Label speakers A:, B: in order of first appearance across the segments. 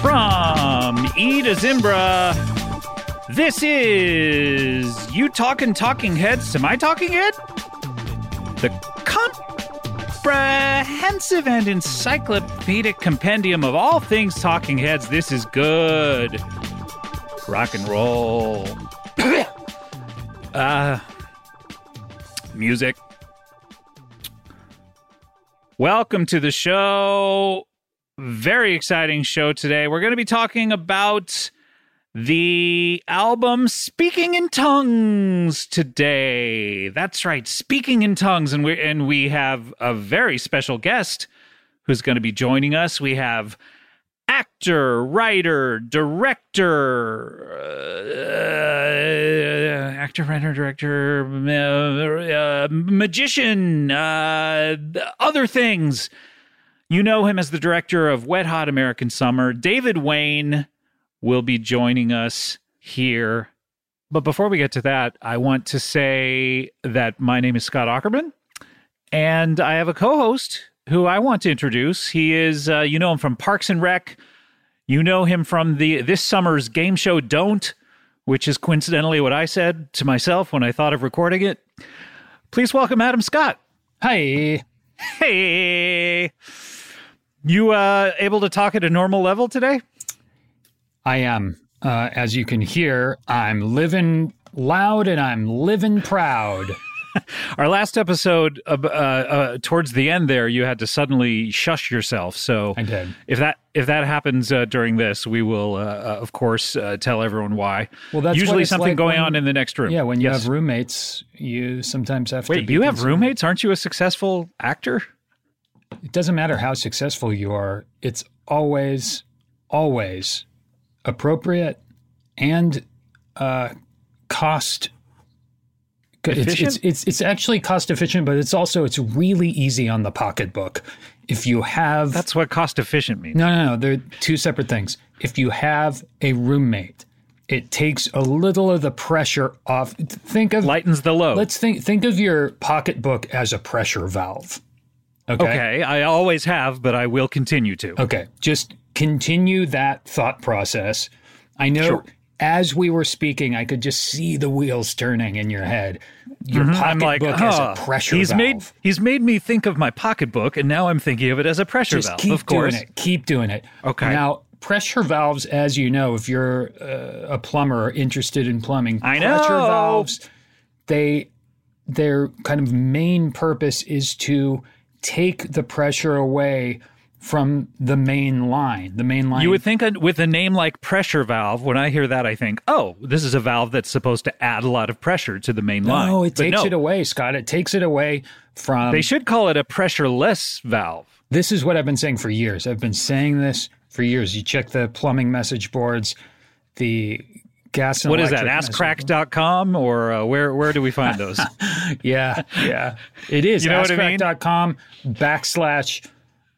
A: From E to Zimbra, this is You Talking Talking Heads to My Talking Head? The comprehensive and encyclopedic compendium of all things Talking Heads. This is good. Rock and roll. uh, music. Welcome to the show very exciting show today. We're going to be talking about the album Speaking in Tongues today. That's right, Speaking in Tongues and we and we have a very special guest who's going to be joining us. We have actor, writer, director, uh, actor, writer, director, uh, uh, magician, uh, other things. You know him as the director of Wet Hot American Summer. David Wayne will be joining us here. But before we get to that, I want to say that my name is Scott Ackerman, and I have a co host who I want to introduce. He is, uh, you know him from Parks and Rec. You know him from the this summer's game show Don't, which is coincidentally what I said to myself when I thought of recording it. Please welcome Adam Scott.
B: Hi.
A: Hey, you uh, able to talk at a normal level today?
B: I am. Uh, as you can hear, I'm living loud and I'm living proud.
A: Our last episode, uh, uh, uh, towards the end there, you had to suddenly shush yourself. So
B: I did.
A: If that if that happens uh, during this, we will uh, uh, of course uh, tell everyone why.
B: Well, that's what
A: usually
B: it's
A: something
B: like
A: going
B: when-
A: on in the next room.
B: Yeah, when you
A: Yes.
B: have roommates, you sometimes have to.
A: wait,
B: be
A: you have
B: concerned.
A: roommates? Aren't you a successful actor?
B: It doesn't matter how successful you are, it's always, always appropriate and uh, cost. It's, it's,
A: Efficient?
B: it's, it's actually cost efficient, but it's also it's really easy on the pocketbook. If you have
A: That's what cost efficient means.
B: No, no, no. They're two separate things. If you have a roommate, it takes a little of the pressure off. Think of
A: Lightens the load.
B: let's think think of your pocketbook as a pressure valve. Okay.
A: okay, I always have, but I will continue to.
B: Okay. Just continue that thought process. I know
A: Sure.
B: as we were speaking, I could just see the wheels turning in your head. Your
A: Mm-hmm. Hmm. I'm like,
B: pocketbook has
A: "Huh,
B: a pressure
A: he's
B: valve.
A: made he's made me think of my pocketbook, and now I'm thinking of it as a pressure
B: Just
A: valve.
B: keep
A: of course,
B: doing it. Keep doing it.
A: Okay.
B: Now, pressure valves, as you know, if you're uh, a plumber or interested in plumbing,
A: I
B: pressure
A: know.
B: valves, they their kind of main purpose is to take the pressure away from the main line. The main line.
A: you would think that with a name like pressure valve. When I hear that, I think, oh, this is a valve that's supposed to add a lot of pressure to the main line.
B: no, it
A: But
B: takes
A: no,
B: it away, Scott. It takes it away from.
A: They should call it a pressureless valve.
B: this is what I've been saying for years. I've been saying this for years. You check the plumbing message boards, the gas and
A: What is that?
B: electric message-
A: AskCrack.com or uh, where where do we find those?
B: Yeah, yeah, it is.
A: You know what I mean?
B: AskCrack.com backslash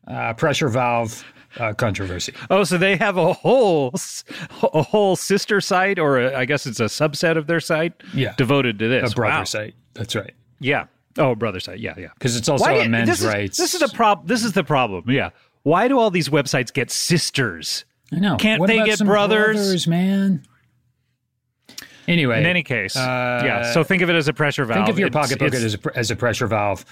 B: uh, pressure valve uh, controversy.
A: oh, so they have a whole s- a whole sister site, or a, I guess it's a subset of their site,
B: Yeah.
A: devoted to
B: A
A: this.
B: brother
A: Wow.
B: site. That's right.
A: Yeah. Oh, brother site. Yeah, yeah.
B: Because it's also a
A: do-
B: men's
A: this is,
B: rights.
A: This is the problem. This is the problem. Yeah. Why do all these websites get sisters?
B: I know.
A: can't
B: What
A: they
B: about
A: get
B: some
A: brothers?
B: man? Anyway,
A: In any case,
B: uh,
A: yeah. So think of it as a pressure valve.
B: think of your
A: It's-
B: pocketbook
A: it's-
B: as a, pr- as a pressure valve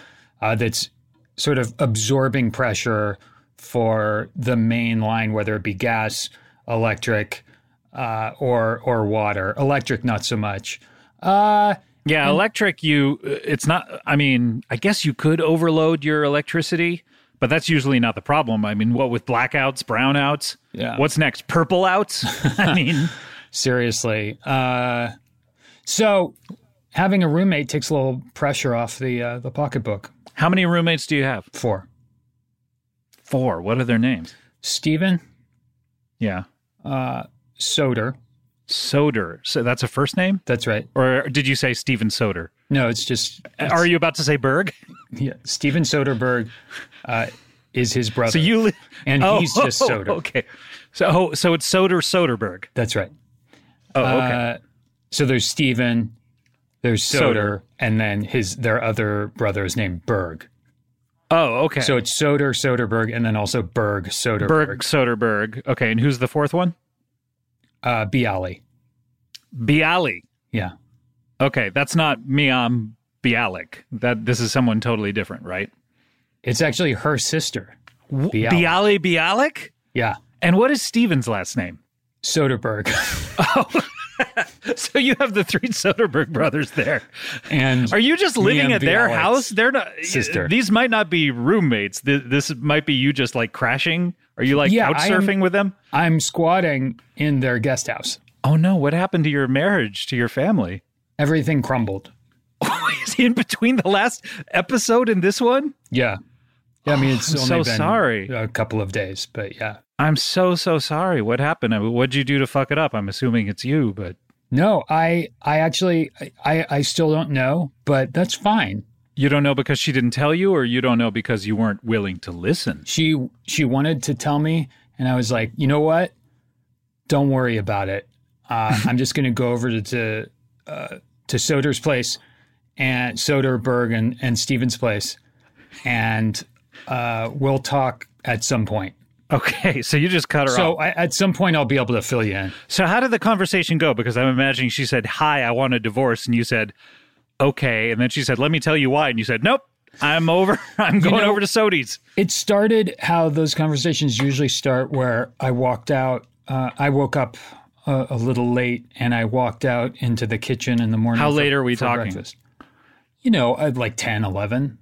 B: uh, that's sort of absorbing pressure for the main line, whether it be gas, electric, uh, or or water. Electric, not so much. Uh,
A: yeah, electric. You, it's not. I mean, I guess you could overload your electricity, but that's usually not the problem. I mean, what with blackouts, brownouts.
B: Yeah.
A: What's next? Purple outs. I mean,
B: seriously. Uh, so having a roommate takes a little pressure off the uh, the pocketbook.
A: how many roommates do you have?
B: Four.
A: Four. What are their names?
B: Steven
A: Yeah,
B: uh, Soder.
A: Soder. So that's a first name,
B: That's right.
A: or did you say Steven Soder?
B: No, it's just
A: Are you about to say Berg?
B: yeah, Steven Soderbergh uh, is his brother.
A: So you. Li-
B: and
A: Oh,
B: he's just Soder.
A: Okay. So oh, so it's Soder Soderberg.
B: That's right.
A: Oh, okay.
B: Uh, so there's Steven, there's
A: Soder.
B: Soder, and then his their other brother is named Berg.
A: oh, okay.
B: So it's Soder, Soderberg, and then also Berg, Soderberg,
A: Berg Soderberg. Okay, and who's the fourth one?
B: Uh, Bialy.
A: Bialy.
B: Yeah.
A: Okay, that's not Miam Bialik. That this is someone totally different, right?
B: It's actually her sister.
A: Bialy. Bialy
B: Bialik.
A: Bialik.
B: Yeah.
A: And what is Steven's last name?
B: Soderberg.
A: So you have the three Soderberg brothers there.
B: and
A: Are you just living
B: and
A: at their
B: Bialik's
A: house? They're not
B: sister.
A: These might not be roommates. Th- This might be you just like crashing. Are you like
B: Yeah,
A: couch
B: I am-
A: surfing with them?
B: I'm squatting in their guest house.
A: Oh no! What happened to your marriage? To your family?
B: Everything crumbled.
A: Is he in between the last episode and this one?
B: Yeah. Yeah, I mean, it's
A: I'm
B: only
A: so
B: been
A: sorry.
B: a couple of days, but yeah.
A: I'm so so sorry. What happened? I mean, what'd you do to fuck it up? I'm assuming it's you, but
B: No, I, I actually, I, I still don't know, but that's fine.
A: you don't know because she didn't tell you, or you don't know because you weren't willing to listen.
B: She, she wanted to tell me, and I was like, you know what? Don't worry about it. Uh, I'm just going to go over to to, uh, to Soder's place, and Soderberg and and Steven's place, and uh, we'll talk at some point.
A: Okay, so you just cut her
B: So
A: off.
B: I, at some point, I'll be able to fill you in.
A: So how did the conversation go? Because I'm imagining she said, "Hi, I want a divorce," and you said, "Okay," and then she said, "Let me tell you why," and you said, "Nope, I'm over. I'm going
B: know-
A: over to Sodi's."
B: It started how those conversations usually start, where I walked out. Uh, I woke up uh, a, a little late, and I walked out into the kitchen in the morning.
A: How
B: for-
A: late are we
B: for
A: talking?
B: Breakfast. You know, at like 10, 11.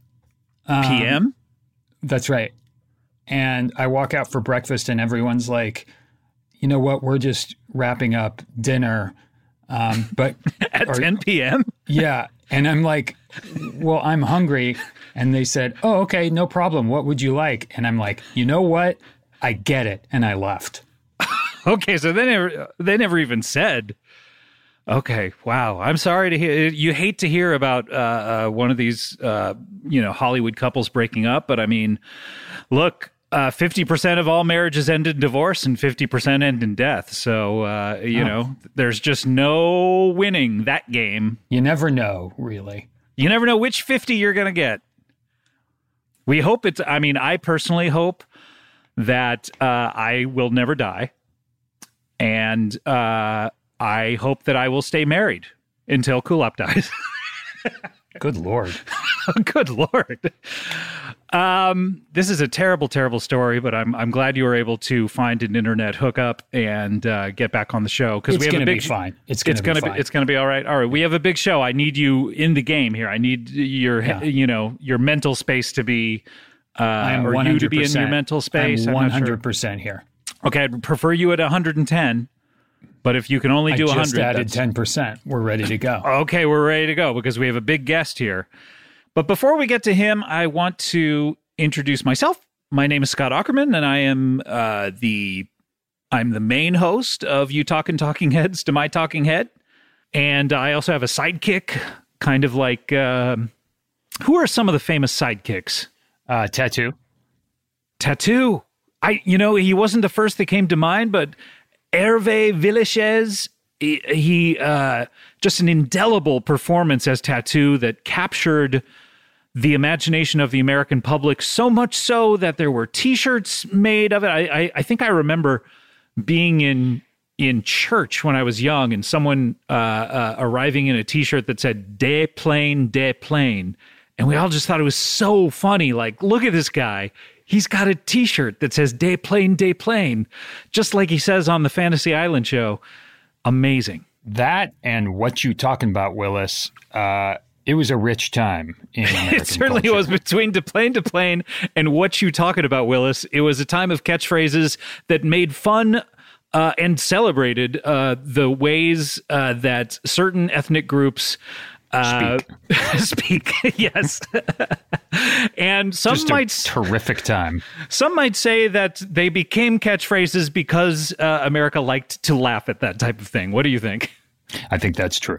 A: um, PM.
B: That's right. And I walk out for breakfast, and everyone's like, "You know what? We're just wrapping up dinner." Um, but
A: At
B: are-
A: 10 p.m.
B: yeah, and I'm like, "Well, I'm hungry," and they said, "Oh, okay, no problem. What would you like?" And I'm like, "You know what? I get it," and I left.
A: Okay, so they never they never even said. Okay, wow. I'm sorry to hear you hate to hear about uh, uh, one of these uh, you know Hollywood couples breaking up, but I mean, look. Uh, 50% of all marriages end in divorce and 50% end in death. So, uh, you know, there's just no winning that game.
B: You never know, really.
A: You never know which 50 you're going to get. We hope it's, I mean, I personally hope that uh, I will never die. And uh, I hope that I will stay married until Kulop dies.
B: Good lord.
A: Good Lord. Um, this is a terrible, terrible story, but I'm, I'm glad you were able to find an internet hookup and uh, get back on the show because
B: It's
A: we have
B: gonna
A: a big
B: be
A: sh-
B: fine. It's gonna
A: it's
B: be
A: gonna be,
B: fine.
A: it's gonna be all right. All right, we have a big show. I need you in the game here. I need your
B: Yeah.
A: you know your mental space to be uh,
B: I'm
A: or
B: 100%,
A: you to be in your mental space.
B: I'm
A: I'm not sure.
B: 100 percent here.
A: Okay, I'd prefer you at 110, but if you can only do
B: I just
A: 100,
B: added
A: that's-
B: 10 percent. We're ready to go.
A: Okay, we're ready to go because we have a big guest here. But before we get to him, I want to introduce myself. My name is Scott Ackerman, and I am uh, the I'm the main host of You Talking Talking Heads to My Talking Head, and I also have a sidekick, kind of like um, who are some of the famous sidekicks?
B: Uh, tattoo.
A: Tattoo. I you know he wasn't the first that came to mind, but Hervé Villechaize. He, he uh, just an indelible performance as Tattoo that captured the imagination of the American public so much so that there were T-shirts made of it. I, I, I think I remember being in in church when I was young and someone uh, uh, arriving in a T-shirt that said "De plane, de plane," and we all just thought it was so funny. Like, look at this guy. He's got a T-shirt that says "De plane, de plane," just like he says on the Fantasy Island show. Amazing.
B: That and what you talking about, Willis? Uh, it was a rich time in American
A: it certainly
B: culture.
A: was between to plane to plane and what you talking about willis it was a time of catchphrases that made fun uh, and celebrated uh, the ways uh, that certain ethnic groups uh, speak. yes, and some
B: Just a
A: might
B: terrific time.
A: some might say that they became catchphrases because uh, America liked to laugh at that type of thing. What do you think?
B: I think that's true.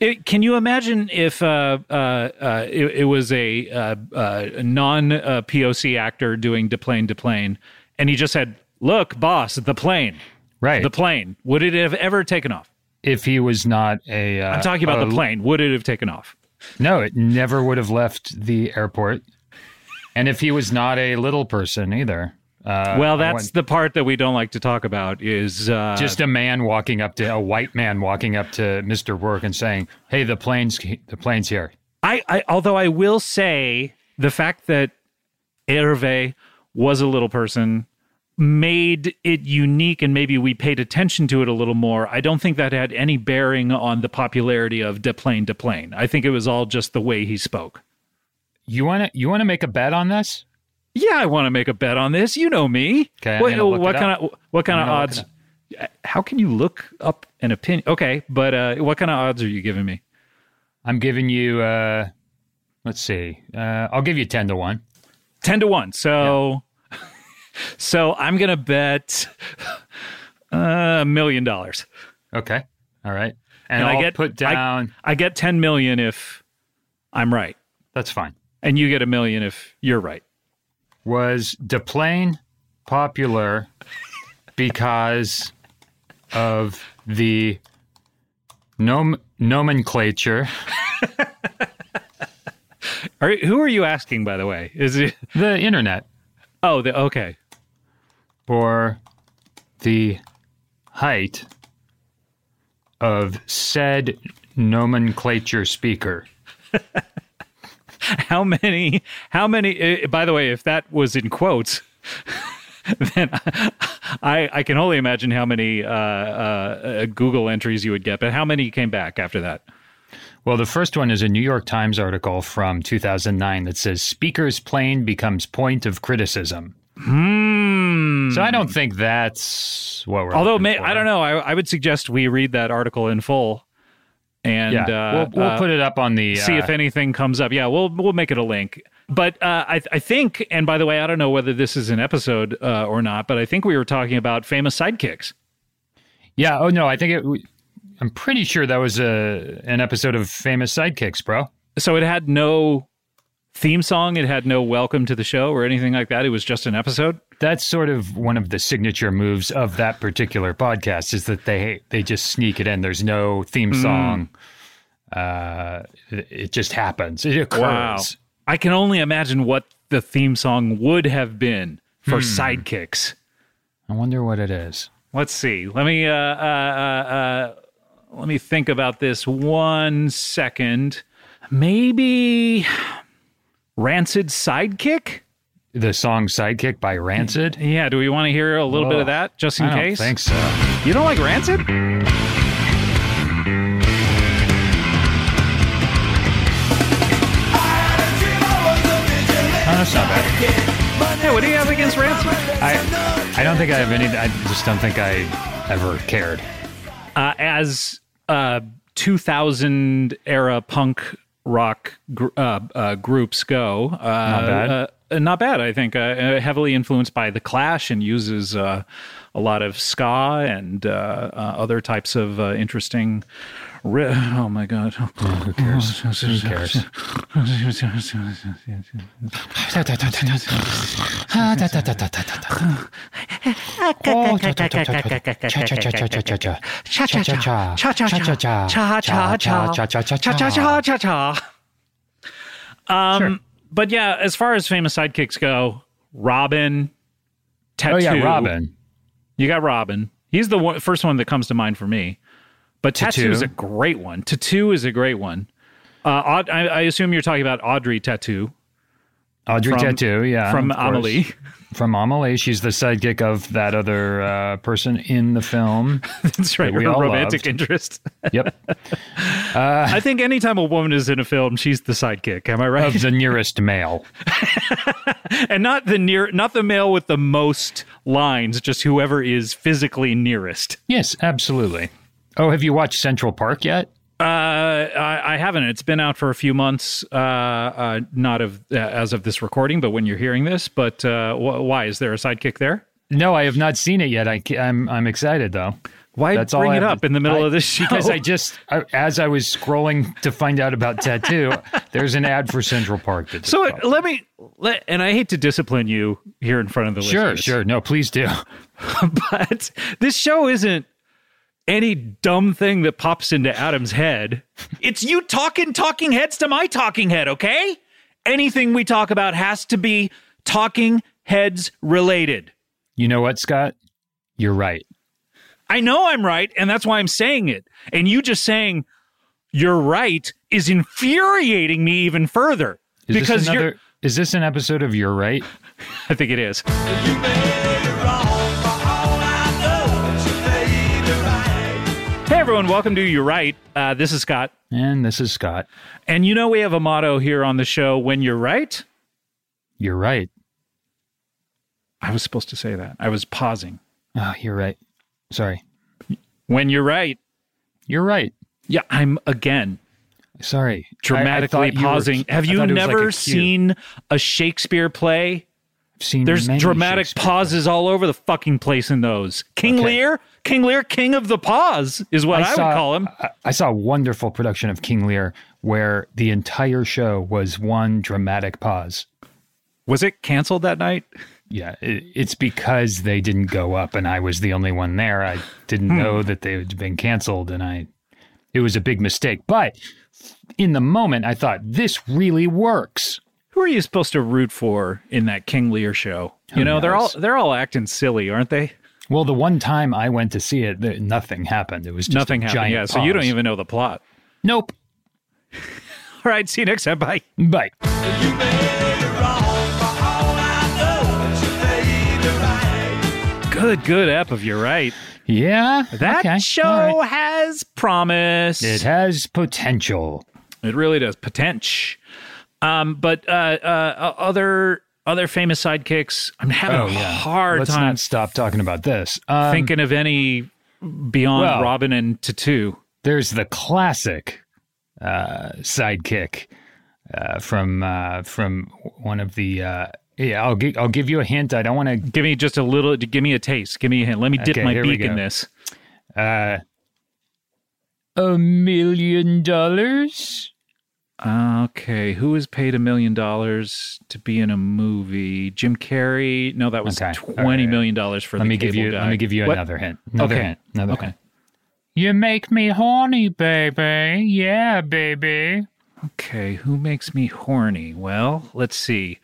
A: It, can you imagine if uh, uh, uh, it, it was a uh, uh, non uh, POC actor doing De Plane to Plane, and he just had Look, boss, the plane.
B: Right.
A: The plane. Would it have ever taken off?
B: if he was not a, uh,
A: I'm talking about the plane. Would it have taken off?
B: no, it never would have left the airport. And if he was not a little person either. Uh,
A: well,
B: I
A: that's
B: want-
A: the part that we don't like to talk about is uh,
B: just a man walking up to a white man walking up to Mr. Rourke and saying, "Hey, the plane's the plane's here."
A: I, I although I will say the fact that Hervé was a little person made it unique and maybe we paid attention to it a little more. I don't think that had any bearing on the popularity of De Plane De Plane. I think it was all just the way he spoke.
B: You want to you want to make a bet on this?
A: Yeah, I want to make a bet on this. You know me.
B: Okay, I'm
A: what
B: gonna look
A: what
B: it
A: kind of what kind of
B: gonna look
A: odds
B: it
A: how can you look up an opinion? Okay, but uh, what kind of odds are you giving me?
B: I'm giving you uh let's see. Uh I'll give you 10 to 1.
A: 10 to 1 so so i'm gonna bet uh, a million dollars
B: Okay. All right. And,
A: And I
B: I'll
A: get-
B: put
A: I-
B: down
A: i get 10 million if i'm right
B: That's fine.
A: and you get a million if you're right
B: Was Deplane popular because of the nom- nomenclature?
A: all right who are you asking by the way is it
B: The internet
A: oh the okay
B: or the height of said nomenclature speaker.
A: how many how many uh, by the way if that was in quotes then I, I can only imagine how many uh, uh, uh, Google entries you would get, but how many came back after that?
B: Well, the first one is a New York Times article from 2009 that says speaker's plane becomes point of criticism. So I don't think that's what we're.
A: Hmm. Although,
B: looking
A: may,
B: for.
A: I don't know. I, I would suggest we read that article in full, and
B: Yeah,
A: uh,
B: we'll, we'll
A: uh,
B: put it up on the.
A: see
B: uh,
A: if anything comes up. Yeah, we'll we'll make it a link. But uh, I I think, and by the way, I don't know whether this is an episode uh, or not, but I think we were talking about famous sidekicks.
B: yeah. Oh no, I think it. we- I'm pretty sure that was a an episode of Famous Sidekicks, bro.
A: So it had no theme song. It had no welcome to the show or anything like that. It was just an episode.
B: That's sort of one of the signature moves of that particular podcast is that they they just sneak it in. There's no theme
A: Mm.
B: song. Uh, it, it just happens. It occurs.
A: I can only imagine what the theme song would have been for
B: Hmm.
A: sidekicks.
B: I wonder what it is.
A: Let's see. Let me uh, uh, uh, uh, let me think about this one second. Maybe rancid sidekick.
B: The song "Sidekick" by Rancid.
A: Yeah. Do we want to hear a little bit
B: Ugh.
A: of that just in
B: I don't
A: case?
B: think so. Oh,
A: You don't like rancid?
B: No, that's not bad.
A: Yeah. What do you have against rancid?
B: I I don't think I have any. I just don't think I ever cared.
A: Uh, as uh, 2000 era punk rock gr- uh, uh, groups go, uh, not
B: bad.
A: Uh, not bad, I think. Uh, Uh, heavily influenced by the Clash and uses uh, a lot of ska and uh, uh, other types of uh, interesting. Ri- oh my god! Who cares? Who
B: cares?
A: Cha cha cha cha cha cha cha cha cha cha cha cha cha cha cha. Um, but yeah, as far as famous sidekicks go, Robin, tattoo.
B: Oh yeah, Robin.
A: You got Robin. He's the one, first one that comes to mind for me. But tattoo,
B: Tattoo.
A: is a great one. Tattoo is a great one. Uh, Aud- I, I assume you're talking about Audrey Tattoo
B: Audrey
A: From-
B: Tattoo, yeah.
A: from
B: Ah, of course.
A: Amelie.
B: From Amelie. She's the sidekick of that other uh, person in the film.
A: That's right.
B: That we
A: Her
B: all
A: romantic
B: loved.
A: interest.
B: Yep.
A: I think anytime a woman is in a film, she's the sidekick. Am I right?
B: Of the nearest male.
A: and not the near, not the male with the most lines, just whoever is physically nearest.
B: Yes, absolutely. Oh, have you watched Central Park yet?
A: Uh, I, I haven't. It's been out for a few months. Uh, uh, not of uh, as of this recording, but when you're hearing this. But uh, wh- why is there a sidekick there?
B: No, I have not seen it yet. I, am I'm, I'm excited though.
A: Why
B: That's all
A: bring
B: I
A: it
B: have
A: up in the middle of this show?
B: Because I just, I, as I was scrolling to find out about tattoo, there's an ad for Central Park. that just
A: so
B: popped.
A: let me let, and I hate to discipline you here in front of the
B: sure,
A: listeners.
B: sure, no, please do.
A: but this show isn't any dumb thing that pops into Adam's head. It's you talking talking heads to my talking head, okay? Anything we talk about has to be talking heads related.
B: You know what, Scott? You're right.
A: I know I'm right, and that's why I'm saying it. And you just saying you're right is infuriating me even further.
B: Is
A: because
B: this
A: you're
B: another? Is this an episode of You're Right?
A: I think it is.
C: You may be wrong for all I know, but you may be right.
A: Hey everyone, welcome to You're Right. Uh, this is Scott.
B: And this is Scott.
A: And you know we have a motto here on the show, when you're right,
B: You're right.
A: I was supposed to say that. I was pausing.
B: Oh, you're right. Sorry.
A: When you're right.
B: You're right.
A: Yeah, I'm again
B: Sorry. I- I
A: dramatically
B: thought you were-
A: pausing.
B: I
A: Have you
B: thought it was like
A: never
B: a cue.
A: seen a Shakespeare play?
B: I've seen
A: There's
B: many
A: dramatic
B: Shakespeare-
A: pauses all over the fucking place in those. King
B: Okay.
A: Lear, King Lear, king of the pause is what I,
B: saw-
A: would call him.
B: I, I saw a wonderful production of King Lear where the entire show was one dramatic pause.
A: Was it canceled that night?
B: Yeah, it, it's because they didn't go up, and I was the only one there. I didn't
A: Hmm.
B: know that they had been canceled, and I it was a big mistake. But in the moment, I thought this really works.
A: Who are you supposed to root for in that King Lear show? you know, they're all
B: knows?
A: they're all acting silly, aren't they?
B: Well, the one time I went to see it, th- nothing happened. It was just
A: Nothing
B: a
A: happened.
B: Giant
A: Yeah, so you don't
B: pause.
A: even know the plot.
B: Nope.
A: All right, see you next time. Bye.
B: Bye.
C: You may be wrong for all I know, but you may be right.
A: Good, good ep of you're right.
B: Yeah.
A: That
B: okay, all
A: show
B: right.
A: has promise.
B: It has potential.
A: It really does. Potential. Um, but uh, uh, other other famous sidekicks. I'm having a hard
B: Let's
A: time
B: not stop talking about this. Um,
A: thinking of any beyond
B: well-
A: Robin and Tattoo.
B: there's the classic uh, sidekick uh, from uh, from one of the. Uh, yeah, I'll gi- I'll give you a hint. I don't want to.
A: Give me just a little. Give me a taste. Give me a hint. Let me dip
B: Okay,
A: my
B: here we
A: beak in
B: go.
A: this.
B: Uh, a million dollars.
A: Okay, who was paid a million dollars to be in a movie? Jim Carrey. No, that was
B: Okay, all
A: twenty
B: right,
A: million
B: all right.
A: dollars for
B: Let
A: the
B: me give
A: cable
B: you.
A: guy.
B: Let me give you
A: What?
B: another hint. Another
A: Okay.
B: hint. Another
A: Okay.
B: hint. You make me horny, baby. Yeah, baby.
A: Okay, who makes me horny? Well, let's see.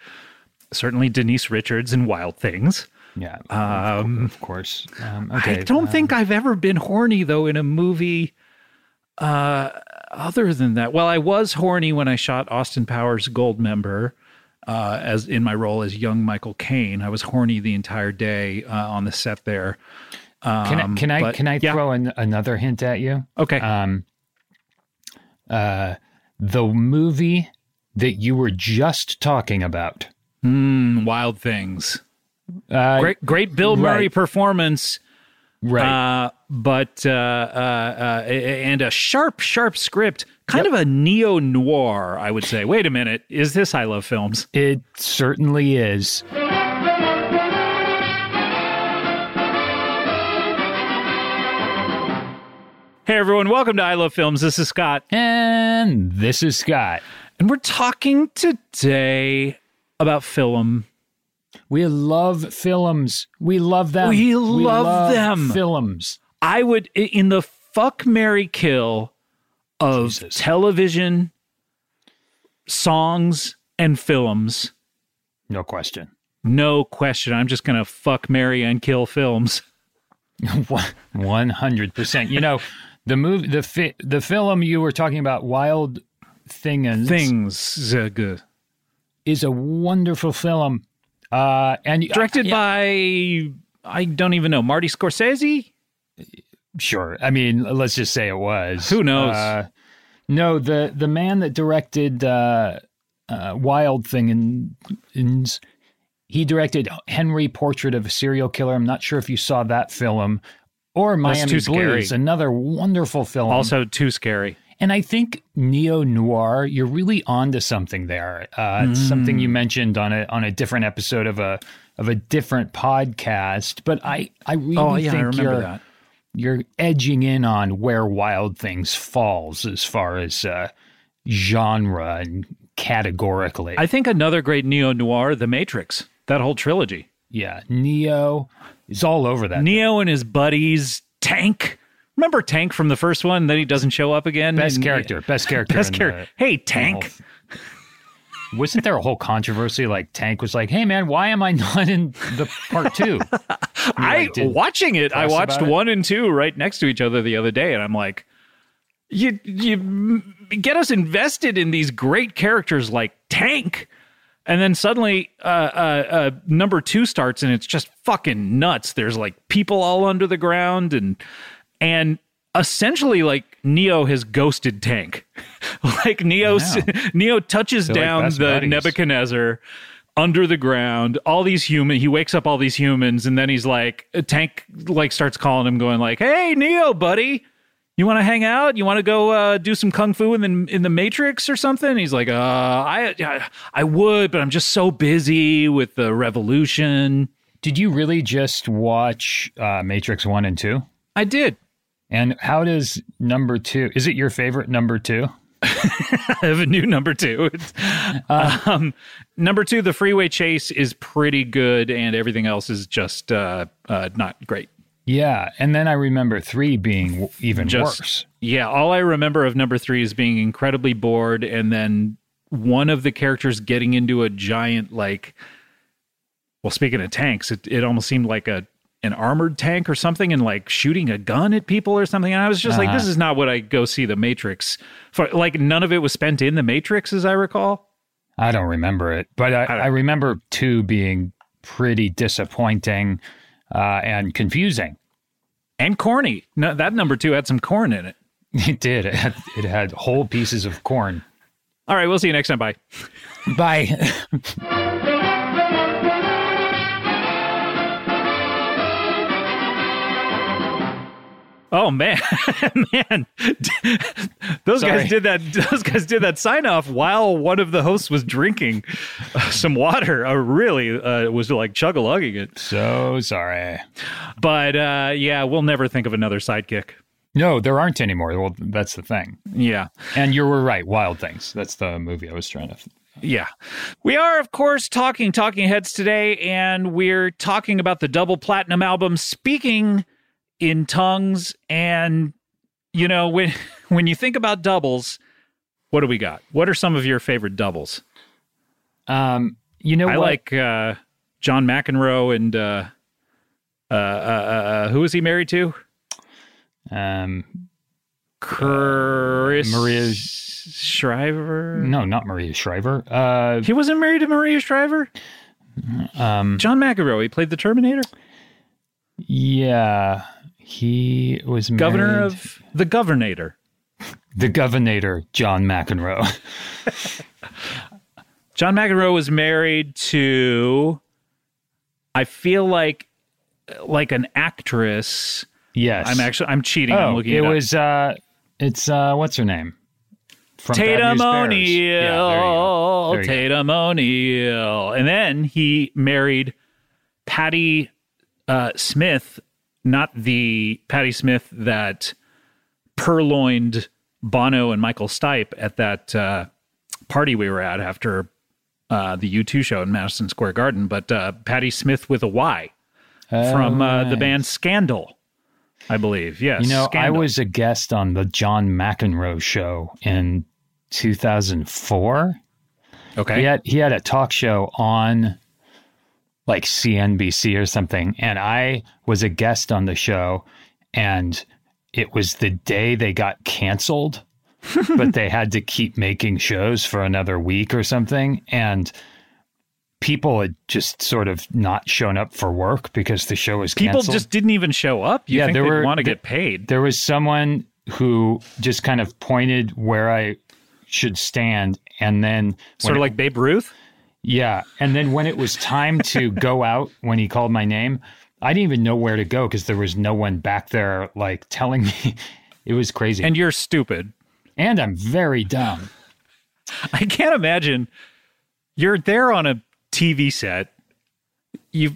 A: Certainly Denise Richards in Wild Things.
B: Yeah.
A: Um,
B: of course. Um, okay.
A: I don't
B: uh,
A: think I've ever been horny though in a movie uh, other than that. Well, I was horny when I shot Austin Powers Gold Member. Uh, as in my role as young Michael Caine, I was horny the entire day uh, on the set there.
B: Can I can I
A: um, but-
B: can I
A: yeah.
B: throw an, another hint at you?
A: Okay,
B: um, uh, the movie that you were just talking about.
A: Mm, Wild Things,
B: Uh,
A: great, great Bill Murray
B: right.
A: performance.
B: Right.
A: Uh, but uh, uh, uh, and a sharp, sharp script, kind of a neo noir, I would say. Wait a minute, is this I Love Films?
B: it certainly is.
A: Hey everyone, welcome to I Love Films. This is Scott,
B: And this is Scott.
A: and we're talking today about film.
B: We love films. We love them.
A: We love them.
B: Films.
A: I would i- in the fuck Mary kill of
B: Jesus.
A: television, songs, and films.
B: No question.
A: No question. I'm just gonna fuck Mary and kill films.
B: One hundred percent. You know, the movie, the fi- the film you were talking about, Wild Things,
A: Things uh, good.
B: is a wonderful film. Uh, and
A: directed by I don't even know Marty Scorsese.
B: Sure. I mean, let's just say it was.
A: Who knows?
B: Uh, no, the the man that directed uh, uh, Wild Thing and, and he directed Henry Portrait of a Serial Killer. I'm not sure if you saw that film or Miami
A: too scary.
B: Blues, another wonderful film.
A: Also too scary.
B: And I think neo noir, you're
A: Mm.
B: really onto something there. Uh, It's something you mentioned on a on a different episode of a of a different podcast, but I I really
A: Oh, yeah, I
B: think
A: remember
B: you're
A: that.
B: you're edging in on where Wild Things falls as far as uh, genre and categorically.
A: I think another great neo noir, The Matrix, that whole trilogy.
B: yeah, Neo is all over that.
A: Neo and his buddies, Tank. Remember Tank from the first one? Then he doesn't show up again.
B: best
A: And-
B: character, best character,
A: Best
B: in
A: character.
B: the-
A: Hey, Tank.
B: Wasn't there a whole controversy? Like Tank was like, "Hey man, why am I not in the part two?
A: I
B: like, did
A: watching it. I
B: press
A: watched
B: about it?
A: one and two right next to each other the other day, and I'm like, you you m- get us invested in these great characters like Tank, and then suddenly uh, uh, uh, number two starts, and it's just fucking nuts. There's like people all under the ground, and and essentially like Neo has ghosted Tank, like Neo s- Neo touches
B: like
A: down
B: best
A: the
B: buddies.
A: Nebuchadnezzar under the ground. All these human, he wakes up all these humans, and then he's like, Tank like starts calling him, going like, "Hey, Neo, buddy, you want to hang out? You want to go uh, do some kung fu in the in the Matrix or something?" he's like, "Uh, I I- I would, but I'm just so busy with the revolution."
B: Did you really just watch uh, Matrix one and two?
A: I did.
B: And how does number two? Is it your favorite number two?
A: I have a new number two. It's- um, number two, the freeway chase is pretty good, and everything else is just uh, uh, not great.
B: Yeah, and then I remember three being w- even
A: Just
B: worse.
A: yeah, all I remember of number three is being incredibly bored, and then one of the characters getting into a giant like. Well, speaking of tanks, it, it almost seemed like a an armored tank or something, and like shooting a gun at people or something. And I was just like,
B: Uh-huh.
A: this is not what I go see the Matrix for. Like none of it was spent in the Matrix, as I recall.
B: I don't remember it, but I, I,
A: don't-
B: remember two being pretty disappointing uh, and confusing.
A: and corny. No, that number two had some corn in it.
B: It did. It had, it had whole pieces of corn.
A: All right, we'll see you next time. Bye.
B: Bye.
A: Oh man, man, those
B: Sorry.
A: guys did that. Those guys did that sign off while one of the hosts was drinking uh, some water. Uh, really uh, was like chug a lugging it.
B: so sorry.
A: But uh, yeah, we'll never think of another sidekick.
B: No, there aren't anymore. Well, that's the thing.
A: Yeah.
B: And you were right. Wild Things. That's the movie I was trying to.
A: Yeah. We are, of course, talking Talking Heads today, and we're talking about the double platinum album, Speaking in Tongues. And, you know, when, when you think about doubles, what do we got? What are some of your favorite doubles?
B: Um, you know
A: I
B: what?
A: like uh, John McEnroe and uh, uh, uh, uh, who is he married to?
B: um,
A: Chris
B: Maria- Mm.
A: Shriver?
B: no, not Maria Shriver. Uh,
A: He wasn't married to Maria Shriver? Um, John McEnroe, he played the Terminator?
B: yeah, he was
A: governor
B: married-
A: of the governator.
B: the governor, John McEnroe.
A: John McEnroe was married to I feel like like an actress.
B: yes,
A: I'm actually I'm cheating.
B: Oh,
A: I'm looking
B: it
A: it, up.
B: was. Uh, it's uh, what's her name? From Bad
A: Tatum
B: News Bears.
A: O'Neill.
B: Yeah, there you go. There you go.
A: Tatum O'Neill. And then he married Patty uh, Smith, not the Patty Smith that purloined Bono and Michael Stipe at that uh, party we were at after uh, the U2 show in Madison Square Garden, but uh, Patty Smith with a Y from uh, the band Scandal, I believe. Yes.
B: Oh, You know,
A: Scandal.
B: I was a guest on the John McEnroe show in 2004.
A: okay.
B: He had he had a talk show on like CNBC or something, and I was a guest on the show, and it was the day they got canceled, but they had to keep making shows for another week or something, and people had just sort of not shown up for work because the show was
A: People
B: canceled.
A: just didn't even show up. You
B: Yeah,
A: think
B: there
A: they
B: were-
A: want to
B: there-
A: get paid?
B: there was someone who just kind of pointed where I should stand, and then when
A: Sort of like Babe Ruth.
B: Yeah. And then when it was time to go out, when he called my name, I didn't even know where to go because there was no one back there like telling me. It was crazy. And,
A: And you're stupid.
B: I'm very dumb.
A: I can't imagine you're there on a TV set. you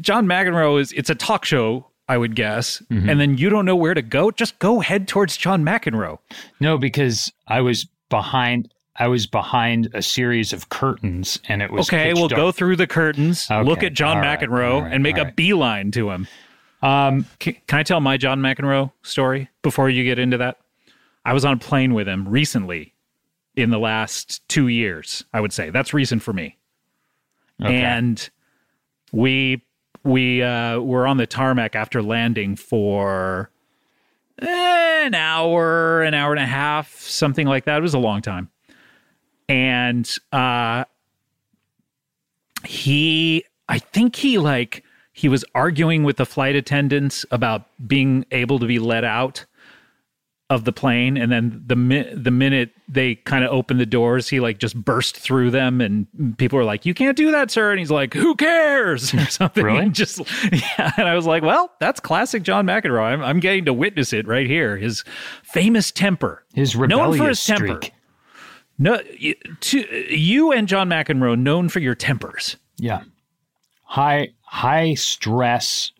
A: John McEnroe is it's a talk show, I would guess,
B: Mm-hmm.
A: and then you don't know where to go. Just go head towards John McEnroe.
B: No, because I was behind. I was behind a series of curtains, and it was
A: Okay,
B: pitch
A: we'll
B: dark.
A: go through the curtains,
B: Okay,
A: look at John
B: all right, all
A: McEnroe,
B: right,
A: and make
B: all
A: a
B: right.
A: beeline to him.
B: Um,
A: Can, can I tell my John McEnroe story before you get into that? I was on a plane with him recently in the last two years, I would say. That's recent for me. And we we uh, were on the tarmac after landing for eh, an hour, an hour and a half, something like that. It was a long time. And uh, he i think he like he was arguing with the flight attendants about being able to be let out of the plane and then the mi- the minute they kind of opened the doors he like just burst through them and people were like you can't do that sir and he's like who cares or something
B: Really?
A: And just yeah and i was like well that's classic john mcenroe I'm, I'm getting to witness it right here his famous temper
B: his
A: known
B: rebellious
A: for his
B: streak.
A: temper no y- to, you and john mcenroe known for your tempers
B: Yeah, high high stress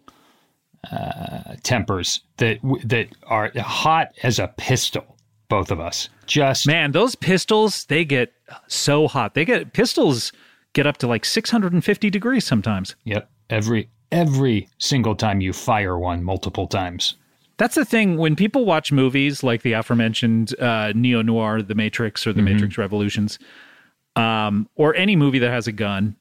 B: uh, tempers that w- that are hot as a pistol. Both of us just
A: Man, those pistols, they get so hot. They get pistols get up to like 650 degrees sometimes.
B: Yep. Every every single time you fire one multiple times.
A: That's the thing when people watch movies like the aforementioned uh, neo noir, The Matrix, or The Matrix Revolutions, um, or any movie that has a gun.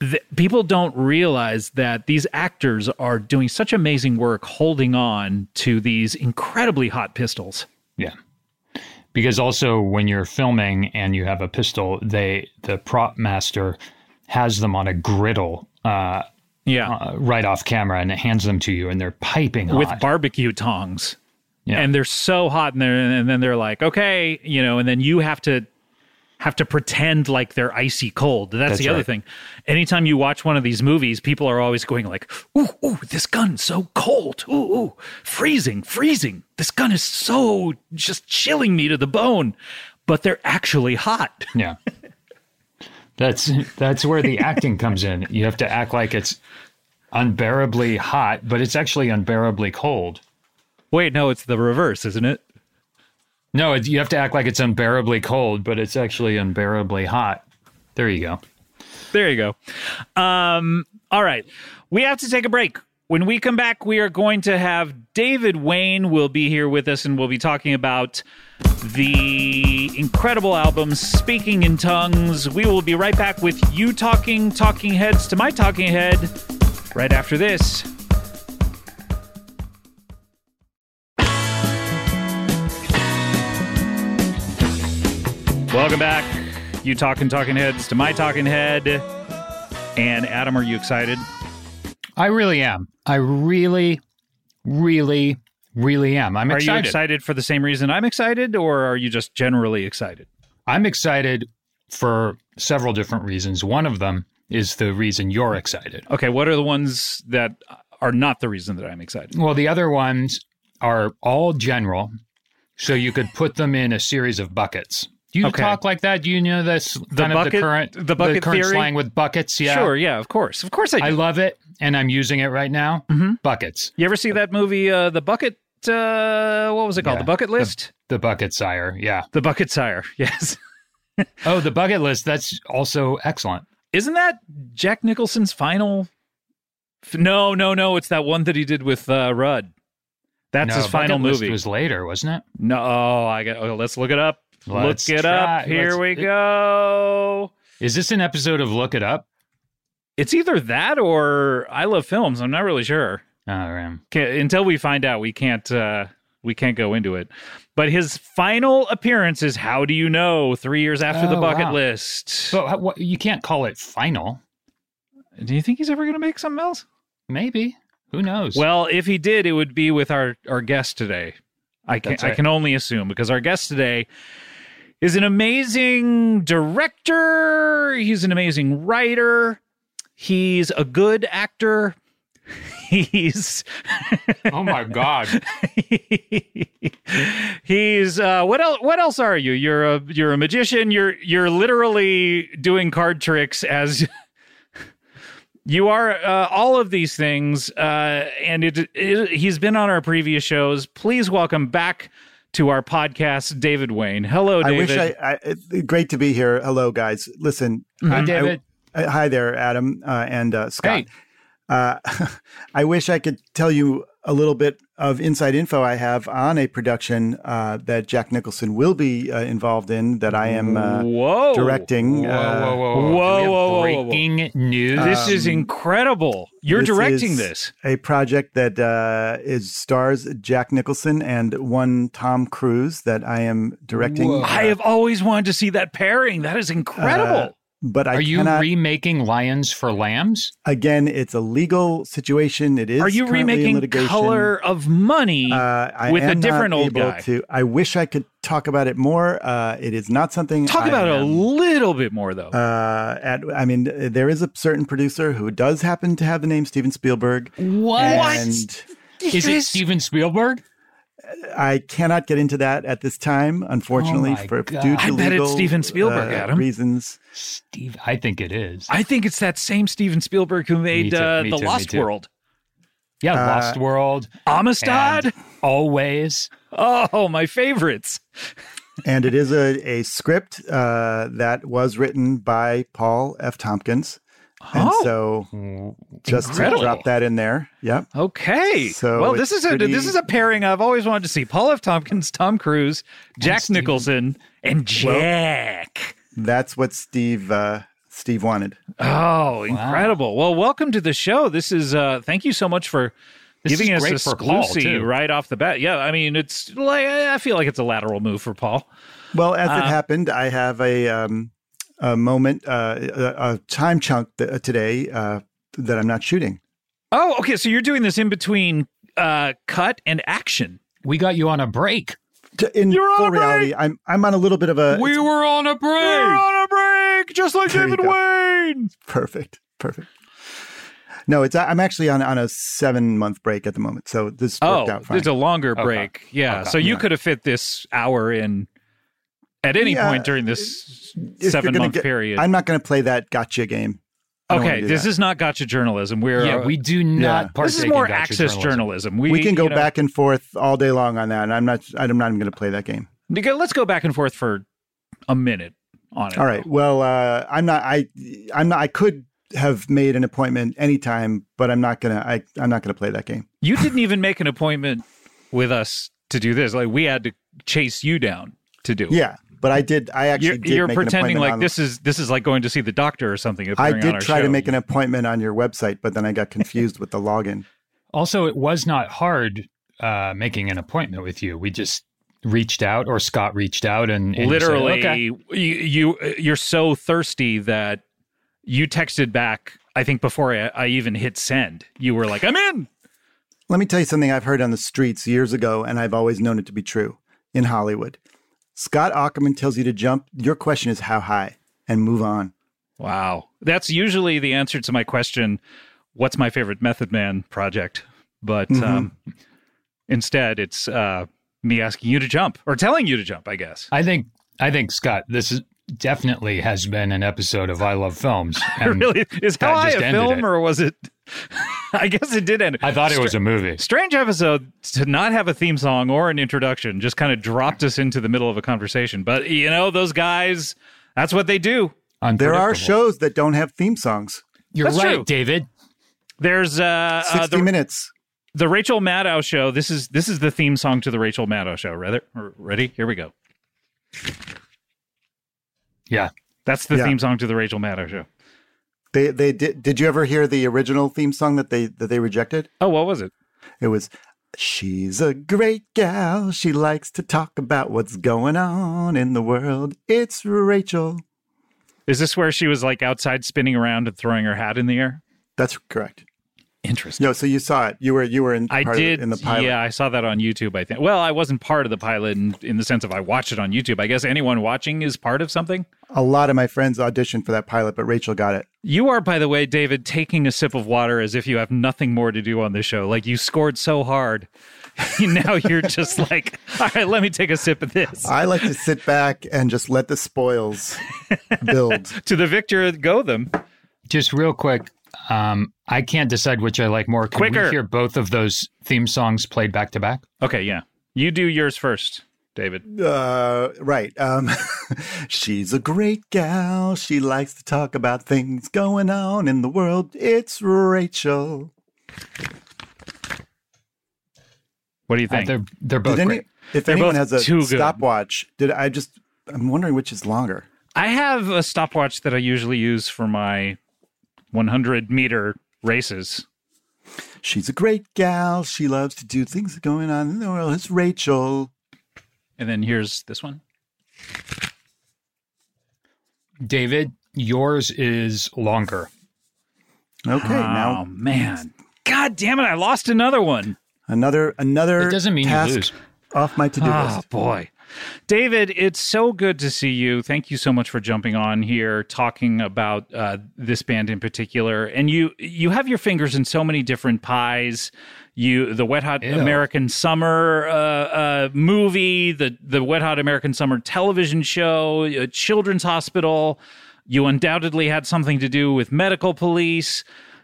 A: th- People don't realize that these actors are doing such amazing work holding on to these incredibly hot pistols.
B: Yeah. Because also when you're filming and you have a pistol, they the prop master has them on a griddle uh,
A: Yeah.
B: uh, right off camera and it hands them to you and they're piping
A: with
B: hot.
A: barbecue tongs.
B: Yeah.
A: And they're so hot and they're and then they're like, okay, you know, and then you have to have to pretend like they're icy cold. That's,
B: That's
A: the other
B: right.
A: thing. Anytime you watch one of these movies, people are always going like, ooh, ooh, this gun's so cold. Ooh, ooh, freezing, freezing. This gun is so just chilling me to the bone. But they're actually hot.
B: yeah. That's that's where the acting comes in. You have to act like it's unbearably hot, but it's actually unbearably cold.
A: Wait, no, it's the reverse, isn't it?
B: No, it, you have to act like it's unbearably cold, but it's actually unbearably hot. There you go.
A: There you go. Um, all right. We have to take a break. When we come back, we are going to have David Wayne will be here with us and we'll be talking about the incredible album Speaking in Tongues. We will be right back with you talking talking heads to my talking head right after this. Welcome back. You talking talking heads to my talking head. And Adam, are you excited?
B: I really am. I really, really, really am. I'm
A: Are
B: excited.
A: you excited for the same reason I'm excited, or are you just generally excited?
B: I'm excited for several different reasons. One of them is the reason you're excited.
A: Okay, what are the ones that are not the reason that I'm excited?
B: Well, the other ones are all general, so you could put them in a series of buckets. Do you
A: Okay.
B: talk like that? Do you know this kind of the
A: bucket-
B: current
A: the bucket
B: current
A: theory?
B: slang with buckets? Yeah.
A: Sure, yeah, of course. Of course I do.
B: I love it and I'm using it right now.
A: Mm-hmm.
B: Buckets.
A: you ever see that movie, uh, The Bucket? Uh, what was it called?
B: Yeah,
A: the Bucket List?
B: The bucket sire, yeah.
A: The, Bucket Sire, yes.
B: Oh, the bucket list. That's also excellent.
A: Isn't that Jack Nicholson's final? f- No, no, no. It's that one that he did with uh, Rudd. That's
B: No,
A: his final
B: Bucket List
A: movie.
B: was later, wasn't it?
A: No, oh, I got. Oh, let's look it up.
B: Let's
A: look it up.
B: try-
A: Here
B: let's-
A: we go.
B: Is this an episode of Look It Up?
A: It's either that or I love films. I'm not really sure.
B: Oh, man.
A: Can't, until we find out, we can't uh, we can't go into it. But his final appearance is How Do You Know? Three years after the
B: Oh,
A: bucket
B: wow.
A: list.
B: So how- what, you can't call it final.
A: Do you think he's ever going to make something else?
B: Maybe. Who knows?
A: Well, if he did, it would be with our our guest today. I can
B: That's right.
A: I can only assume because our guest today is an amazing director. He's an amazing writer. He's a good actor. He's
B: oh, my God.
A: he's uh, what else? What else are you? You're a you're a magician. You're you're literally doing card tricks as You are uh, all of these things, uh, and it, it, he's been on our previous shows. Please welcome back to our podcast, David Wayne. Hello,
D: I
A: David.
D: wish I, I it, great to be here. Hello, guys. Listen,
B: Hi,
D: I-
B: David.
D: Uh, hi there, Adam uh, and uh, Scott.
B: Hey.
D: Uh, I wish I could tell you a little bit of inside info I have on a production uh, that Jack Nicholson will be uh, involved in that I am uh,
A: whoa,
D: directing.
B: Whoa,
D: uh,
B: whoa, Uh, whoa,
A: Whoa,
B: whoa. Do we have
A: whoa, whoa, whoa, whoa.
B: breaking news.
A: This is
D: Um,
A: incredible. You're
D: this
A: directing
D: is-
A: this.
D: A project that uh, is stars Jack Nicholson and one Tom Cruise that I am directing.
B: Whoa.
A: I have always wanted to see that pairing. That is incredible.
D: Uh, but I
B: Are you
D: cannot.
B: remaking Lions for Lambs?
D: again, it's a legal situation. It is.
A: Are you
D: currently in
A: remaking
D: litigation.
A: Color of Money?
D: Uh, I
A: with a
D: am not
A: different old
D: able
A: guy.
D: To, I wish I could talk about it more. Uh, it is not something.
A: Talk
D: I
A: about it a
D: am,
A: little bit more, though.
D: Uh, at I mean, there is a certain producer who does happen to have the name Steven Spielberg.
B: What?
D: And
B: Is it
A: This-
B: Steven Spielberg?
D: I cannot get into that at this time, unfortunately,
B: Oh my
D: for
B: God.
D: due to
B: I
A: bet it's
D: legal,
A: Steven Spielberg,
D: uh,
A: Adam.
D: reasons.
B: Steve, I think it is.
A: I think it's that same Steven Spielberg who made
B: too,
A: uh,
B: me
A: The
B: too, me
A: Lost
B: too.
A: World.
B: Yeah, Lost World.
A: Amistad?
B: and Always.
A: Oh, my favorites.
D: And it is a, a script uh, that was written by Paul F. Tompkins. And
A: Oh.
D: so just
A: Incredible.
D: to drop that in there. Yep.
A: Okay.
D: So
A: well, this
D: it's
A: is a
D: pretty-
A: this is a pairing I've always wanted to see. Paul F. Tompkins, Tom Cruise, Jack
B: Steven.
A: Nicholson, and Jack.
D: That's what Steve uh, Steve wanted.
A: oh, incredible. Well, welcome to the show. This is uh thank you so much for
B: This is
A: giving us
B: great
A: this
B: for Paul,
A: Lucy
B: too.
A: right off the bat. Yeah, I mean, it's like I feel like it's a lateral move for Paul.
D: Well, as
A: Uh,
D: it happened, I have a um, a moment, uh, a, a time chunk th- today uh, that I'm not shooting.
A: Oh, okay. So you're doing this in between uh cut and action.
B: We got you on a break.
D: T- In
A: You're on
D: full
A: a break!
D: reality, I'm I'm on a little bit of a
B: We
D: Uh, it's
B: were on a
A: We're
B: break.
A: on a break, just like
D: There you
A: David
D: go.
A: Wayne.
D: perfect, perfect. No, it's I'm actually on on a seven month break at the moment, so this worked
A: Oh,
D: out fine.
A: it's a longer
B: Okay.
A: break. Yeah.
B: Okay.
A: So you
D: Yeah.
A: could have fit this hour in at any
D: Yeah.
A: point during this
D: you're
A: seven
D: gonna
A: month
D: get-
A: period.
D: I'm not going to play that gotcha game. I don't wanna
A: okay.
D: do
A: This
D: that.
A: is not gotcha journalism. We're,
B: Yeah, we do not
D: This
B: partake
A: this is more
B: in gotcha
A: access journalism. We,
D: we, can go
A: you know-
D: back and forth all day long on that, and I'm not I'm not even going to play that game.
A: Okay, Let's go back and forth for a minute on it.
D: All right. Well, uh, I'm not. I I'm not. I could have made an appointment anytime, but I'm not gonna. I I'm not gonna play that game.
A: You didn't even make an appointment with us to do this. Like we had to chase you down to do it.
D: Yeah, but I did. I actually
A: You're,
D: did
A: you're
D: make
A: pretending
D: an appointment
A: like
D: on-
A: this is this is like going to see the doctor or something.
D: I
A: appearing on
D: did
A: our
D: try to
A: show.
D: make an appointment on your website, but then I got confused with the login.
B: Also, it was not hard uh, making an appointment with you. We just reached out, or Scott reached out, and, and you said,
A: literally
B: "Okay."
A: you, you you're so thirsty that you texted back i think before I, I even hit send you were like i'm in
D: Let me tell you something I've heard on the streets years ago, and I've always known it to be true in Hollywood. Scott Ackerman tells you to jump. Your question is how high, and move on.
A: wow that's usually the answer to my question what's my favorite method man project but
D: Mm-hmm.
A: um, instead it's uh, me asking you to jump or telling you to jump i guess
B: I think, I think Scott, this is definitely has been an episode of I Love Films. And
A: really is how
B: that
A: high
B: just
A: a
B: ended
A: film
B: it.
A: or was it i guess it did end
B: I thought it was a movie.
A: Strange episode to not have a theme song or an introduction. Just kind of dropped us into the middle of a conversation. But you know, those guys, that's what they do.
D: There are
B: Unpredictable.
D: shows that don't have theme songs.
B: You're
A: That's
B: right,
A: true.
B: David.
A: There's uh, uh
D: Sixty
A: the,
D: minutes.
A: the Rachel Maddow show. This is this is the theme song to the Rachel Maddow show. Rather r- ready? Here we go.
B: Yeah.
A: That's the
D: Yeah.
A: theme song to the Rachel Maddow show.
D: They they did. Did you ever hear the original theme song that they that they rejected?
A: Oh, what was it?
D: It was She's a great gal. She likes to talk about what's going on in the world. It's Rachel.
A: Is this where she was like outside spinning around and throwing her hat in the air?
D: That's correct.
A: Interesting.
D: No, so you saw it. You were you were in
A: I
D: part of-
A: did.
D: in the pilot.
A: Yeah, I saw that on YouTube. I think. Well, I wasn't part of the pilot in, in the sense of I watched it on YouTube. I guess anyone watching is part of something.
D: A lot of my friends auditioned for that pilot, but Rachel got it.
A: You are, by the way, David, taking a sip of water as if you have nothing more to do on this show. Like you scored so hard. now you're just like, all right, let me take a sip of this.
D: I like to sit back and just let the spoils build.
A: to the victor, go them.
B: Just real quick, Um, I can't decide which I like more. Can
A: Quicker.
B: we hear both of those theme songs played back to back?
A: Okay, yeah. You do yours first, David.
D: Uh, right. Um, she's a great gal. She likes to talk about things going on in the world. It's Rachel.
A: What do you
B: Uh,
A: think?
B: they're they're both
D: Did any,
B: great.
D: if
A: They're
D: anyone
A: both
D: has a
A: too good.
D: stopwatch, did I just? I'm wondering which is longer.
A: I have a stopwatch that I usually use for my 100 meter races.
D: She's a great gal. She loves to do things going on in the world. It's Rachel.
A: And then here's this one.
B: David, yours is longer.
D: Okay,
A: oh
D: now
A: man. God damn it, I lost another one.
D: another another
B: It doesn't mean you
D: task
B: lose. Ah.
D: off my to-do
A: Oh
D: list.
A: boy. David, it's so good to see you. Thank you so much for jumping on here talking about uh, this band in particular. And you you have your fingers in so many different pies. You the Wet Hot
B: Ew.
A: American Summer uh, uh, movie, the the Wet Hot American Summer television show, uh, Children's Hospital. You undoubtedly had something to do with medical police.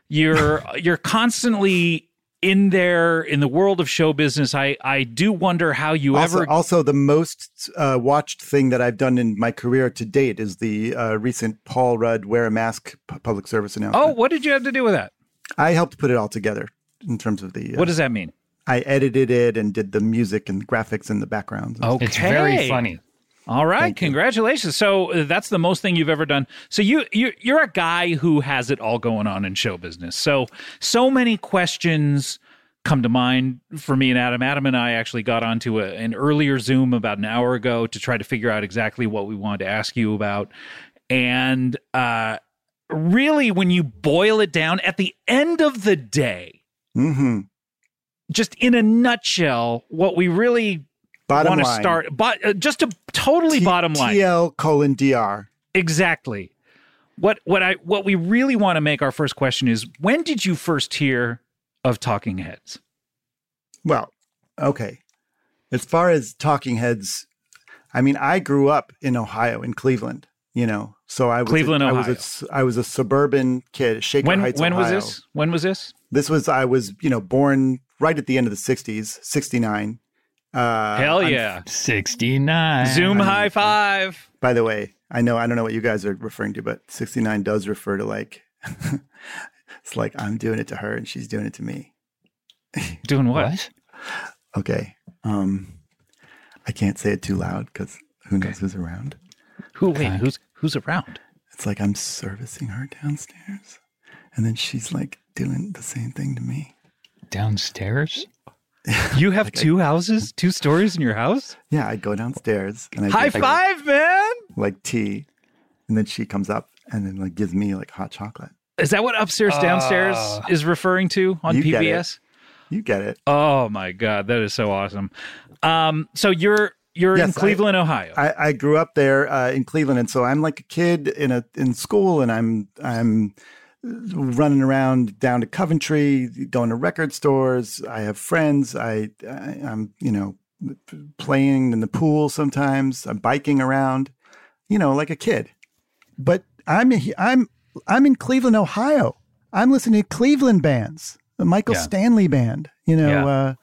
A: You're you're constantly in there in the world of show business. I I do wonder how you
D: Also,
A: ever
D: also, the most uh, watched thing that I've done in my career to date is the uh, recent Paul Rudd wear a mask p- public service announcement.
A: Oh, what did you have to do with that?
D: I helped put it all together in terms of the. Uh,
A: Oh! What does that mean?
D: I edited it and did the music and graphics and the backgrounds.
A: Okay.
B: It's very funny.
A: All right,
D: Thank you.
A: congratulations. So uh, that's the most thing you've ever done. So you you you're a guy who has it all going on in show business. So so many questions come to mind for me and Adam. Adam and I actually got onto a, an earlier Zoom about an hour ago to try to figure out exactly what we wanted to ask you about. And uh really when you boil it down at the end of the day,
D: Mm-hmm.
A: just in a nutshell, what we really
D: Bottom
A: want to
D: line.
A: start, but uh, just a totally
D: T-
A: bottom line,
D: TL colon DR.
A: exactly. What what I what we really want to make our first question is: When did you first hear of Talking Heads?
D: Well, okay. As far as Talking Heads, I mean, I grew up in Ohio, in Cleveland. You know, so I was
A: Cleveland,
D: a, I was a
A: Ohio.
D: s- I was a suburban kid, Shaker
A: when
D: Heights,
A: when was
D: Ohio.
A: this? When was this?
D: This was I was you know born right at the end of the '60s, '69. Uh,
A: Hell
D: I'm-
A: yeah!
B: Sixty nine.
A: Zoom high five.
D: by the way, I know I don't know what you guys are referring to, but 69 does refer to like it's like I'm doing it to her and she's doing it to me.
A: Doing what?
B: What?
D: Okay. Um I can't say it too loud cuz who knows who's around.
A: Who? Wait, who's who's around?
D: It's like I'm servicing her downstairs and then she's like doing the same thing to me.
B: Downstairs.
A: You have two houses, two stories in your house.
D: Yeah, I go downstairs and I
A: High
D: give her,
A: five, man!
D: like tea and then she comes up and then like gives me like hot chocolate.
A: Is that what upstairs downstairs
B: Uh,
A: is referring to on
D: You get it.
A: PBS?
D: You get it.
A: Oh my god, that is so awesome. Um, so you're you're in
D: Yes, I-
A: Cleveland, Ohio.
D: I, I grew up there uh, in Cleveland, and so I'm like a kid in a in school, and I'm I'm uh, running around down to Coventry, going to record stores. I have friends. I, I I'm you know playing in the pool sometimes. I'm biking around, you know, like a kid. But I'm I'm I'm in Cleveland, Ohio. I'm listening to Cleveland bands, the Michael
B: Yeah.
D: Stanley band. You know,
A: Yeah.
D: uh,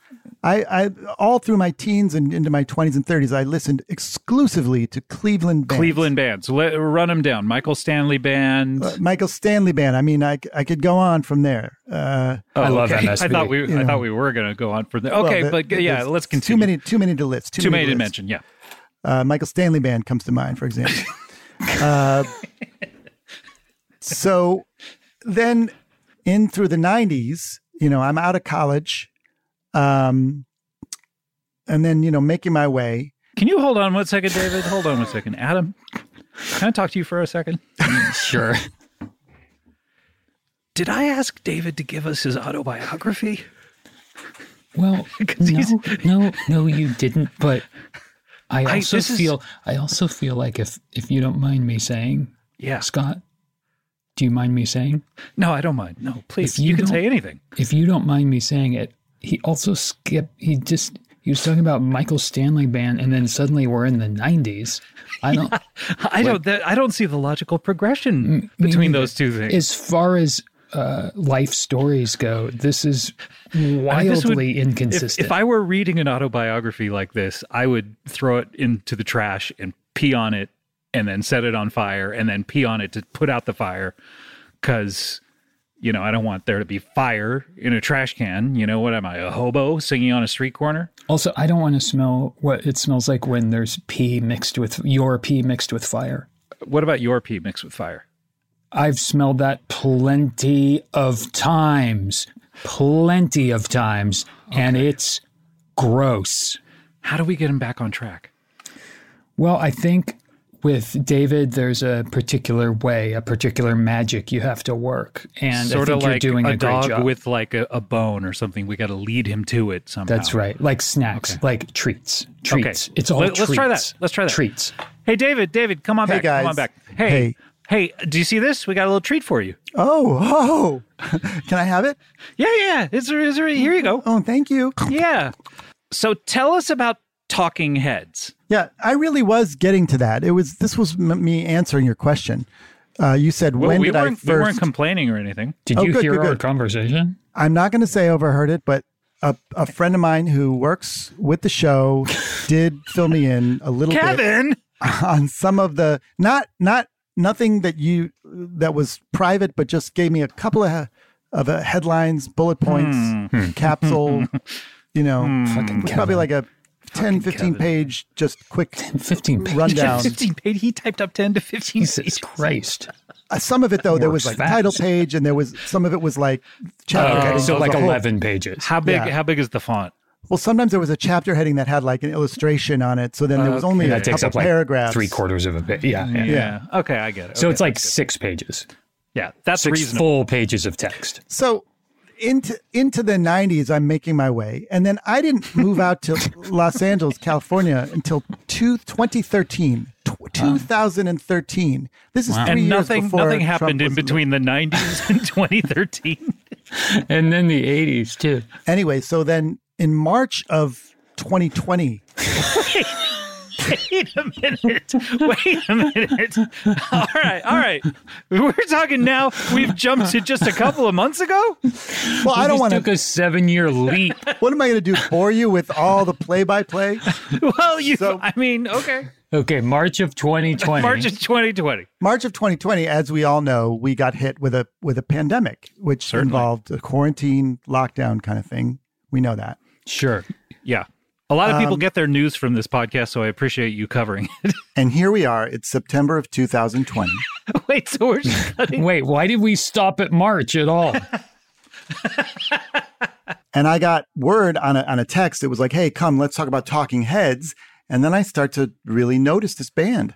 D: I, I all through my teens and into my 20s and 30s, I listened exclusively to Cleveland bands.
A: Cleveland bands. Let, run them down. Michael Stanley band.
D: Uh, Michael Stanley band. I mean, I, I could go on from there. Uh,
A: Oh,
B: I love MSP.
A: I thought we I
D: Yeah.
A: thought we were going to go on for that. Okay,
D: well,
A: but
D: there-
A: yeah,
D: there's
A: let's continue.
D: Too many, too many to list. Too,
A: too many
D: to
A: to
D: list.
A: mention. Yeah.
D: Uh, Michael Stanley band comes to mind, for example. uh, so then in through the 90s, you know, I'm out of college. Um, and then, you know, making my way.
A: Can you hold on one second, David? Hold on one second, Adam. Can I talk to you for a second?
B: Sure.
A: Did I ask David to give us his autobiography?
B: Well,
A: 'Cause
B: no,
A: he's-
B: no, no, you didn't. But I
A: I-
B: also
A: this is-
B: feel, I also feel like if if you don't mind me saying,
A: Yeah.
B: Scott, do you mind me saying?
A: No, I don't mind. No, please.
B: If you
A: You, can
B: don't-
A: say anything.
B: If you don't mind me saying it, he also skipped. He just he was talking about Michael Stanley band, and then suddenly we're in the nineties. I don't.
A: I don't. That, I don't see the logical progression
B: me
A: between
B: neither.
A: those two things.
B: as far as uh, life stories go, this is wildly
A: this would- If,
B: inconsistent.
A: if I were reading an autobiography like this, I would throw it into the trash and pee on it and then set it on fire and then pee on it to put out the fire because, you know, I don't want there to be fire in a trash can. You know, what am I, a hobo singing on a street corner?
B: also, I don't want to smell what it smells like when there's pee mixed with your pee mixed with fire.
A: What about your pee mixed with fire?
B: I've smelled that plenty of times, plenty of times, and it's gross.
A: How do we get him back on track?
B: Well, I think with David, there's a particular way, a particular magic you have to work, and I
A: sort
B: think
A: of like
B: you're doing a,
A: a,
B: great
A: dog
B: job.
A: with like a, a bone or something. We got to lead him to it somehow.
B: That's right, like snacks, like treats, treats. It's all
A: Oh. Let- let's try
B: treats.
A: that. Let's try that.
B: Treats.
A: Hey, David, David, come on
D: Hey,
A: back. Come on
D: guys.
A: back. Hey, hey, do you see this? We got a little treat for you.
D: Oh, oh. Can I have it?
A: Yeah, yeah. It's, it's, here you go.
D: Oh, thank you.
A: Yeah. So tell us about talking heads.
D: Yeah, I really was getting to that. It was this was m- me answering your question. Uh, you said
A: Well,
D: when
A: we,
D: did I
A: weren't, we weren't
D: first?
A: complaining or anything.
B: Did
D: Oh,
B: you
D: good,
B: hear
D: good,
B: our
D: good.
B: conversation?
D: I'm not going to say overheard it, but a, a friend of mine who works with the show did fill me in a little bit.
A: Kevin,
D: on some of the not not nothing that you that was private, but just gave me a couple of of uh, headlines, bullet points, capsule. you know,
B: Hmm. Fucking
D: it was probably
B: Kevin.
D: like a 10, 15
A: Kevin.
D: page, just quick.
B: Fifteen pages.
D: Rundown.
A: 15 page. He typed up 10 to 15
B: Jesus
A: pages.
B: Christ.
D: Uh, some of it though, there was like
B: Works
D: title
B: fast.
D: page, and there was some of it was like chapter.
B: Okay,
D: heading.
B: Uh, so
D: There was
B: like
D: a whole-
B: eleven pages.
A: How big?
D: Yeah.
A: How big is the font?
D: Well, sometimes there was a chapter heading that had like an illustration on it, so then there was only
A: Okay.
D: a
B: that takes
D: couple
B: up like
D: paragraphs.
B: three quarters of a page. Yeah, yeah.
A: Okay, I get it.
B: So
A: Okay,
B: it's like
A: that's
B: six pages,
A: good. yeah, that's
B: six
A: reasonable.
B: full pages of text.
D: so into into the 90s i'm making my way and then i didn't move out to los angeles california until two, 2013 Tw- 2013 this is three
A: and
D: years
A: nothing,
D: before
A: nothing
D: Trump
A: happened in
D: was-
A: between the 90s and 2013.
B: And then the 80s, too.
D: anyway so then in march of 2020
A: Wait a minute. Wait a minute. All right. All right. We're talking now. We've jumped to just a couple of months ago.
D: well i don't want
B: took
D: to
B: a seven year leap.
D: what am i going to do bore you with all the play-by-play
A: Well, you,
D: So-
A: I mean, okay.
B: okay, March of 2020.
A: March of 2020.
D: March of 2020, as we all know, we got hit with a with a pandemic, which involved a quarantine, lockdown kind of thing. We know that.
B: sure.
A: Yeah. A lot of people
D: Um,
A: get their news from this podcast, so I appreciate you covering it.
D: And here we are. It's September of 2020.
A: Wait, so we're just cutting.
B: Wait, why did we stop at March at all?
D: and I got word on a, on a text. It was like, hey, come, let's talk about Talking Heads. And then I start to really notice this band.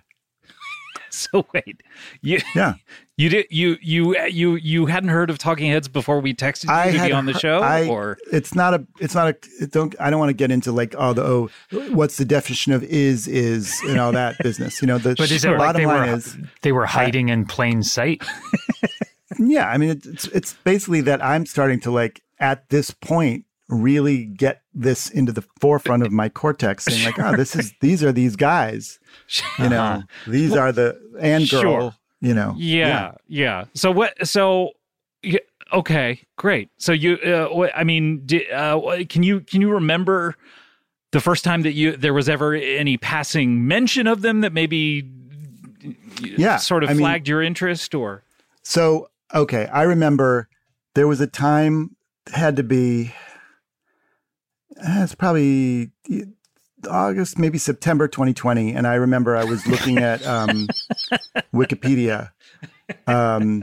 A: So wait, you
D: Yeah.
A: you did you you you you hadn't heard of Talking Heads before we texted you
D: I
A: to
D: had
A: be on the
D: heard-
A: show,
D: I-
A: or
D: It's not a, it's not a, it don't, I don't want to get into like, oh, the, oh, what's the definition of is, is, and all that business. You know, the
B: But is it
D: bottom
B: like they
D: line
B: were-
D: is,
B: they were hiding in plain sight.
D: yeah, I mean, it, it's, it's basically that I'm starting to like, at this point, really get this into the forefront of my cortex and like, oh, this is, these are these guys, you know, these are the, and girl,
A: Sure.
D: you know.
A: yeah, yeah so what so y- okay great so you uh, wh- i mean di- uh, wh- can you can you remember the first time that you there was ever any passing mention of them that maybe
D: Yeah,
A: sort of
D: Uh, I mean-
A: flagged your interest or
D: So, okay, I remember there was a time had to be eh, it's probably August, maybe September 2020, and I remember I was looking at um, Wikipedia. Um,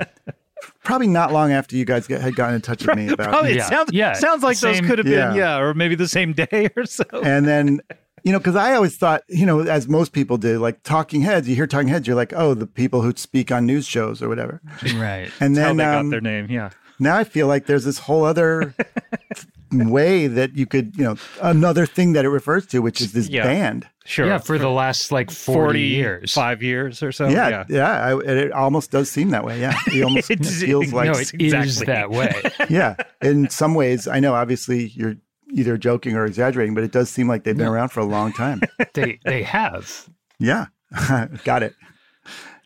D: probably not long after you guys get, had gotten in touch with me about
A: probably
B: yeah,
A: it sounds
B: yeah.
A: sounds like
B: Same-
A: those could have been
D: yeah.
A: yeah or maybe the same day or so
D: and then you know because i always thought you know as most people do like talking heads you hear talking heads you're like oh the people who speak on news shows or whatever
B: right.
D: and
A: how
D: then
A: they
D: um,
A: got their name yeah
D: now I feel like there's this whole other way that you could, you know, another thing that it refers to, which is this
A: Yeah.
D: band.
A: sure
B: Yeah, for the last like 40, years.
A: five years or so
D: yeah, yeah. I, it, it almost does seem that way. Yeah, it almost
A: It-
D: feels like.
B: no,
A: it's
B: it's
A: exactly.
B: that way.
D: yeah, in some ways, I know. Obviously, you're either joking or exaggerating, but it does seem like they've been around for a long time.
B: they they have.
D: yeah, got it.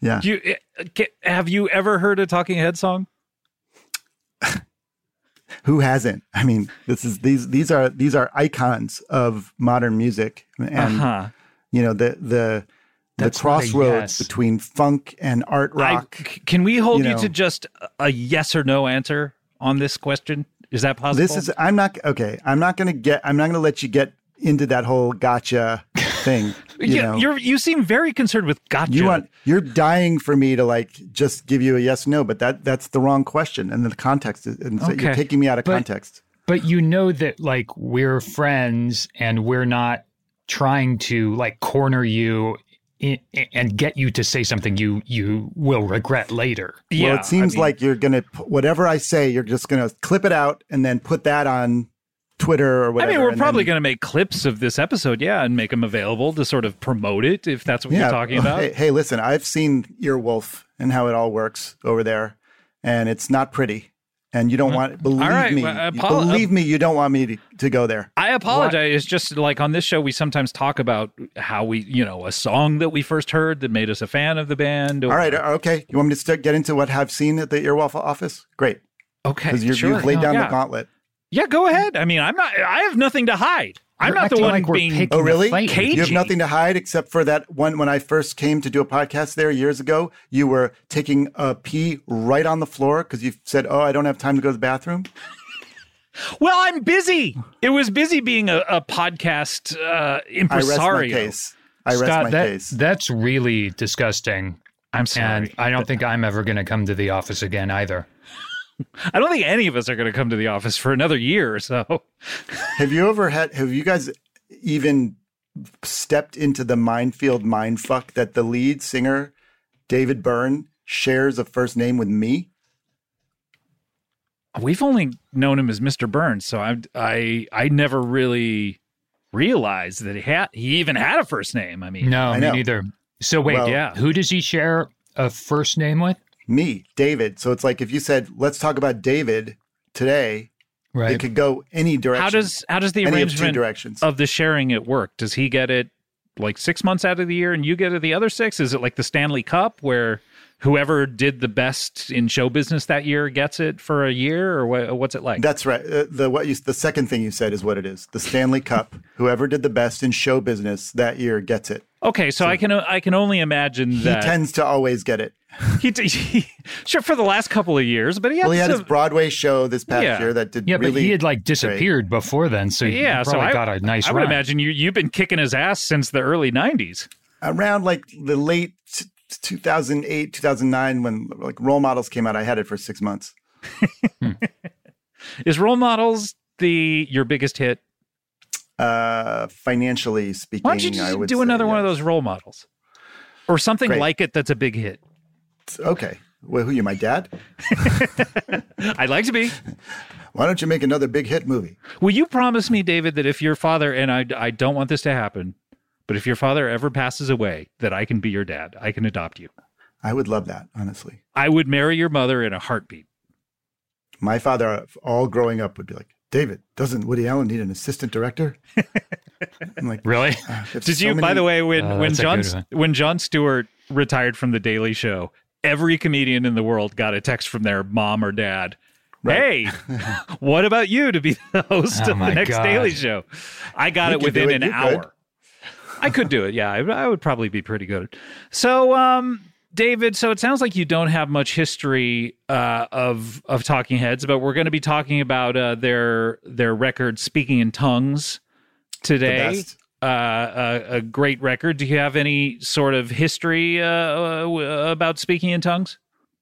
A: eh, Do you, uh, ca- have you ever heard a talking head song
D: who hasn't? I mean, this is these these are these are icons of modern music, and
A: uh-huh.
D: you know the the the
B: That's not a
D: crossroads
B: yes.
D: between funk and art
A: I-
D: rock.
A: c- can we hold you,
D: you know.
A: to just a yes or no answer on this question? Is that possible?
D: this is I'm not okay. I'm not gonna get. I'm not gonna let you get into that whole gotcha thing. You
A: you,
D: know,
A: you're, you seem very concerned with gotcha.
D: you want you're dying for me to like just give you a yes no, but that that's the wrong question, and the context is and so you're
A: Okay.
D: taking me out of
B: But-
D: context.
B: but you know that like we're friends and we're not trying to like corner you i and get you to say something you you will regret later.
A: yeah,
D: well, it seems
A: I mean,
D: like you're gonna p- whatever I say, you're just gonna clip it out and then put that on Twitter or
A: I
D: whatever.
A: mean, we're
D: and
A: probably
D: then-
A: going to make clips of this episode, yeah, and make them available to sort of promote it if that's what you're talking about.
D: Oh, Hey, hey, listen, I've seen Earwolf and how it all works over there, and it's not pretty. And you don't want believe
A: Mm-hmm. right,
D: me,
A: well, uh, I
D: you-
A: apo-
D: believe me, you don't want me to, to go there.
A: I apologize. It's just like on this show, we sometimes talk about how we, you know, a song that we first heard that made us a fan of the band. Or,
D: All right, uh, okay. You want me to start, get into what I've seen at the Earwolf office? Great,
A: okay,
D: because
A: sure.
D: you've laid
A: No,
D: down
A: yeah.
D: the gauntlet.
A: yeah, go ahead. I mean, I'm not. I have nothing to hide. I'm
B: You're
A: not the
B: acting
A: one
B: like we're
A: being.
B: picking
D: Oh,
B: a
D: really?
B: fight.
A: Kate-
D: You have
A: Gee.
D: nothing to hide except for that one when I first came to do a podcast there years ago. You were taking a pee right on the floor because you said, "Oh, I don't have time to go to the bathroom."
A: Oh, Well, I'm busy. It was busy being a, a podcast uh,
D: I rest my
A: impresario.
D: case. I rest
B: Scott,
D: my
B: that,
D: case.
B: that's really disgusting.
A: I'm sorry.
B: And I don't think I'm ever going to come to the office again either.
A: I don't think any of us are going to come to the office for another year or so.
D: have you ever had? Have you guys even stepped into the minefield mindfuck that the lead singer David Byrne shares a first name with me?
A: We've only known him as Mr. Burns, so I I I never really realized that he had he even had a first name. I mean,
B: No,
D: I
B: me
D: know.
B: neither. So wait,
D: Well-
A: Yeah.
B: who does he share a first name with?
D: Me, David. So it's like if you said, "Let's talk about David today," it
B: Right.
D: could go any direction.
A: how does how does the
D: any of two
A: arrangement
D: directions?
A: of the sharing it work? Does he get it like six months out of the year and you get it the other six? Is it like the Stanley Cup where whoever did the best in show business that year gets it for a year, or what, what's it like?
D: That's right. Uh, the what you the second thing you said is what it is. The Stanley Cup. Whoever did the best in show business that year gets it.
A: okay, so, I can I can only imagine
D: He
A: that
D: tends to always get it.
A: he, t- he- sure for the last couple of years, but he had,
D: Well, he had his
A: some,
D: Broadway show this past
A: Yeah.
D: year that did
B: yeah,
D: really.
B: but he had like disappeared before then, so he
A: yeah. So
B: probably
A: I
B: got a nice
A: I would
B: run.
A: imagine you you've been kicking his ass since the early '90s.
D: around like the late t- 2008, 2009 when like Role Models came out. I had it for six months.
A: Is role models the your biggest hit?
D: Uh, financially speaking,
A: Why don't you
D: I
A: just
D: would
A: do
D: say
A: another one of
D: yes.
A: those role models, or something
D: Great.
A: like it that's a big hit?
D: Okay. Well, who you, my dad?
A: I'd like to be.
D: Why don't you make another big hit movie?
A: Will you promise me, David, that if your father and I I don't want this to happen, but if your father ever passes away, that I can be your dad. I can adopt you.
D: I would love that, honestly.
A: I would marry your mother in a heartbeat.
D: My father, all growing up, would be like, David, doesn't Woody Allen need an assistant director? I'm like,
B: Really?
D: "Ah, there's
A: Did
D: so
A: you, by
D: many-
A: the way, when
B: Oh,
A: when
B: that's a
A: John
B: good one.
A: when John Stewart retired from the Daily Show, every comedian in the world got a text from their mom or dad. Hey, what about you to be the host
B: Oh
A: of the
B: my
A: next
B: God.
A: Daily Show? I got
D: You
A: it
D: can do
A: within
D: it.
A: an
D: You
A: hour.
D: could.
A: I could do it. Yeah, I, I would probably be pretty good. So, um, David, so it sounds like you don't have much history uh, of of Talking Heads, but we're going to be talking about uh, their their record "Speaking in Tongues" today.
D: best.
A: Uh, a, a great record. Do you have any sort of history uh, uh, w- about speaking in tongues?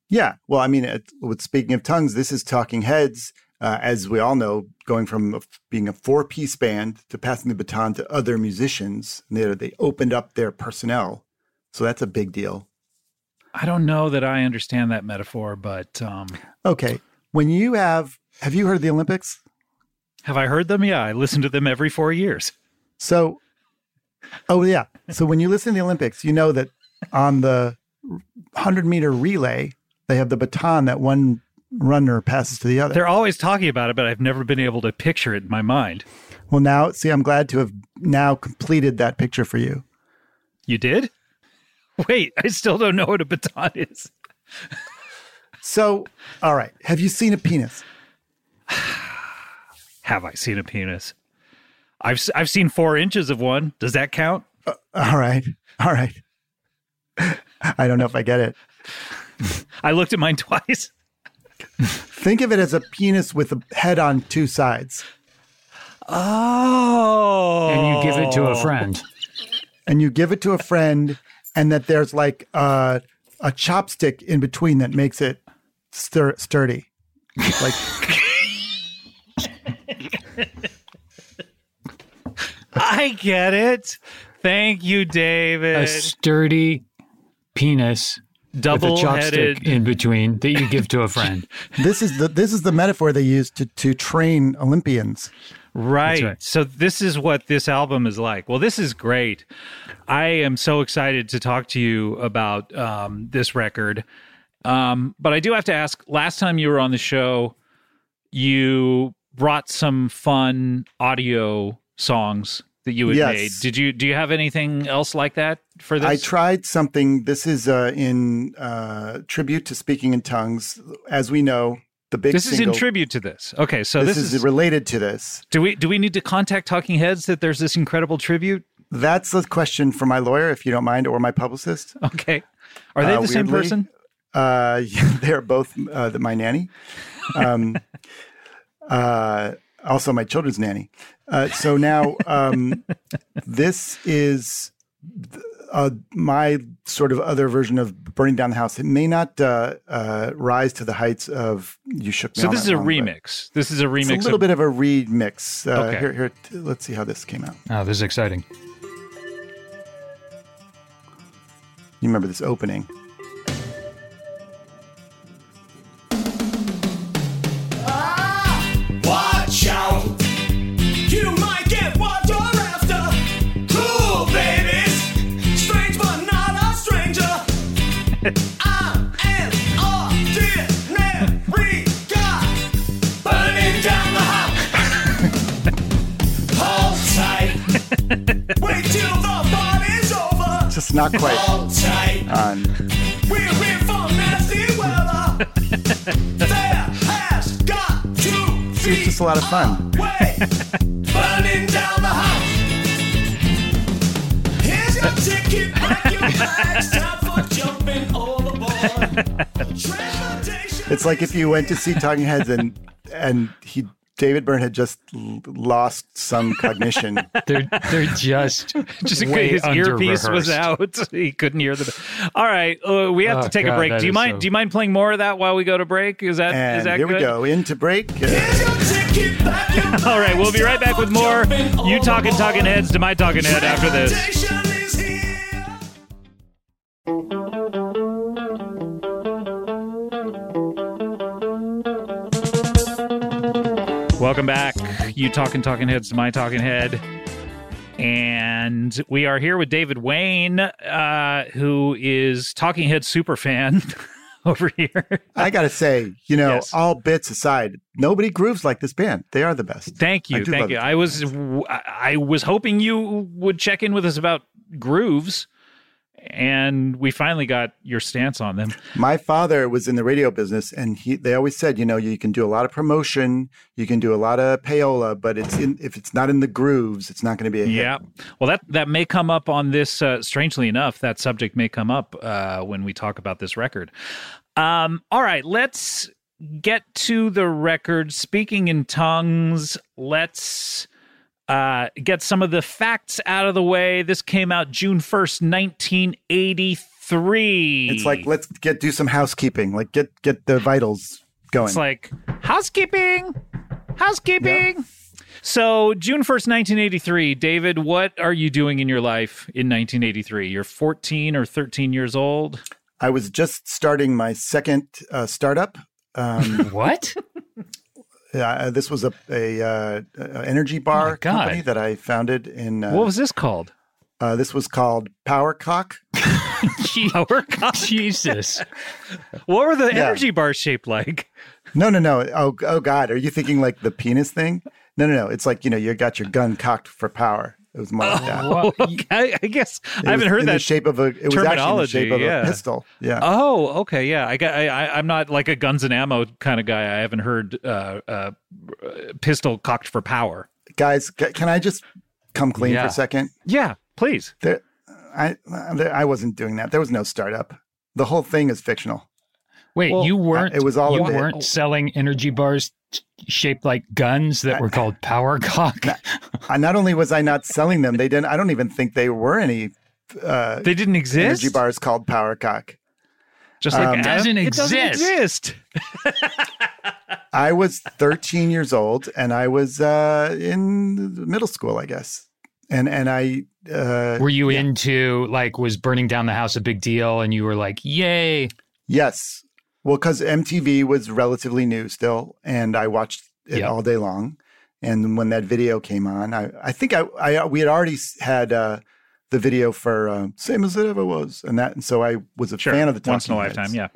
D: Yeah. Well, I mean, it, with speaking of tongues, this is Talking Heads, uh, as we all know, going from a, being a four piece band to passing the baton to other musicians. And they, they opened up their personnel. So that's a big deal.
A: I don't know that I understand that metaphor, but um,
D: Okay. When you have, have you heard of the Olympics?
A: have I heard them? Yeah, I listen to them every four years.
D: So, oh yeah. So when you listen to the Olympics, you know that on the hundred meter relay, they have the baton that one runner passes to the other.
A: They're always talking about it, but I've never been able to picture it in my mind.
D: well, now see, I'm glad to have now completed that picture for you.
A: You did? Wait, I still don't know what a baton is.
D: So, all right, have you seen a penis?
A: Have I seen a penis? I've s- I've seen four inches of one. Does that count?
D: All right. All right. I don't know if I get it.
A: I looked at mine twice.
D: Think of it as a penis with a head on two sides,
A: Oh,
B: and you give it to a friend.
D: and you give it to a friend, and that there's like a, a chopstick in between that makes it stur- sturdy. Like,
A: I get it. Thank you,
B: A
A: David.
B: sturdy penis with a chopstick
A: Double-headed.
B: in between that you give to a friend.
D: this is the this is the metaphor they use to to train Olympians.
A: Right.
B: right.
A: So this is what this album is like. Well, this is great. I am so excited to talk to you about um, this record. Um, but I do have to ask last time you were on the show, you brought some fun audio songs that you had
D: Yes.
A: made. Did you do you have anything else like that for this?
D: I tried something. This is uh, in uh, tribute to Speaking in Tongues. As we know, the big
A: this
D: single,
A: is in tribute to this. Okay, so
D: this
A: this,
D: is
A: is
D: related to this.
A: do we do we need to contact Talking Heads that there's this incredible tribute?
D: That's the question for my lawyer, if you don't mind, or my publicist.
A: Okay. Are they
D: Uh,
A: the same
D: weirdly,
A: person?
D: Uh, they're both uh, the, my nanny, um, uh, also my children's nanny. Uh, so now um, this is th- uh, my sort of other version of burning down the house. It may not uh, uh, rise to the heights of you shook. Me
A: So
D: All
A: this
D: Night
A: is a
D: Long, but
A: remix. This is a remix.
D: It's a little
A: of-
D: bit of a remix. Uh,
A: Okay.
D: Here, here. t- Let's see how this came out.
B: Oh, this is exciting.
D: You remember this opening?
C: Watch out! You might get what you're after. Cool babies, strange but not a stranger. I am ordinary guy, burning down the house. Hold tight. Wait till the party's over.
D: Just not quite
C: Hold tight.
D: on.
C: We're in for nasty weather. there has got to be
D: It's just a lot of fun.
C: way. Burning down the house. Here's your ticket, pack your bags. Time for jumping overboard. Transportation
D: It's like if you went to see Talking Heads and and he David Byrne had just l- lost some cognition.
B: They're they're just
A: just
B: way
A: his earpiece was
B: under-rehearsed.
A: out. he couldn't hear the. All right, uh, we have
B: Oh,
A: to take
B: God,
A: a break.
B: that
A: Do you
B: is
A: mind?
B: so-
A: Do you mind playing more of that while we go to break? Is that is
D: And
A: that
D: here
A: good?
D: we go into break. Uh,
C: Here's your ticket, pack your bags.
A: All right, we'll be right back with more. You talking talking heads to my talking head after this.
C: Transportation is here.
A: Welcome back. You talking talking heads to my talking head. And we are here with David Wayne, uh, who is Talking Head super fan over here.
D: I gotta say, you know,
A: Yes.
D: all bits aside, nobody grooves like this band. They are the best.
A: Thank
D: I
A: you,
D: do
A: thank
D: love
A: you.
D: it.
A: I was I I was hoping you would check in with us about grooves, and we finally got your stance on them.
D: My father was in the radio business, and he they always said, you know, you can do a lot of promotion, you can do a lot of payola, but it's in, if it's not in the grooves, it's not going to be a hit.
A: Yeah. Well, that that may come up on this. Uh, strangely enough, that subject may come up uh, when we talk about this record. Um, all right, let's get to the record. Speaking in tongues, let's uh, get some of the facts out of the way. This came out June first, nineteen eighty three.
D: It's like let's get do some housekeeping, like get get the vitals going.
A: It's like housekeeping, housekeeping. So June first, nineteen eighty three. David, what are you doing in your life in nineteen eighty three? You're fourteen or thirteen years old.
D: I was just starting my second uh, startup. Um,
B: What?
D: Yeah, uh, this was a a, uh, uh,
A: Oh
D: energy bar
B: God.
D: company that I founded in. Uh,
A: What was this called?
D: uh, this was called Powercock.
A: Power cup.
B: Jesus.
A: What were the
D: Yeah.
A: energy bars shaped like?
D: No, no, no. Oh, oh, God, are you thinking like the penis thing? No, no, no. It's like you know you got your gun cocked for power. It was marked out.
A: Well, I, I guess
D: It
A: I haven't
D: was
A: heard
D: in The
A: that.
D: shape of a. It was actually in the shape
A: terminology,
D: of
A: yeah.
D: a pistol. Yeah.
A: Oh, okay, yeah. I got. I, I, I'm not like a guns and ammo kind of guy. I haven't heard uh, uh, pistol cocked for power.
D: Guys, ca- can I just come clean
A: Yeah.
D: for a second?
A: Yeah, please.
D: There, I there, I wasn't doing that. There was no startup. The whole thing is fictional.
B: Wait,
A: Well,
B: you weren't.
D: it was all
B: you
D: a bit.
B: weren't selling energy bars t- shaped like guns that were called power cock.
D: I, not only was I not selling them, they didn't. I don't even think they were any uh,
A: They didn't exist.
D: energy bars called Power Cock.
A: Just like
D: Um,
A: Adam-
B: Doesn't
A: it doesn't
B: exist.
A: exist.
D: I was 13 years old, and I was uh, in middle school, I guess. And and I uh,
B: Were you into like was burning down the house a big deal and you were like, "Yay."
D: Yes. Well, because MTV was relatively new still, and I watched it
B: Yeah.
D: all day long. And when that video came on, I, I think I, I we had already s- had uh, the video for uh, "Same as It Ever Was," and that, and so I was a
A: Sure.
D: fan of the Talking
A: once in a lifetime.
D: Heads.
A: Yeah.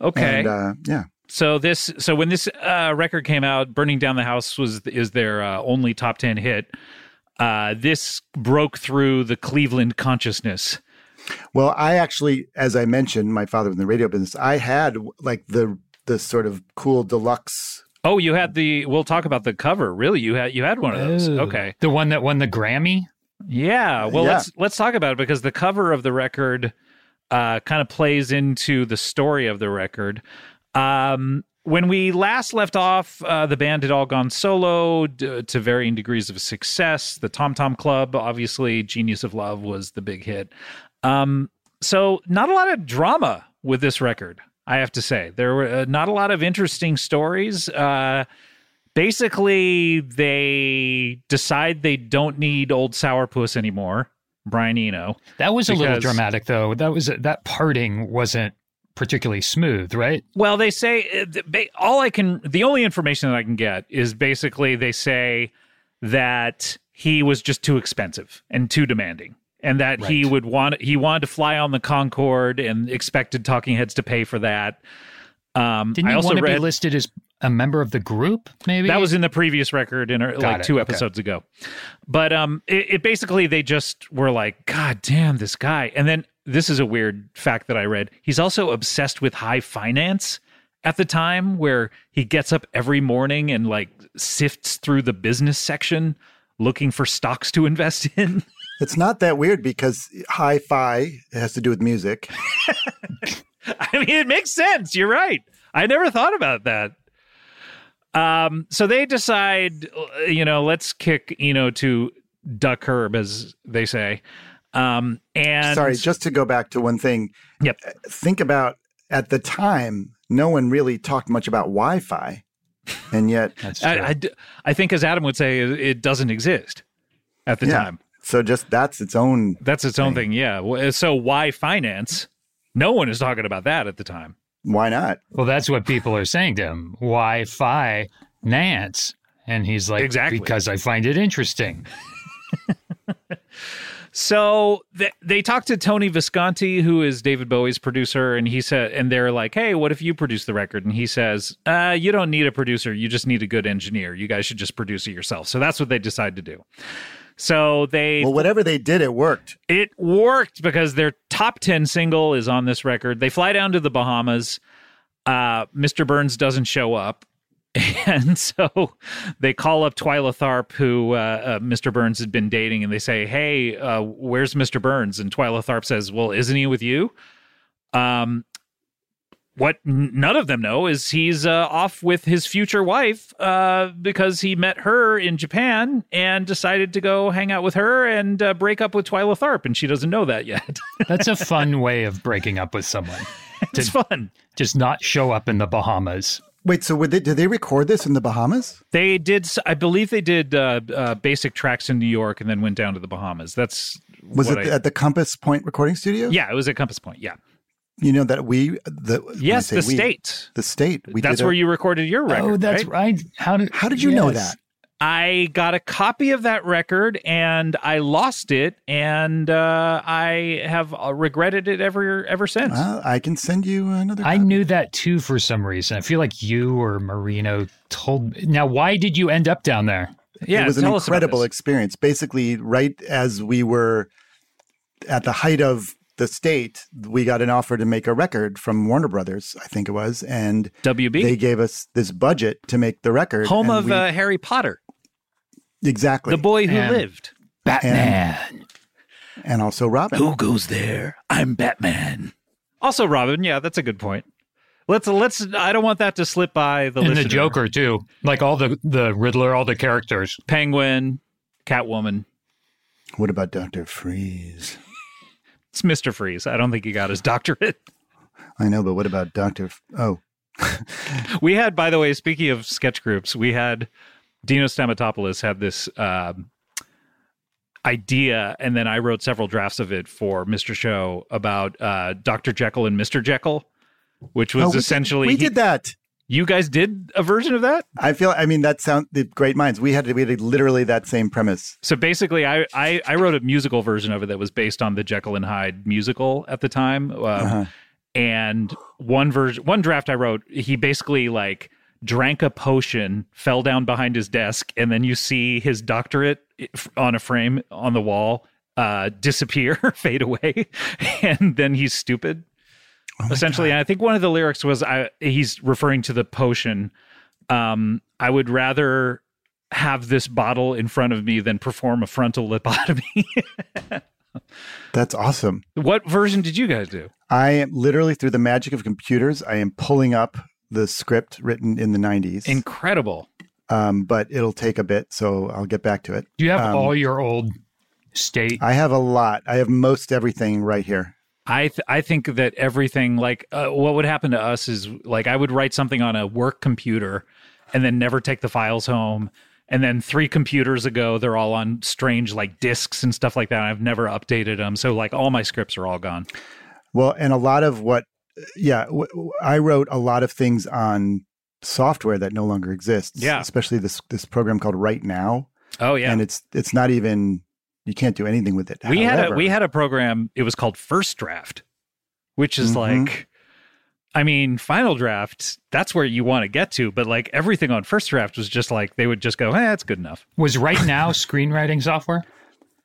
A: Okay.
D: And uh, yeah,
A: so this. So when this uh, record came out, "Burning Down the House" was is their uh, only top ten hit. Uh, this broke through the Cleveland consciousness.
D: well, I actually, as I mentioned, my father was in the radio business. I had like the the sort of cool deluxe.
A: Oh, you had the. We'll talk about the cover. Really, you had you had one of those.
B: Ooh.
A: Okay.
B: The one that won the Grammy?
A: Yeah, well,
D: Yeah.
A: let's let's talk about it because the cover of the record uh, kind of plays into the story of the record. Um, when we last left off, uh, the band had all gone solo d- to varying degrees of success. The Tom Tom Club, obviously, Genius of Love was the big hit. Um, so, not a lot of drama with this record, I have to say. There were uh, not a lot of interesting stories. Uh, basically they decide they don't need old sourpuss anymore brian eno
B: That was a little
A: Because-
B: dramatic, though. That was that parting wasn't particularly smooth, right?
A: well they say uh, th- ba- all i can the only information that i can get is basically they say that he was just too expensive and too demanding and that he
B: Right.
A: would want he wanted to fly on the concorde and expected talking heads to pay for that um
B: Didn't
A: i
B: you
A: also
B: want to
A: read
B: be listed as a member of the group? Maybe
A: That was in the previous record in our, like
B: it.
A: two
B: Okay.
A: episodes ago. But um it, it basically they just were like, God damn, this guy. And then this is a weird fact that I read. He's also obsessed with high finance at the time where he gets up every morning and like sifts through the business section looking for stocks to invest in.
D: It's not that weird because hi-fi has to do with music.
A: I mean, it makes sense. You're right. I never thought about that. Um, so they decide, uh, you know, let's kick Eno to duck herb, as they say. Um, and
D: Sorry, just to go back to one thing. Uh,
A: Yep.
D: Think about at the time, no one really talked much about Wi Fi. And yet,
B: That's true.
A: I, I d- I think, as Adam would say, it- it doesn't exist at the
D: Yeah.
A: time.
D: so just that's its own.
A: That's its own thing. Yeah. W- So why finance? No one is talking about that at the time.
D: Why not?
B: well, that's what people are saying to him. Why fi Nance? And he's like,
A: Exactly.
B: because I find it interesting.
A: So th- they talked to Tony Visconti, who is David Bowie's producer, and he said, and they're like, "Hey, what if you produce the record?" And he says, uh, "You don't need a producer. You just need a good engineer. You guys should just produce it yourself." So that's what they decide to do. So they
D: Well, whatever they did, it worked.
A: it worked because their top 10 single is on this record. They fly down to the Bahamas. Uh, Mr. Burns doesn't show up. And so they call up Twyla Tharp, who uh, uh, Mr. Burns had been dating, and they say, Hey, uh, where's Mr. Burns? And Twyla Tharp says, Well, isn't he with you? Um, what n- none of them know is he's uh, off with his future wife uh, because he met her in Japan and decided to go hang out with her and uh, break up with Twyla Tharp, and she doesn't know that yet.
B: That's a fun way of breaking up with someone.
A: it's fun.
B: Just not show up in the Bahamas.
D: Wait, so would they, did they record this in the Bahamas?
A: They did, s- I believe they did uh, uh, basic tracks in New York and then went down to the Bahamas. That's
D: Was
A: what
D: it
A: I-
D: at the Compass Point recording studio?
A: yeah, it was at Compass Point. Yeah,
D: You know that we, the, when I
A: yes,
D: say
A: the
D: we,
A: state.
D: The state. We
A: That's
D: did a-
A: where you recorded your record.
B: oh, that's
A: right?
B: right. How did
D: How did you know
B: yes.
D: that?
A: I got a copy of that record and I lost it, and uh, I have uh, regretted it ever ever since.
D: Uh, I can send you another.
B: I
D: copy.
B: knew that too for some reason. I feel like you or Marino told me. Now, why did you end up down there?
A: Yeah,
D: it was an
A: tell us about
D: incredible
A: this.
D: experience. Basically, right as we were at the height of the state, we got an offer to make a record from Warner Brothers, I think it was, and
A: WB,
D: they gave us this budget to make the record.
A: home
D: and
A: of
D: we-
A: uh, Harry Potter,
D: exactly,
A: the boy who
B: And-
A: lived.
D: Batman. and also Robin.
A: goes there? I'm Batman. Also, Robin. Yeah, that's a good point. Let's let's. I don't want that to slip by the
B: and the
A: listener.
B: Joker too, like all the the Riddler, all the characters.
A: Penguin, Catwoman.
D: What about Doctor Freeze?
A: It's Mister Freeze. I don't think he got his doctorate.
D: I know, but what about Doctor? F- oh,
A: We had, by the way, speaking of sketch groups, we had Dino Stamatopoulos had this um, idea, and then I wrote several drafts of it for Mr. Show about uh, Dr. Jekyll and Mr. Jekyll, which was
D: Oh, we did-
A: essentially
D: we
A: he-
D: did that.
A: you guys did a version of that.
D: I feel. I mean, that sound the great minds. We had we had literally that same premise.
A: So basically, I, I I wrote a musical version of it that was based on the Jekyll and Hyde musical at the time. Um,
D: Uh-huh.
A: and one version one draft i wrote he basically like drank a potion fell down behind his desk and then you see his doctorate if- on a frame on the wall uh disappear fade away and then he's stupid essentially and i think one of the lyrics was i he's referring to the potion um i would rather have this bottle in front of me than perform a frontal lobotomy
D: That's awesome.
A: what version did you guys do
D: I am literally through the magic of computers. I am pulling up the script written in the '90s,
A: incredible
D: um, but it'll take a bit, so I'll get back to it.
B: Do you have
D: Um,
B: all your old state?
D: I have a lot. I have most everything right here.
A: I th- I think that everything like uh, what would happen to us is like I would write something on a work computer and then never take the files home and then three computers ago they're all on strange like disks and stuff like that and I've never updated them so like all my scripts are all gone.
D: Well, and a lot of what, yeah, w- w- I wrote a lot of things on software that no longer exists.
A: Yeah.
D: especially this this program called Right Now,
A: Oh yeah.
D: and it's it's not even you can't do anything with it.
A: we had a
D: However-
A: we had a program it was called First Draft which is
D: Mhm.
A: like I mean Final Draft that's where you want to get to but like everything on First Draft was just like they would just go, "Eh, that's good enough."
B: Was right now screenwriting software?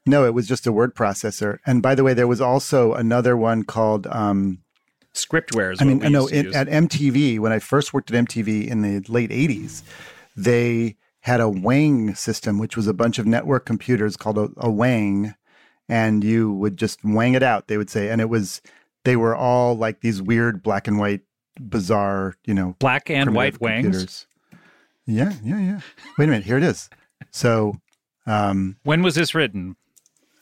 D: No, it was just a word processor. And by the way, there was also another one called. Um,
A: Scriptware is
D: I
A: what
D: mean,
A: we
D: I know
A: used to
D: it,
A: use.
D: at MTV when I first worked at MTV in the late '80s, they had a Wang system, which was a bunch of network computers called a, a Wang, and you would just Wang it out. They would say, and it was they were all like these weird black and white, bizarre, you know,
A: black and white
D: primitive
A: wings.
D: computers. Yeah, yeah, yeah. Wait a minute, here it is. So. Um,
A: When was this written?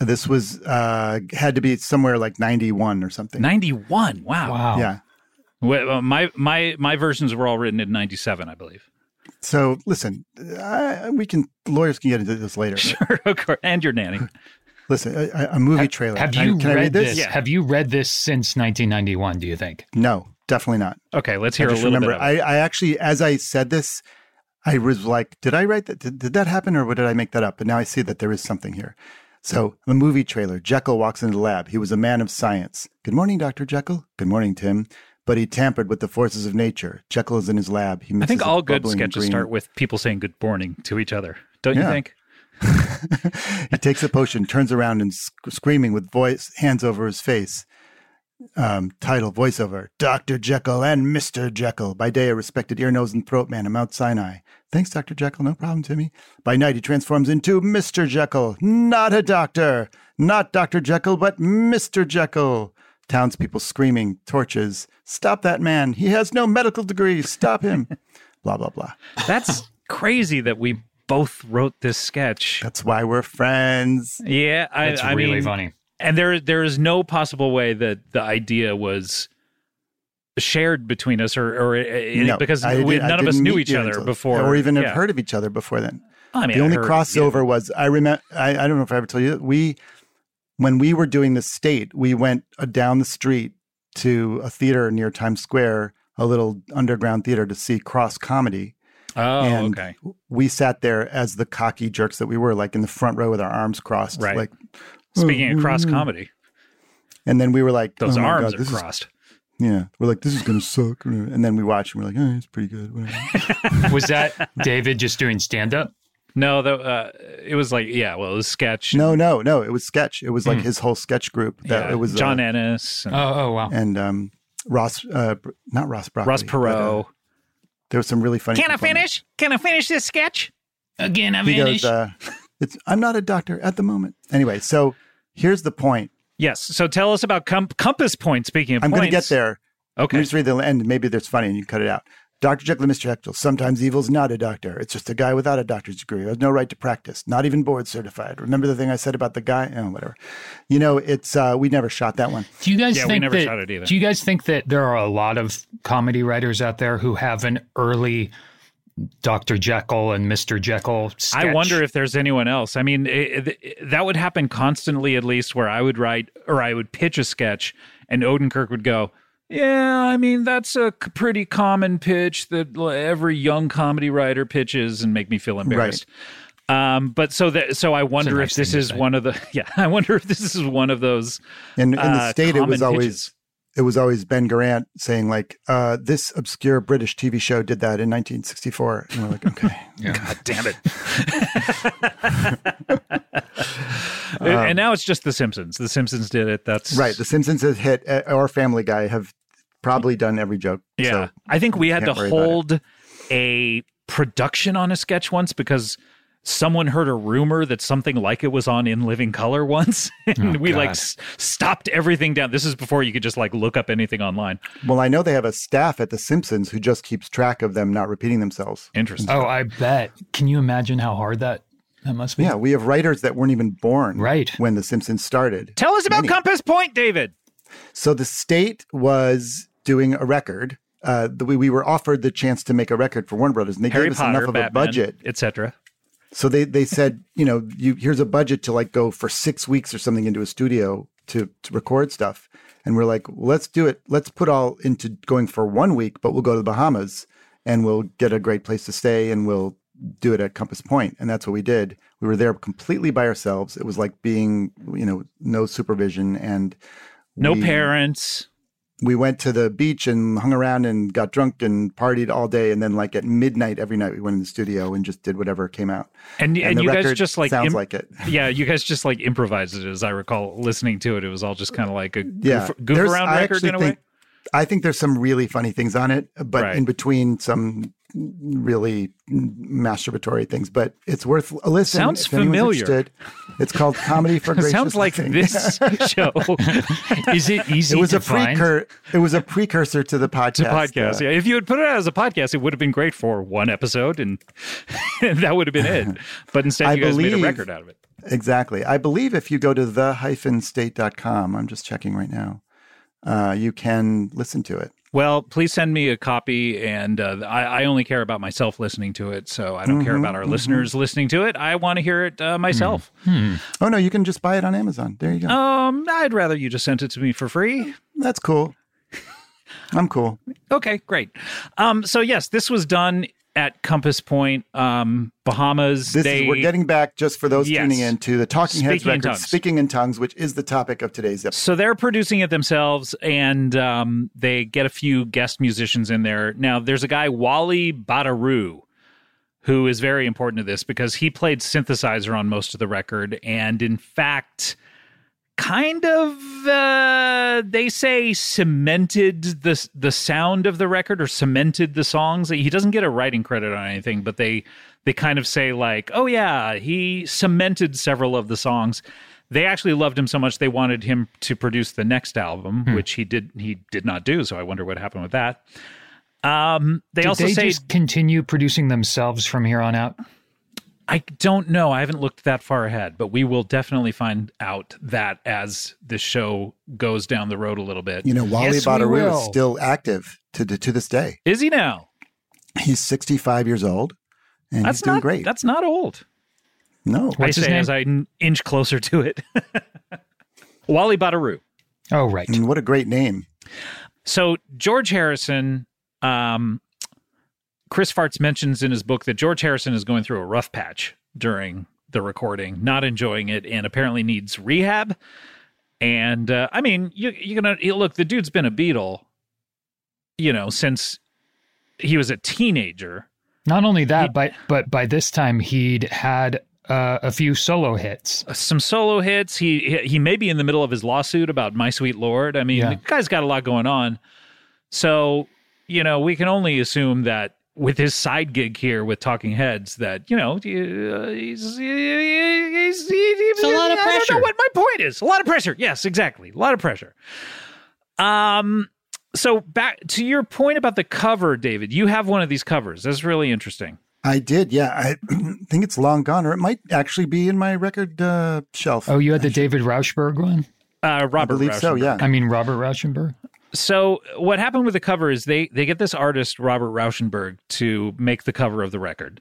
D: This was uh had to be somewhere like 91 or something.
A: Ninety one. Wow.
B: Wow.
D: Yeah.
A: Wh- uh, My my my versions were all written in ninety seven, I believe.
D: So listen, I, we can lawyers can get into this later. but
A: Sure, of course. And your nanny.
D: Listen, a, a- a movie trailer.
B: Have
D: I-
B: you
D: can I
B: read
D: read this?
A: Yeah.
B: Have you read this since 1991? Do you think?
D: No, definitely not.
A: Okay, let's hear
D: I
A: a
D: just
A: little
D: remember
A: bit. Of it.
D: I, I actually as I said this, I was like, did I write that? Did, did that happen or did I make that up? But now I see that there is something here. So the movie trailer, Jekyll walks into the lab. He was a man of science. Good morning, Dr. Jekyll. Good morning, Tim. But he tampered with the forces of nature. Jekyll is in his lab. He
A: I,
D: mixes
A: think all
D: up
A: good
D: bubbling
A: sketches
D: green
A: start with people saying good morning to each other. Don't you
D: Yeah.
A: think?
D: he takes a potion, turns around, and sc- screaming with voice hands over his face. Um, title voiceover: Doctor Jekyll and Mister Jekyll. By day, a respected ear, nose, and throat man of Mount Sinai. Thanks, Doctor Jekyll. No problem, Timmy. By night, he transforms into Mister Jekyll, not a doctor, not Doctor Jekyll, but Mister Jekyll. Townspeople screaming, torches. Stop that man. He has no medical degree. Stop him. blah blah blah.
A: That's crazy that we both wrote this sketch.
D: That's why we're friends.
A: Yeah, I,
B: That's
A: I
B: really
A: mean,
B: funny.
A: and there there is no possible way that the idea was shared between us or or uh,
D: No,
A: because
D: I
A: we,
D: did- I
A: none of us
D: didn't
A: knew each
D: meet you
A: other
D: until-
A: before,
D: or even
A: Yeah.
D: have heard of each other before then.
A: I mean,
D: the
A: I
D: only
A: heard- yeah.
D: crossover was I remember. I, I don't know if I ever told you that we, when we were doing the state, we went uh, down the street to a theater near Times Square, a little underground theater, to see cross comedy.
A: Oh,
D: and
A: okay.
D: we sat there as the cocky jerks that we were, like in the front row with our arms crossed,
A: Right.
D: like.
A: Speaking of cross
D: "Mm, mm, mm."
A: comedy,
D: and then we were like,
A: those
D: "Oh my
A: arms
D: God,
A: are
D: this is
A: crossed.
D: yeah, we're like, this is gonna suck, and then we watched and we're like, oh, it's pretty good. whatever.
B: Was that David just doing stand up?
A: No, that, uh, it was like, yeah, well, it was sketch.
D: No, no, no. It was sketch. It was like his whole sketch group. That
A: Hmm. yeah,
D: it was uh,
A: John Ennis, and
B: Oh, oh wow.
D: and um, Ross, uh, Br- not Ross Broccoli.
A: Ross
D: but, uh,
A: Perot.
D: there was some really funny.
A: Can I
D: people in there.
A: finish? Can I finish this sketch?
B: Again, I
D: He goes, uh, it's, I'm not a doctor at the moment. Anyway, so here's the point.
A: Yes. So tell us about com- Compass Point. Speaking of
D: I'm going to
A: points.
D: get there. Let me
A: Okay.
D: just read the end. Maybe there's funny and you cut it out. Dr. Jekyll and Mr. Jekyll. Sometimes evil's not a doctor. It's just a guy without a doctor's degree who has no right to practice, not even board certified. Remember the thing I said about the guy? Oh, whatever. You know, it's, uh, we never shot that one.
B: Do you guys
A: Yeah, we
B: think
A: never
B: that,
A: shot it either.
B: Do you guys think that there are a lot of comedy writers out there who have an early Dr. Jekyll and Mr. Jekyll sketch?
A: I wonder if there's anyone else. I mean, it, it, that would happen constantly, at least, where I would write or I would pitch a sketch, and Odenkirk would go, "Yeah, I mean, that's a c- pretty common pitch that l- every young comedy writer pitches," and make me feel embarrassed. Um, but so that so I wonder
B: nice
A: if this
B: thing to
A: is
B: say.
A: one of the yeah I wonder if this is one of those
D: And in the
A: uh,
D: state, it was
A: common
D: always
A: pitches.
D: it was always Ben Garant saying like, uh, "This obscure British TV show did that in 1964," and we're like, "Okay,
A: God damn it. and now it's just The Simpsons. The Simpsons did it. That's
D: um, right." The Simpsons has hit uh, or Family Guy have probably done every joke.
A: Yeah.
D: So,
A: I think we had to
D: can't worry about it.
A: hold a production on a sketch once because someone heard a rumor that something like it was on in living color once and
D: Oh,
A: we like
B: God.
A: s- stopped everything down this is before you could just like look up anything online
D: well, I know they have a staff at the Simpsons who just keeps track of them not repeating themselves.
A: interesting
B: Oh, I bet. Can you imagine how hard that that must be?
D: Yeah, we have writers that weren't even born
B: Right.
D: when the Simpsons started.
A: tell us about
D: Many.
A: compass point david
D: So the state was doing a record. Uh, the, we, we were offered the chance to make a record for Warner Brothers, and they
A: harry
D: gave us
A: potter
D: enough of
A: Batman,
D: a budget
A: etc
D: So they they said, you know, you here's a budget to like go for six weeks or something into a studio to, to record stuff. And we're like, let's do it. Let's put all into going for one week, but we'll go to the Bahamas and we'll get a great place to stay and we'll do it at Compass Point. And that's what we did. We were there completely by ourselves. It was like being, you know, no supervision. And
A: no
D: we-
A: parents
D: we went to the beach and hung around and got drunk and partied all day. And then like at midnight every night we went in the studio and just did whatever came out.
A: and, and,
D: the
A: you guys
D: record
A: just like
D: sounds
A: im-
D: like it.
A: yeah, you guys just like improvised it. As I recall, listening to it, it was all just kind of like a goof,
D: yeah,
A: goof
D: There's-
A: around record
D: actually
A: in a
D: think,
A: way.
D: I think there's some really funny things on it, but
A: Right.
D: in between some really masturbatory things. But it's worth a listen.
A: Sounds
D: if anyone's
A: familiar.
D: interested. It's called Comedy for Gracious.
A: Sounds like
D: Living.
A: this show
B: Is it easy
D: It was
B: to
D: a
B: find?
D: precur- It was a precursor to the podcast.
A: to podcast.
D: uh,
A: Yeah, if you had put it out as a podcast, it would have been great for one episode, and, and that would have been it. But instead,
D: I
A: you guys made a
D: believe-
A: record out of it.
D: Exactly. I believe if you go to the-state.com, I'm just checking right now. Uh, you can listen to it.
A: Well, please send me a copy, and uh, I, I only care about myself listening to it, so I don't care
D: Mm-hmm,
A: about our listeners listening to it. I want to hear it uh, myself.
D: Oh no, you can just buy it on Amazon. There you go.
A: Um, I'd rather you just sent it to me for free.
D: That's cool. I'm cool.
A: Okay, great. Um, so yes, this was done at Compass Point, um, Bahamas.
D: This
A: They-
D: is, we're getting back just for those
A: Yes.
D: tuning in to the Talking Heads
A: Speaking in
D: record,
A: tongues.
D: Speaking in Tongues, which is the topic of today's episode.
A: so they're producing it themselves, and um, they get a few guest musicians in there. Now, there's a guy Wally Badarou who is very important to this because he played synthesizer on most of the record, and in fact. Kind of, uh, they say cemented the the sound of the record or cemented the songs. He doesn't get a writing credit on anything, but they they kind of say like, oh yeah, he cemented several of the songs. They actually loved him so much they wanted him to produce the next album,
B: Hmm.
A: which he did he did not do. So I wonder what happened with that. Um, they
B: Did
A: also
B: they
A: say
B: just continue producing themselves from here on out?
A: I don't know. I haven't looked that far ahead, but we will definitely find out that as this show goes down the road a little bit.
D: You know, Wally
B: Yes, we
D: Badarou
B: will.
D: is still active to, to to this day.
A: Is he now?
D: He's 65 years old, and
A: That's
D: he's doing
A: not
D: great.
A: That's not old.
D: no,
A: I
B: What's his
A: say
B: name?
A: as I n- inch closer to it. Wally Badarou.
B: Oh, right.
D: and what a great name!
A: So George Harrison, um, Chris Farts mentions in his book that George Harrison is going through a rough patch during the recording, not enjoying it, and apparently needs rehab. And uh, I mean, you, you're gonna you- look. The dude's been a Beatle, you know, since he was a teenager.
B: Not only that, but but by this time he'd had uh, a few solo hits.
A: uh, Some solo hits. He he- he may be in the middle of his lawsuit about My Sweet Lord. I mean,
B: Yeah.
A: the guy's got a lot going on. So, you know, we can only assume that with his side gig here with Talking Heads that, you know, uh, he's, he's, he's It's
E: a lot of
A: I don't
E: pressure.
A: know what my point is. A lot of pressure. Yes, exactly. A lot of pressure. Um so back to your point about the cover, David. You have one of these covers. That's really interesting.
D: I did, yeah. I think it's long gone, or it might actually be in my record uh, shelf.
B: Oh, you had the David Rauschberg one?
A: Uh
D: I
A: Robert
D: believe so.
A: Rauschenberg.
D: Yeah,
B: I mean, Robert Rauschenberg?
A: so what happened with the cover is they they get this artist Robert Rauschenberg to make the cover of the record,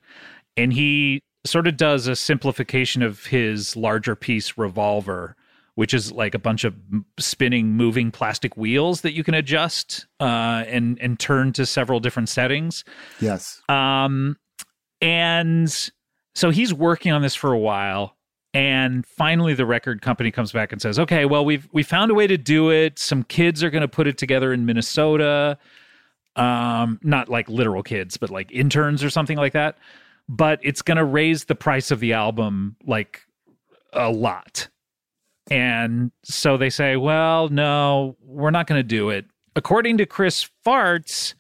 A: and he sort of does a simplification of his larger piece Revolver, which is like a bunch of m- spinning, moving plastic wheels that you can adjust uh, and and turn to several different settings.
D: yes.
A: Um, and so he's working on this for a while, and finally the record company comes back and says, "Okay, well we've we found a way to do it. Some kids are going to put it together in Minnesota, um, not like literal kids, but like interns or something like that. But it's going to raise the price of the album like a lot." And so they say, well, no, we're not going to do it. According to Chris Farts,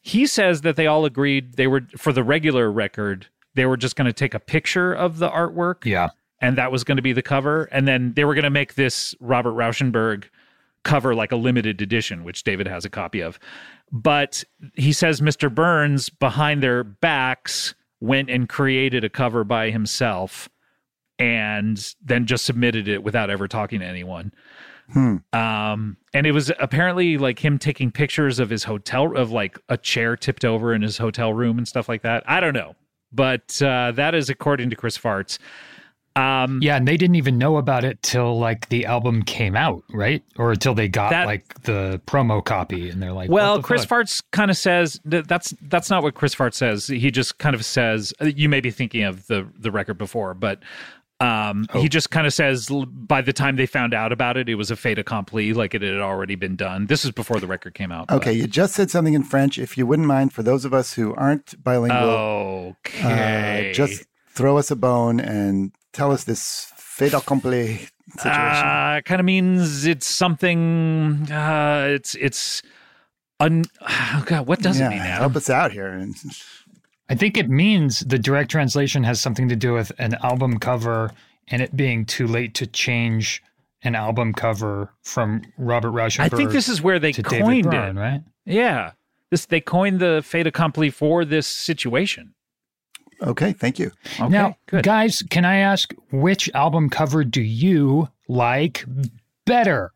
A: he says that they all agreed they were for the regular record they were just going to take a picture of the artwork
B: Yeah.
A: and that was going to be the cover and then they were going to make this robert rauschenberg cover like a limited edition which david has a copy of but he says mr burns behind their backs went and created a cover by himself and then just submitted it without ever talking to anyone
D: Hmm.
A: um and it was apparently like him taking pictures of his hotel of like a chair tipped over in his hotel room and stuff like that i don't know but uh that is according to chris farts um
B: Yeah, and they didn't even know about it till like the album came out, right? Or until they got
A: That-
B: like the promo copy and they're like, what
A: well
B: the
A: chris
B: fuck?
A: farts kind of says that that's that's not what chris farts says he just kind of says you may be thinking of the the record before but um he just kind of says l- by the time they found out about it it was a fait accompli like it had already been done this is before the record came out but-
D: Okay, you just said something in French. If you wouldn't mind, for those of us who aren't bilingual, uh,
A: okay
D: just throw us a bone and tell us this fait accompli
B: Ah,
D: situation.
A: Uh, kind of means it's something. Uh, it's it's. Un- oh God, what does
D: yeah,
A: it mean, Adam?
D: help us out here. And
B: I think it means the direct translation has something to do with an album cover and it being too late to change an album cover from Robert Rauschenberg.
A: I think this is where they
B: to David
A: coined
B: Byrne,
A: it.
B: right?
A: Yeah, this they coined the fait accompli for this situation.
D: okay, thank you.
A: Okay,
B: now,
A: good.
B: guys, can I ask which album cover do you like better?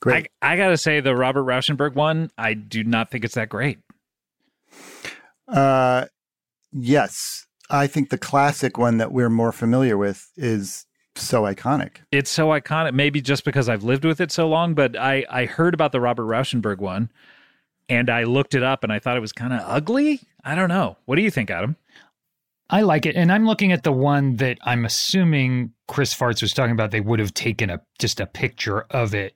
D: Great.
A: I, I gotta say the Robert Rauschenberg one. I do not think it's that great.
D: Uh, yes, I think the classic one that we're more familiar with is so iconic.
A: It's so iconic. Maybe just because I've lived with it so long, but I I heard about the Robert Rauschenberg one, and I looked it up, and I thought it was kind of ugly. I don't know. What do you think, Adam?
B: I like it, and I'm looking at the one that I'm assuming Chris Farts was talking about. They would have taken a just a picture of it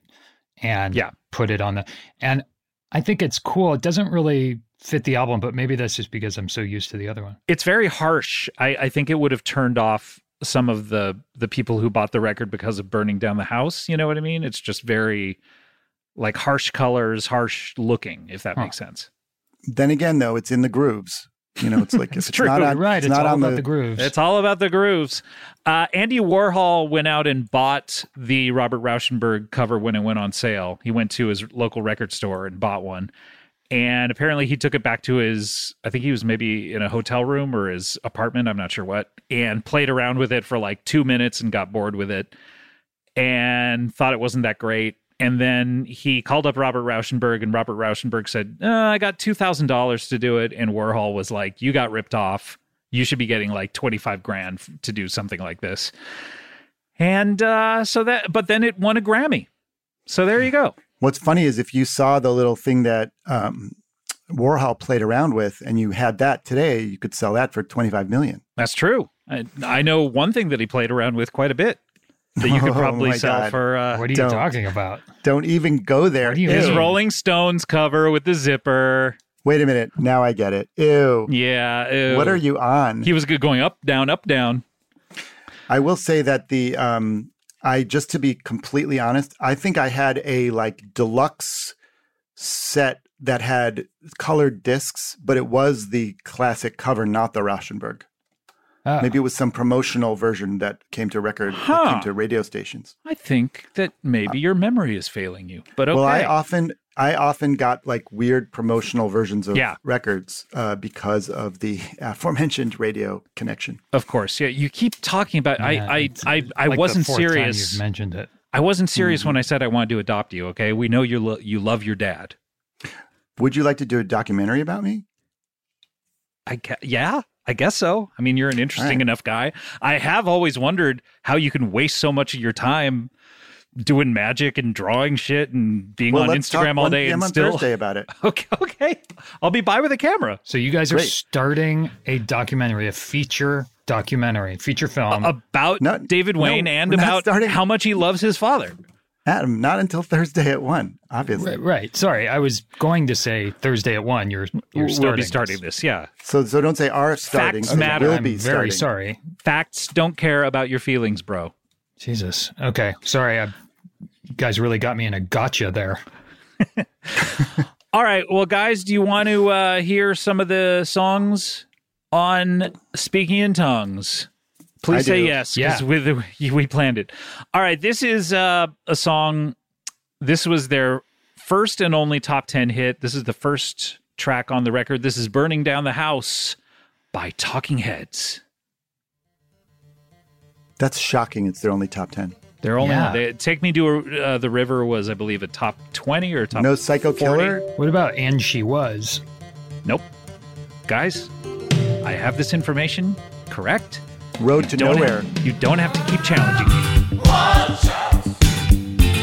B: and
A: Yeah.
B: put it on the. And I think it's cool. It doesn't really fit the album, but maybe that's just because I'm so used to the other one.
A: it's very harsh. I, I think it would have turned off some of the the people who bought the record because of burning down the house. You know what I mean? It's just very like harsh colors, harsh looking, if that
B: Huh.
A: makes sense.
D: Then again, though, it's in the grooves. You know, it's like
A: It's
D: if it's
A: true,
D: not on,
B: right? It's,
D: It's, not
B: all
D: on
B: about the,
D: the
B: grooves.
A: It's all about the grooves. Uh, Andy Warhol went out and bought the Robert Rauschenberg cover when it went on sale. He went to his local record store and bought one. And apparently he took it back to his, I think he was maybe in a hotel room or his apartment, I'm not sure what, and played around with it for like two minutes and got bored with it and thought it wasn't that great. And then he called up Robert Rauschenberg, and Robert Rauschenberg said, uh, I got $2,000 to do it. And Warhol was like, You got ripped off. You should be getting like 25 grand f- to do something like this. And uh, so that, but then it won a Grammy. So there you go.
D: What's funny is if you saw the little thing that um, Warhol played around with, and you had that today, you could sell that for twenty five million.
A: That's true. I, I know one thing that he played around with quite a bit that you could
D: Oh,
A: probably
D: my
A: sell
D: God.
A: for uh,
B: what are you
D: don't.
B: talking about?
D: Don't even go there.
B: What do you
A: his
B: mean?
A: Rolling Stones cover with the zipper.
D: Wait a minute. Now I get it. Ew.
A: Yeah. ew.
D: What are you on?
A: He was good going up, down, up, down.
D: I will say that the um I just to be completely honest, I think I had a like deluxe set that had colored discs, but it was the classic cover, not the Rauschenberg.
B: Ah.
D: Maybe it was some promotional version that came to record, that
A: Huh.
D: came to radio stations.
A: I think that maybe your memory is failing you. But okay.
D: Well, I often I often got like weird promotional versions of
A: Yeah.
D: records uh, because of the aforementioned radio connection.
A: of course. Yeah. You keep talking about
B: Yeah,
A: I I
B: it's,
A: I, I
B: like the
A: wasn't
B: fourth time you've
A: serious.
B: mentioned it.
A: I wasn't serious
D: Mm-hmm.
A: when I said I wanted to adopt you, okay? We know you lo- you love your dad.
D: Would you like to do a documentary about me?
A: I gue- yeah, I guess so. I mean, you're an interesting
D: right.
A: enough guy. I have always wondered how you can waste so much of your time doing magic and drawing shit and being on
D: let's talk
A: Instagram all
D: 1
A: day
D: PM
A: and
D: on
A: still
D: Thursday about it.
A: Okay, okay. I'll be by with a camera.
B: So you guys are
D: Great.
B: starting a documentary, a feature documentary, feature film.
A: Uh, About
D: No,
A: David
D: no,
A: Wayne and
D: we're not
A: about
D: starting-
A: how much he loves his father.
D: Adam, not until Thursday at one, obviously.
B: right, right. Sorry, I was going to say Thursday at one. You're you're
A: We'll
B: starting.
A: be starting this. Yeah.
D: So so don't say are starting.
A: Facts
D: say
A: matter.
D: Will
B: I'm
D: be
B: very
D: starting.
B: sorry.
A: Facts don't care about your feelings, bro.
B: Jesus. Okay. Sorry. I, you guys really got me in a gotcha there.
A: All right. Well, guys, do you want to uh, hear some of the songs on Speaking in Tongues? Please
D: I
A: say
D: do.
A: yes.
B: Yeah.
A: With we planned it. All right. This is uh, a song. This was their first and only top 10 hit. This is the first track on the record. This is Burning Down the House by Talking Heads.
D: That's shocking. It's their only top ten.
A: They're only
B: Yeah.
A: they, Take Me to uh, the River was, I believe, a top 20 or top.
D: No psycho
A: 40?
D: killer.
B: What about and she was?
A: Nope. Guys, I have this information correct.
D: Road to
A: Don't
D: nowhere.
A: you don't have to keep challenging me.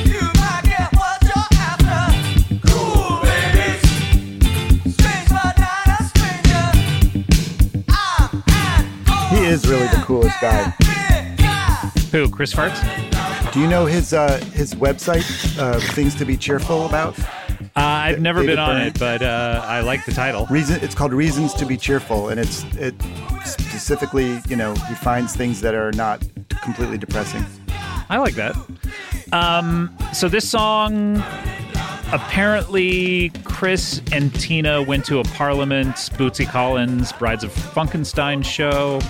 C: You might get what you're after. Cool babies. Strange but not a stranger. I'm an
D: He is really the coolest guy.
C: old guy.
A: Who? Chris Farts?
D: Do you know his uh, his website? Uh, things to be cheerful about.
A: Uh, I've never
D: David
A: been on
D: Byrne.
A: it, but uh, I like the title.
D: Reason. It's called reasons to be cheerful, and it's it specifically you know he finds things that are not completely depressing.
A: I like that. Um, so this song, apparently, Chris and Tina went to a Parliament Bootsy Collins Brides of Funkenstein show,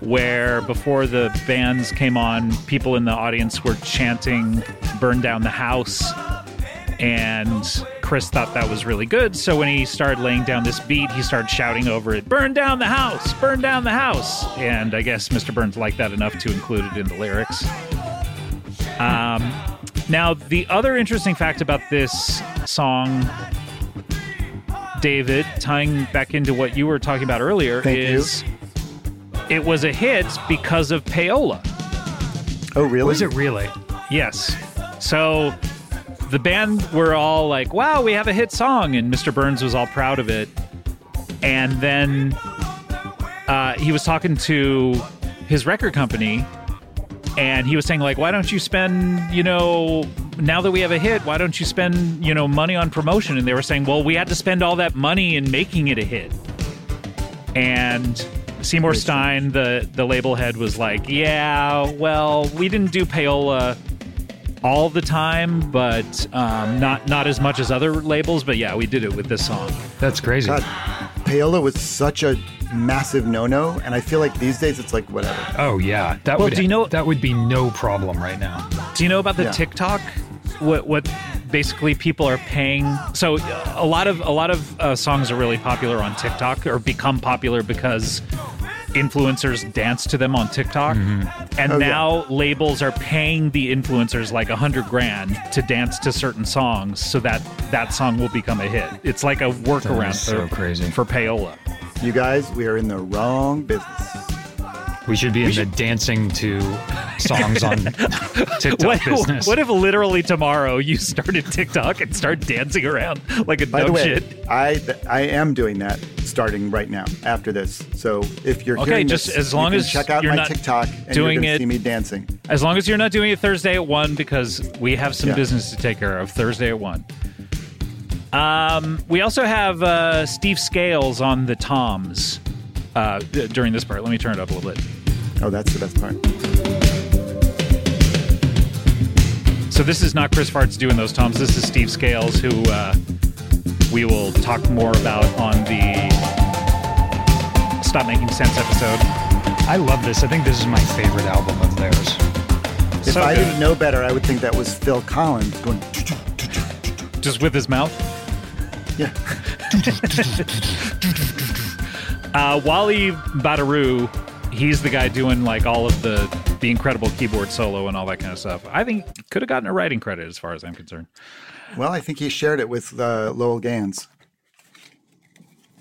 A: where before the bands came on, people in the audience were chanting "Burn down the house," and Chris thought that was really good. So when he started laying down this beat, he started shouting over it, "Burn down the house! Burn down the house!" And I guess Mr. Burns liked that enough to include it in the lyrics. Um, now, the other interesting fact about this song, David, tying back into what you were talking about earlier,
D: Thank you.
A: is it was a hit because of payola.
D: Oh really?
B: Was it really?
A: Yes. So the band were all like, wow, we have a hit song. And Mr. Burns was all proud of it. And then uh, he was talking to his record company and he was saying like why don't you spend you know now that we have a hit why don't you spend you know money on promotion and they were saying well we had to spend all that money in making it a hit and Seymour Stein, the the label head, was like, "Yeah, well, we didn't do payola all the time, but um, not not as much as other labels. But yeah, we did it with this song.
B: That's crazy.
D: God, payola was such a massive no-no, and I feel like these days it's like whatever.
B: Oh yeah, that
A: Well,
B: would
A: do you know-
B: that would be no problem right now.
A: Do you know about the
D: Yeah.
A: TikTok? What what basically people are paying? So uh, a lot of a lot of uh, songs are really popular on TikTok or become popular because influencers dance to them on TikTok, and
D: Oh, yeah.
A: now labels are paying the influencers like a hundred grand to dance to certain songs so that that song will become a hit. It's like a workaround
B: is so
A: for,
B: crazy.
A: for payola.
D: You guys, we are in the wrong business.
B: We should be in the dancing to songs on TikTok
A: What,
B: business.
A: what if literally tomorrow you started TikTok and start dancing around like a
D: By
A: dumb
D: the way,
A: shit?
D: I th- I am doing that starting right now after this. So if you're
A: Okay,
D: hearing
A: just
D: this,
A: as long
D: you can
A: as
D: check out
A: you're
D: my
A: not
D: TikTok and
A: doing
D: you're gonna
A: it-
D: see me dancing.
A: As long as you're not doing it Thursday at one, because we have some
D: Yeah.
A: business to take care of Thursday at one. Um, we also have uh, Steve Scales on the toms uh, d- during this part. Let me turn it up a little bit.
D: Oh, that's the best part.
A: So this is not Chris Farts doing those toms. This is Steve Scales, who uh, we will talk more about on the Stop Making Sense episode.
B: I love this. I think this is my favorite album of theirs.
D: If
A: So
D: I
A: good.
D: didn't know better, I would think that was Phil Collins going.
A: Just with his mouth.
D: Yeah,
A: Uh, Wally Badarou, he's the guy doing like all of the the incredible keyboard solo and all that kind of stuff. I think could have gotten a writing credit as far as I'm concerned.
D: well, I think he shared it with uh, Lowell Gans.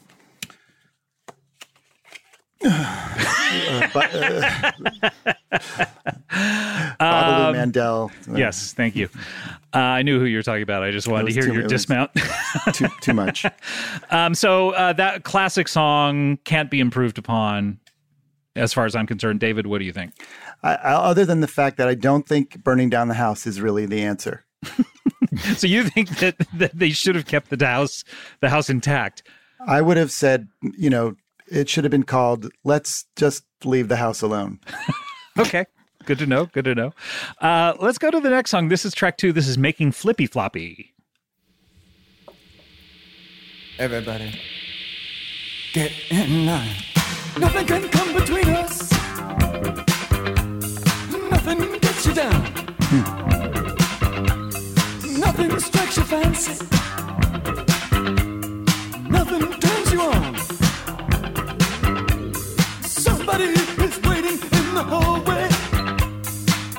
D: uh, but, uh, Babalu Mandel. uh,
A: Yes, thank you. Uh, I knew who you were talking about. I just wanted to
D: was
A: hear
D: too-
A: your
D: it was-
A: dismount.
D: Too, too much.
A: um, so uh, that classic song can't be improved upon. As far as I'm concerned, David, what do you think?
D: I, I, other than the fact that I don't think burning down the house is really the answer.
A: So you think that, that they should have kept the house the house intact?
D: I would have said, you know, it should have been called "Let's just leave the house alone."
A: Okay. Good to know. Good to know. Uh, let's go to the next song. This is track two. This is Making Flippy Floppy.
E: Everybody, get in line. Nothing can come between us. Nothing gets you down. Nothing strikes your fancy. Nothing turns you on. Somebody is waiting in the hallway.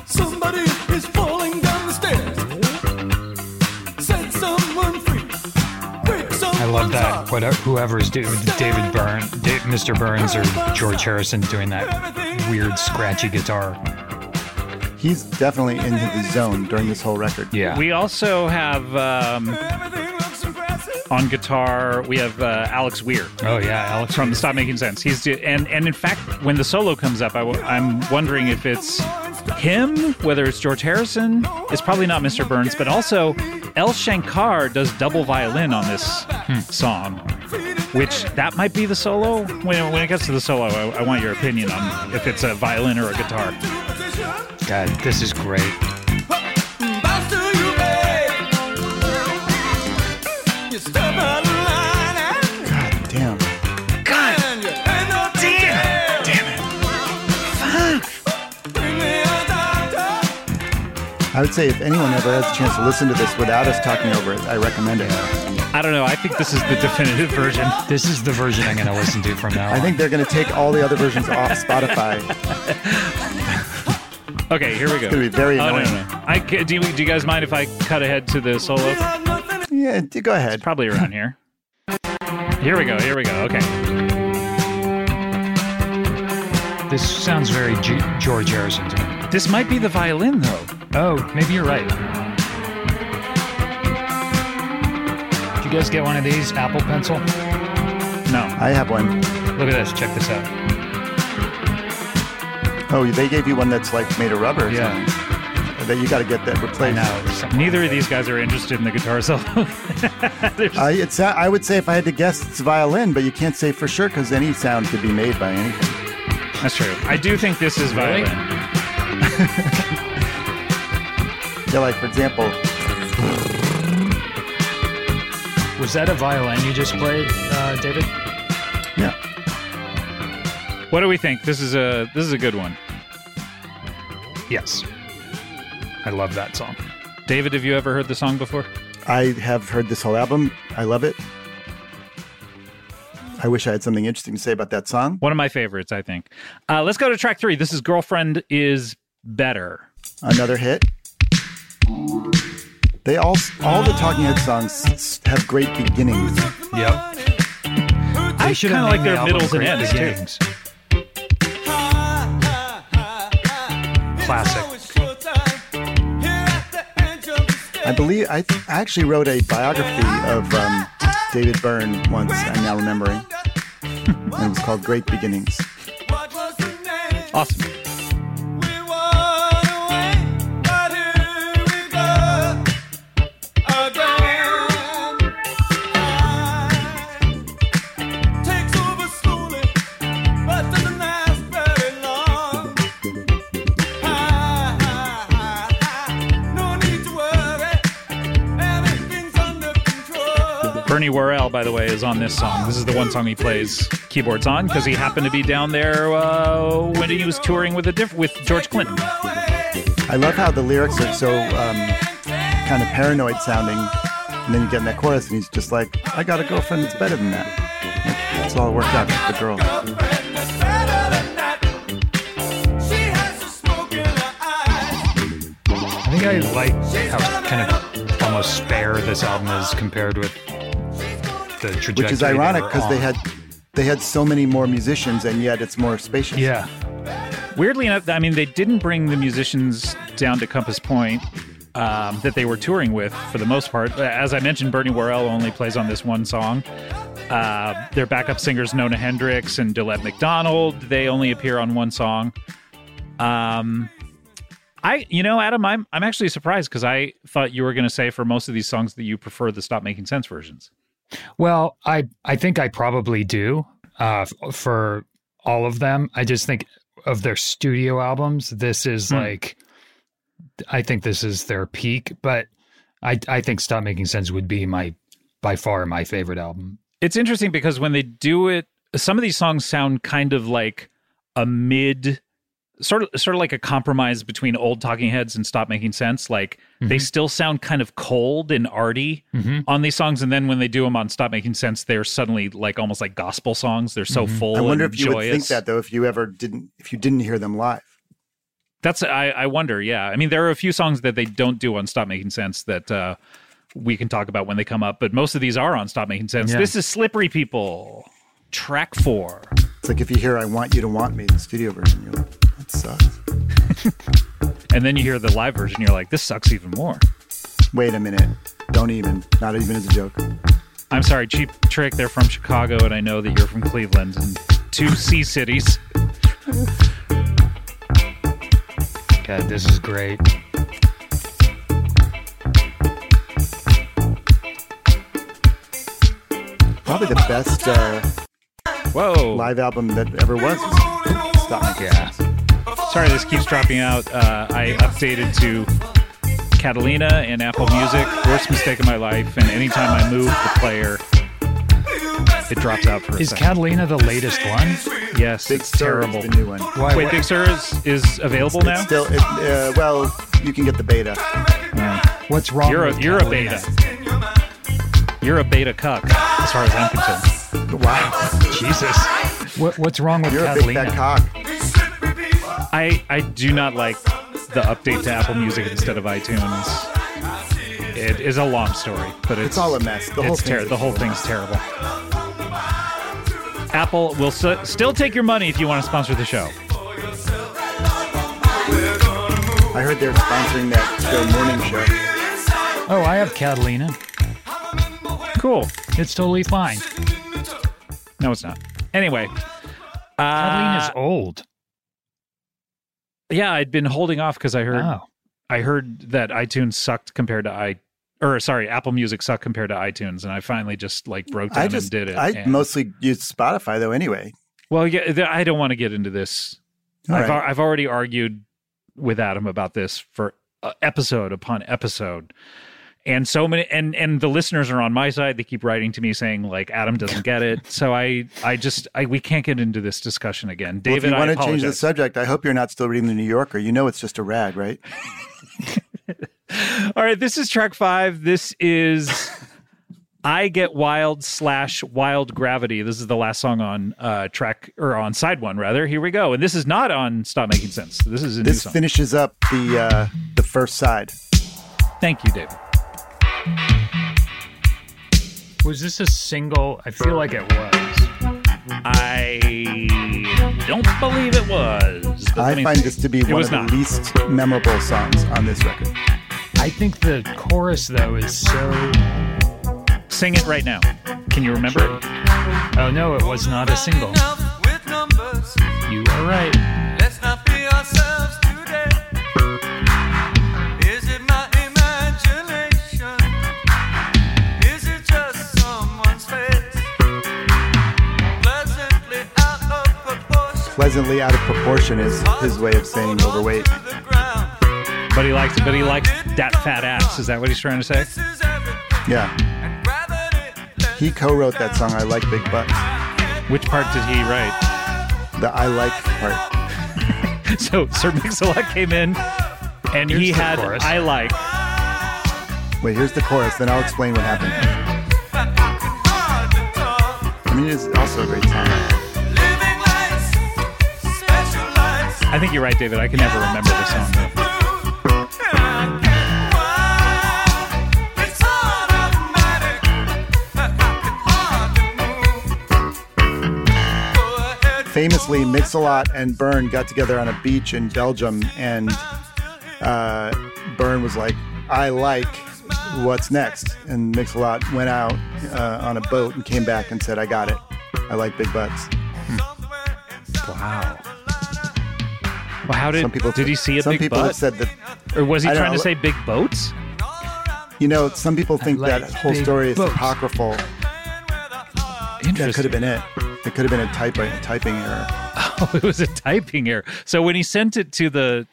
E: Somebody is falling down the stairs. Set someone free. Break
B: I love
E: someone's
B: that.
E: heart.
B: What whoever's doing David Byrne, Da- Mr. Burns, or George Harrison doing that weird scratchy guitar.
D: He's definitely in the zone during this whole record.
B: Yeah.
A: We also have um,
E: Everything looks impressive.
A: on guitar. We have uh, Alex Weir
B: oh yeah, Alex
A: from Stop Making Sense. He's do- and and in fact, when the solo comes up, I w- I'm wondering if it's him, whether it's George Harrison. It's probably not Mr. Burns, but also El Shankar does double violin on this
B: Hmm.
A: song, which that might be the solo. When when it gets to the solo, I, I want your opinion on if it's a violin or a guitar.
B: God, this is great.
D: God damn.
E: Damn! Damn it! Fuck!
D: I would say if anyone ever has a chance to listen to this without us talking over it, I recommend it.
A: I don't know. I think this is the definitive version.
B: This is the version I'm gonna listen to from now on.
D: I think they're going to take all the other versions off Spotify.
A: Okay, here we go. It's
D: gonna be very
A: oh, no, no,
D: annoying.
A: no. I ca- do, you, do you guys mind if I cut ahead to the solo?
D: Yeah, d- go ahead.
A: Probably around here. Here we go. Here we go. Okay.
B: this sounds very G- George Harrison to me.
A: This might be the violin though.
B: Oh, maybe you're right. Did you guys get one of these Apple Pencil?
A: No.
D: I have one.
B: Look at this. Check this out.
D: Oh, they gave you one that's like made of rubber. or
B: Yeah.
D: something. That you got to get that replaced.
B: No. it's something-
A: Neither of these guys are interested in the guitar solo. There's-
D: I, it's, uh, I would say if I had to guess, it's violin, but you can't say for sure because any sound could be made by anything.
A: that's true. I do think this is
B: Really?
A: violin.
D: Yeah, like for example,
B: Was that a violin you just played, uh, David?
D: yeah,
A: What do we think? This is a this is a good one.
B: Yes. I love that song.
A: David, have you ever heard the song before?
D: I have heard this whole album. I love it. I wish I had something interesting to say about that song.
A: One of my favorites, I think. Uh, let's go to track three. This is "Girlfriend Is Better."
D: Another hit. They all, all the Talking Head songs s- have great beginnings.
B: Yep.
A: I
B: should
A: kind of
B: have
A: like
B: named the
A: their
B: album
A: middles and
B: Great
A: ends too.
B: Beginnings. Classic.
D: I believe I, th- I actually wrote a biography of um, David Byrne once. I'm now remembering, and it was called Great Beginnings.
A: Awesome. Bernie Worrell, by the way, is on this song. This is the one song he plays keyboards on because he happened to be down there uh, when he was touring with a diff- with George Clinton.
D: I love how the lyrics are so um, kind of paranoid sounding, and then you get in that chorus, and he's just like, "I got a girlfriend that's better than that." Like, It's all worked out. The girl.
B: I think I like how kind of almost spare this album is compared with the trajectory.
D: which is
B: they
D: ironic
B: were
D: because they
B: on.
D: had they had so many more musicians and yet it's more spacious
B: Yeah.
A: Weirdly enough, I mean, they didn't bring the musicians down to Compass Point um, that they were touring with for the most part. Uh, As I mentioned, Bernie Worrell only plays on this one song. Uh, their backup singers, Nona Hendrix and Dillette McDonald, they only appear on one song. Um, I, you know, Adam, I'm I'm actually surprised because I thought you were going to say for most of these songs that you prefer the Stop Making Sense versions.
B: Well, I I think I probably do uh, f- for all of them. I just think of their studio albums. This is
A: Hmm.
B: like, I think this is their peak. But I I think Stop Making Sense would be my by far my favorite album.
A: it's interesting because when they do it some of these songs sound kind of like a mid sort of sort of like a compromise between old talking heads and stop making sense like they still sound kind of cold and arty on these songs and then when they do them on stop making sense they're suddenly like almost like gospel songs they're so full
D: i wonder
A: and
D: if you
A: joyous
D: would think that though if you ever didn't if you didn't hear them live
A: that's I, I wonder yeah i mean there are a few songs that they don't do on stop making sense that uh we can talk about when they come up but most of these are on stop making sense
B: Yeah.
A: this is slippery people track four
D: it's like if you hear i want you to want me the studio version you're like that sucks
A: And then you hear the live version, you're like, this sucks even more.
D: wait a minute don't even not even as a joke
A: I'm sorry, Cheap Trick, they're from Chicago, and I know that you're from Cleveland and two C cities.
B: God, this is great.
D: probably the best uh,
A: Whoa.
D: live album that ever was stop making
B: Yeah.
A: Sorry, this keeps dropping out. Uh, I updated to Catalina and Apple Music. Worst mistake of my life. And anytime I move the player, it drops out for a
B: Is
A: second.
B: Catalina the latest one?
A: yes,
D: big
A: it's
D: Sur is
A: terrible.
D: the new one
B: Why?
A: Wait, Big Sur is, is available
D: It's
A: now?
D: still it, uh, well you can get the beta
B: what's wrong?
A: You're
B: with
A: a, you're a
B: Catalina?
A: beta. You're a beta cuck, as far as I'm concerned.
D: wow
B: Jesus. What, what's wrong with
D: you're a big
B: Catalina?
D: fat cock
A: I I do not like the update to Apple Music instead of iTunes. It is a long story, but it's,
D: it's all a mess the whole
A: it's ter-
D: thing's a
A: the whole
D: mess.
A: thing's terrible. Apple will s- still take your money if you want to sponsor the show.
D: i heard they're sponsoring that their morning show
B: oh, I have Catalina.
A: Cool.
B: It's totally fine.
A: No, it's not. Anyway,
B: Catalina's
A: uh,
B: old.
A: yeah, I'd been holding off because I heard
B: Oh.
A: I heard that iTunes sucked compared to i or sorry, Apple Music sucked compared to iTunes, and I finally just like broke down
D: I just
A: and did it.
D: I
A: and-
D: mostly use Spotify though. Anyway,
A: Well, yeah, th- I don't want to get into this.
D: All
A: I've,
D: right.
A: al- I've already argued with Adam about this for uh, episode upon episode. And so many and and the listeners are on my side. They keep writing to me saying like Adam doesn't get it. So I I just I we can't get into this discussion again.
D: Well, if
A: David,
D: you
A: I
D: want to
A: apologize.
D: change the subject, I hope you're not still reading the New Yorker. You know it's just a rag, right?
A: All right, this is track 5. This is I Get Wild slash Wild Gravity. This is the last song on uh track or on side 1 rather. Here we go. And this is not on Stop Making Sense. This is a new
D: This
A: song.
D: finishes up the uh, the first side.
A: Thank you, David.
B: Was this a single? I feel like it was.
A: I don't believe it was. But let
D: I
A: me
D: find
A: see.
D: this to be
A: It
D: one
A: was
D: of
A: not.
D: the least memorable songs on this record.
B: I think the chorus though is so.
A: Sing it right now. Can you remember? it?
B: Oh no, it was not a single. You are right.
F: Let's not be ourselves today. Is it my imagination? Is it just someone's face? Pleasantly out of proportion.
D: Pleasantly out of proportion is his way of saying overweight.
A: But he likes but he likes that fat ass. Is that what he's trying to say?
D: Yeah, He co-wrote that song "I Like Big Butts,"
A: Which part did he write?
D: the "I Like" part.
A: So Sir Mix-a-Lot came in, and he
B: Here's the
A: had
B: chorus.
A: I like.
D: Wait, here's the chorus, then I'll explain what happened. I mean, it's also a great song.
A: I think you're right, David. I can never remember the song. Though.
D: Famously, Mix-a-Lot and Byrne got together on a beach in Belgium, and uh, Byrne was like, "I like." What's next? And Mix-a-Lot went out uh, on a boat and came back and said, "I got it. I like big butts."
B: Wow.
A: Well, how did
D: Some people
A: did he see a
D: Some
A: big
D: people
A: butt,
D: have said that
A: or was he
D: I don't
A: trying to
D: know.
A: say big boats?
D: You know, some people think
B: like
D: that whole
B: big
D: story is
B: boats.
D: apocryphal.
A: Interesting.
D: That could have been it. It could have been a type a typing error.
A: Oh, it was a typing error. So when he sent it to the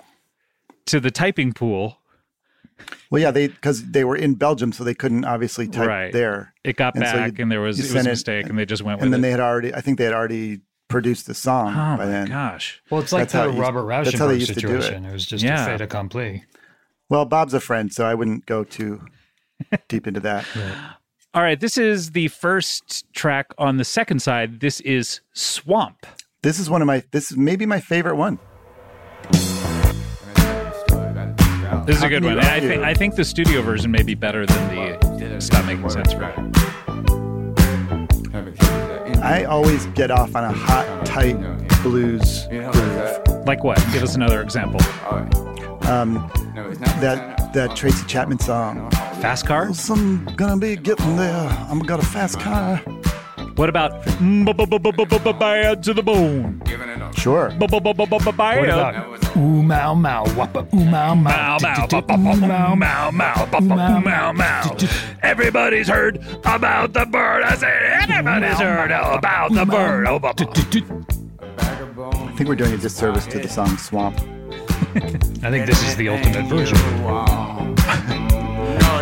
A: to the typing pool,
D: Well, yeah, they because they were in Belgium, so they couldn't obviously type
A: Right.
D: there.
A: it got
D: And so
A: back,
D: you-
A: and there was
D: you
A: it was
D: sent
A: a
D: it,
A: mistake, and they just went with
D: and then
A: it.
D: they had already, I think they had already produced the song
A: oh
D: by
A: my
D: then.
A: gosh!
B: Well, it's like
D: That's how
B: the
D: it used-
B: Robert
D: that's how they
B: Rauschenberg
D: used to do it.
B: situation. It. was just
A: Yeah.
B: a fait accompli.
D: Well, Bob's a friend, so I wouldn't go too deep into that.
A: All right, this is the first track on the second side. This is Swamp.
D: This is one of my. This is maybe my favorite one.
A: This is a good
D: How
A: one. And
D: can you
A: I
D: argue?
A: think I think the studio version may be better than the Stop Making Sense version.
D: I always get off on a hot, tight blues groove.
A: Like what? Give us another example.
D: That that Tracy Chapman song.
A: Fast car.
D: I'm gonna be getting there. I'm got a fast car.
A: What about bad to the bone?
D: Sure.
B: What
A: What
B: about ooh mow mow wappa ooh mow
A: Mow,
B: mow
A: mow,
B: du-
A: ba,
B: du-
A: ba, ba,
B: du- ooh,
A: mow, mow, mow, ba, ba,
B: Mow,
A: mow,
B: mow.
A: mow. Everybody's heard about the bird. I said, everybody's heard about the bird. Oh, ba,
B: du-
A: ba.
B: du- du-
D: I think we're doing a disservice to the song Swamp.
B: I think this is the ultimate version.
A: Um,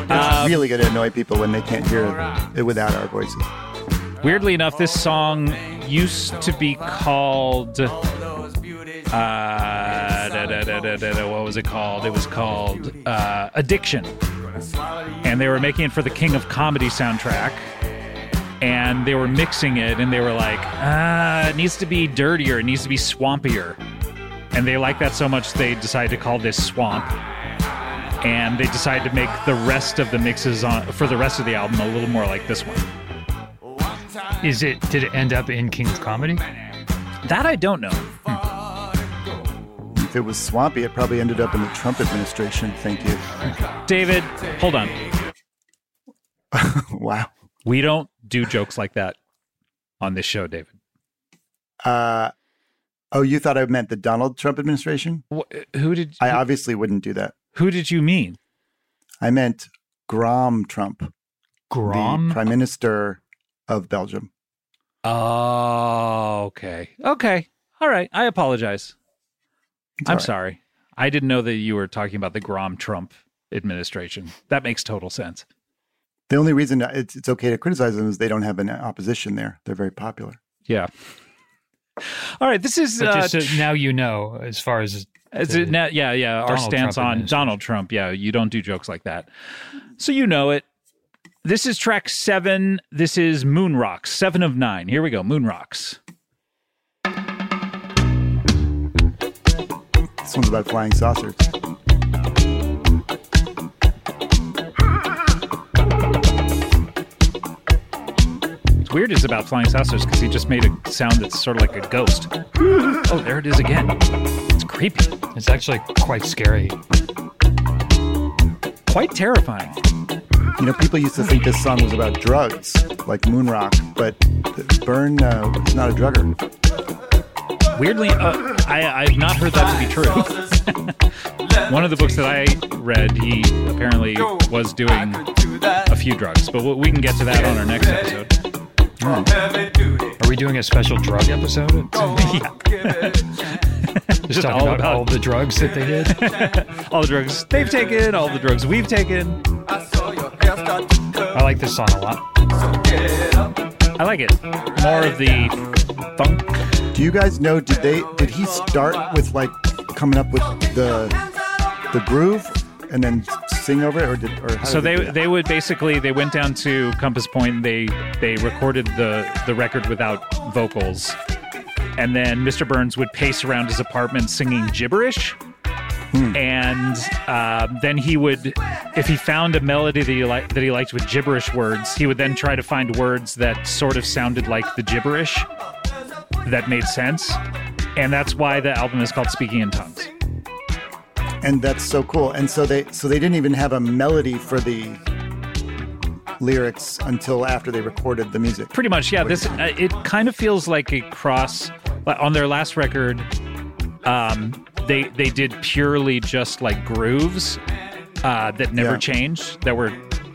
D: It's really going to annoy people when they can't hear it without our voices.
A: Weirdly enough, this song used to be called. Uh, da, da, da, da, da, da, what was it called? It was called uh, Addiction. And they were making it for the King of Comedy soundtrack. And they were mixing it, and they were like, ah, it needs to be dirtier, it needs to be swampier. And they liked that so much, they decided to call this Swamp. And they decided to make the rest of the mixes on for the rest of the album a little more like this one.
B: Is it? Did it end up in King of Comedy?
A: That I don't know.
D: If it was swampy, it probably ended up in the Trump administration. Thank you.
A: David, hold on.
D: Wow.
A: We don't do jokes like that on this show, David.
D: Uh, oh, you thought I meant the Donald Trump administration?
A: Wh- who did
D: I obviously wouldn't do that.
A: who did you mean?
D: I meant Grom Trump, the
B: Grom.
D: prime minister of Belgium.
A: Oh, okay. Okay. All right. I apologize.
D: It's
A: I'm
D: all right.
A: sorry. I didn't know that you were talking about the Grom Trump administration. That makes total sense.
D: The only reason it's, it's okay to criticize them is they don't have an opposition there. They're very popular.
A: Yeah. All right. This is
B: But
A: uh,
B: just so now you know, as far as
A: Is it now, yeah, yeah. Our
B: Donald
A: stance
B: Trump
A: on Donald Trump. Yeah, you don't do jokes like that. So you know it. This is track seven. This is Moon Rocks, seven of nine. Here we go. Moon Rocks.
D: This one's about flying saucers.
A: It's weird is about flying saucers because he just made a sound that's sort of like a ghost. Oh, there it is again. It's creepy.
B: it's actually quite scary.
A: Quite terrifying.
D: You know, people used to think this song was about drugs, like Moon Rock, but th- Byrne uh, is not a drugger.
A: Weirdly, uh, I, I've not heard that to be true. One of the books that I read, he apparently was doing a few drugs, but we- we can get to that on our next episode.
B: Are we doing a special drug episode? Just
A: Just
B: talking
A: all
B: about,
A: about-
B: all the drugs that they did.
A: all the drugs they've taken, all the drugs we've taken.
B: I like this song a lot.
A: I like it. More of the funk.
D: Do you guys know? Did they? Did he start with like coming up with the the groove and then sing over it, or did? Or how
A: So
D: did
A: they
D: do that?
A: they would basically they went down to Compass Point and they they recorded the the record without vocals. And then Mr. Burns would pace around his apartment singing gibberish.
D: Hmm.
A: And um, then he would, if he found a melody that he, li- that he liked with gibberish words, he would then try to find words that sort of sounded like the gibberish that made sense. And that's why the album is called Speaking in Tongues.
D: and that's so cool. And so they so they didn't even have a melody for the lyrics until after they recorded the music.
A: pretty much yeah this uh, it kind of feels like a cross like, on their last record um they they did purely just like grooves uh that never
D: Yeah.
A: changed that were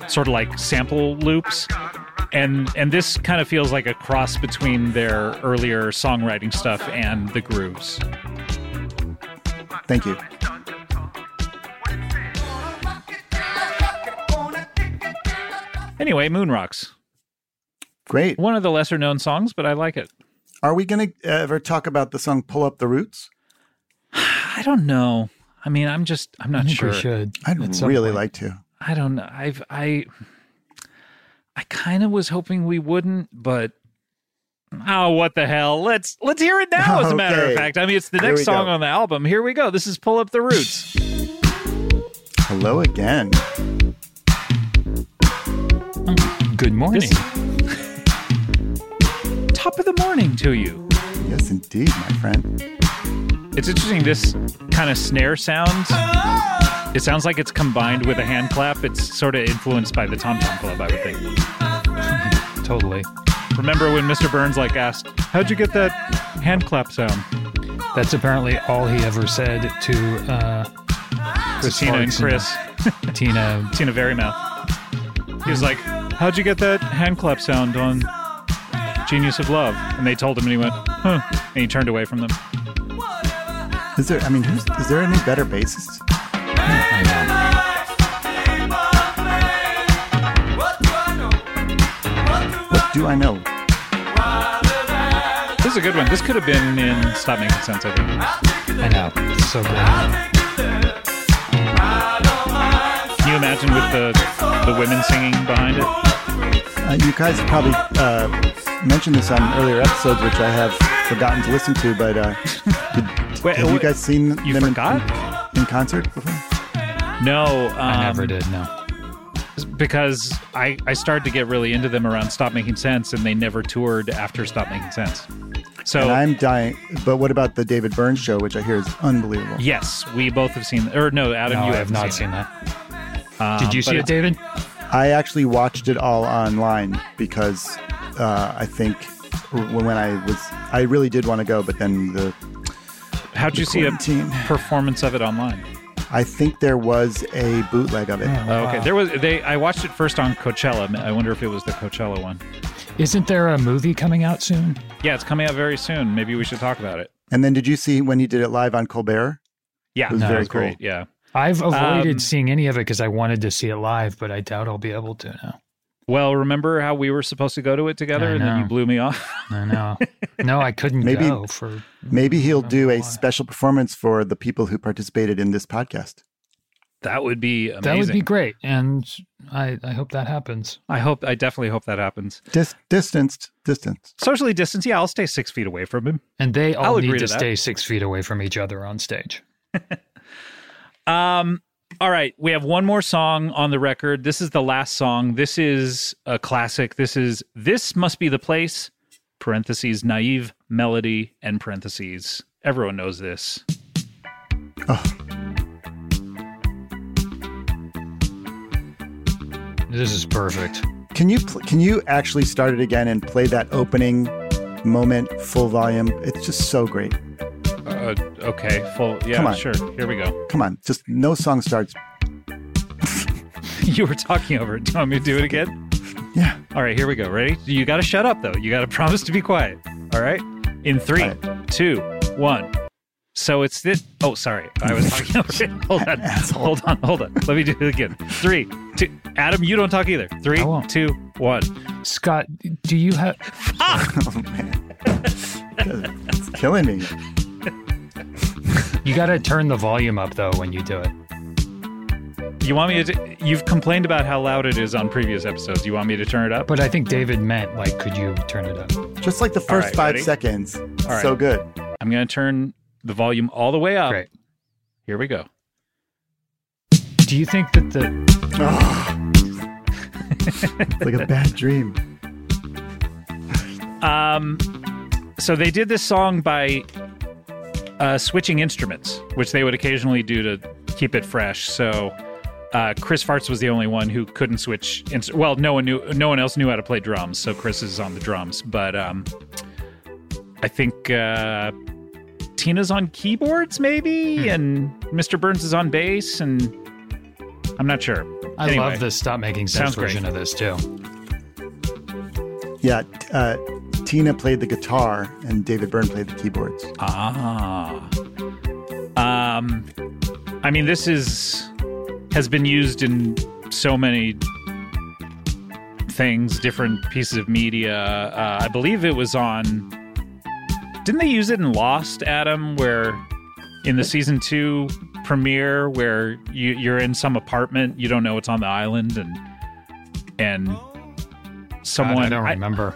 A: sort of like sample loops and and this kind of feels like a cross between their earlier songwriting stuff and the grooves
D: Thank you.
A: anyway moon rocks
D: Great.
A: one of the lesser known songs but i like it
D: Are we going to ever talk about the song "Pull Up the Roots"?
A: i don't know i mean i'm just i'm not sure
B: We should.
D: I'd
B: at some
D: really
B: point.
D: like to.
A: I don't know. I've I I kind of was hoping we wouldn't, but oh, what the hell? Let's let's hear it now. As a matter of
D: Okay.
A: fact, I mean, it's the
D: Here
A: next
D: we
A: song
D: go.
A: on the album. Here we go. This is "Pull Up the Roots."
D: Hello again.
B: Good morning.
A: This- Top of the morning to you.
D: Yes, indeed, my friend.
A: It's interesting. This kind of snare sound. It sounds like it's combined with a hand clap. It's sort of influenced by the Tom Tom Club, I would think.
B: totally.
A: Remember when Mr. Burns like asked, "How'd you get that hand clap sound?"
B: That's apparently all he ever said to uh,
A: Tina and
B: Sparks
A: Chris.
B: Tina.
A: Tina Verrymouth. He was like, How'd you get that hand clap sound on Genius of Love? And they told him, and he went, Huh. And he turned away from them.
D: Is there? I mean, who's, is there any better bassist? What do I know?
A: This is a good one. This could have been in Stop Making Sense, I think.
B: I know. It's so good.
A: Can you imagine with the, the women singing behind it?
D: Uh, you guys probably uh, mentioned this on earlier episodes, which I have forgotten to listen to. But uh, did,
A: Wait,
D: have you
A: wait,
D: guys seen
A: you
D: them in-
A: forgot?
D: in, concert before?
A: No, um,
B: I never did. No.
A: Because I, I started to get really into them around Stop Making Sense, and they never toured after Stop Making Sense. So
D: And I'm dying. But what about the David Byrne show, which I hear is unbelievable?
A: yes, we both have seen. Or no, Adam,
B: No,
A: you
B: I have
A: haven't
B: not
A: seen
B: seen
A: it. Uh,
B: that. Did you
A: but
B: see it,
A: it's-
B: David?
D: I actually watched it all online because uh, I think when when I was, I really did want to go, but then the
A: How'd you see a
D: quarantine.
A: performance of it online?
D: I think there was a bootleg of it.
A: Oh, okay, there was they. I watched it first on Coachella. I wonder if it was the Coachella one.
B: Isn't there a movie coming out soon?
A: Yeah, it's coming out very soon. Maybe we should talk about it.
D: And then did you see when he did it live on Colbert?
A: Yeah,
D: It was
A: no,
D: very
A: it's
D: cool.
A: great. Yeah.
B: I've avoided
A: Um,
B: seeing any of it because I wanted to see it live, but I doubt I'll be able to now.
A: Well, remember how we were supposed to go to it together,
B: I
A: and then you
B: know.
A: blew me off.
B: I know. No, I couldn't
D: Maybe-
B: go for.
D: Maybe he'll do
A: Mm,
D: a
B: why.
D: special performance for the people who participated in this podcast.
A: That would be amazing.
B: That would be great, and I, I hope that happens.
A: I hope. I definitely hope that happens.
D: Dis- distanced, distanced.
A: Socially distanced. Yeah, I'll stay six feet away from him.
B: And they all
A: I'll
B: need
A: agree
B: to,
A: to that.
B: stay six feet away from each other on stage.
A: Um. All right, we have one more song on the record. This is the last song. This is a classic. This is this must be the place. Parentheses naive melody and parentheses. Everyone knows this.
B: This is perfect.
D: Can you pl- can you actually start it again and play that opening moment full volume? It's just so great.
A: Uh, okay, full. Yeah,
D: Come on.
A: sure. Here we go.
D: Come on, just no song starts.
A: you were talking over it. Do you want me to do it again?
D: Yeah.
A: All right, here we go. Ready? You got to shut up, though. You got to promise to be quiet. All right? In three,
D: All
A: two, one. So it's this. Oh, sorry. I was talking over it. Hold on.
D: Asshole.
A: Hold on. Hold on. Let me do it again. Three, two. Adam, you don't talk either. Three,
B: won't.
A: two, one.
B: Scott, do you have?
D: It's killing me.
B: You gotta turn the volume up though when you do it.
A: You want me to? T- you've complained about how loud it is on previous episodes. You want me to turn it up?
B: But I think David meant like, could you turn it up?
D: Just like the first
A: right,
D: five
A: ready?
D: seconds.
A: right.
D: So good.
A: I'm going to turn the volume all the way up.
B: Great.
A: Here we go.
B: Do you think that the
D: It's like a bad dream.
A: Um, so they did this song by uh, switching instruments, which they would occasionally do to keep it fresh. So uh, Chris Farts was the only one who couldn't switch. Inst- well, no one knew. No one else knew how to play drums, so Chris is on the drums. But um, I think uh, Tina's on keyboards, maybe,
B: Hmm.
A: and Mr. Burns is on bass, and I'm not sure.
B: I
A: Anyway.
B: love the stop making
A: Sounds
B: sense
A: great.
B: version of this too.
D: Yeah. t- Uh, Tina played the guitar and David Byrne played the keyboards.
A: Ah. Um, I mean, this is has been used in so many things, different pieces of media. Uh, I believe it was on. Didn't they use it in Lost, Adam? Where in the season two premiere, where you, you're in some apartment, you don't know what's on the island, and and
B: God,
A: someone
B: I don't remember.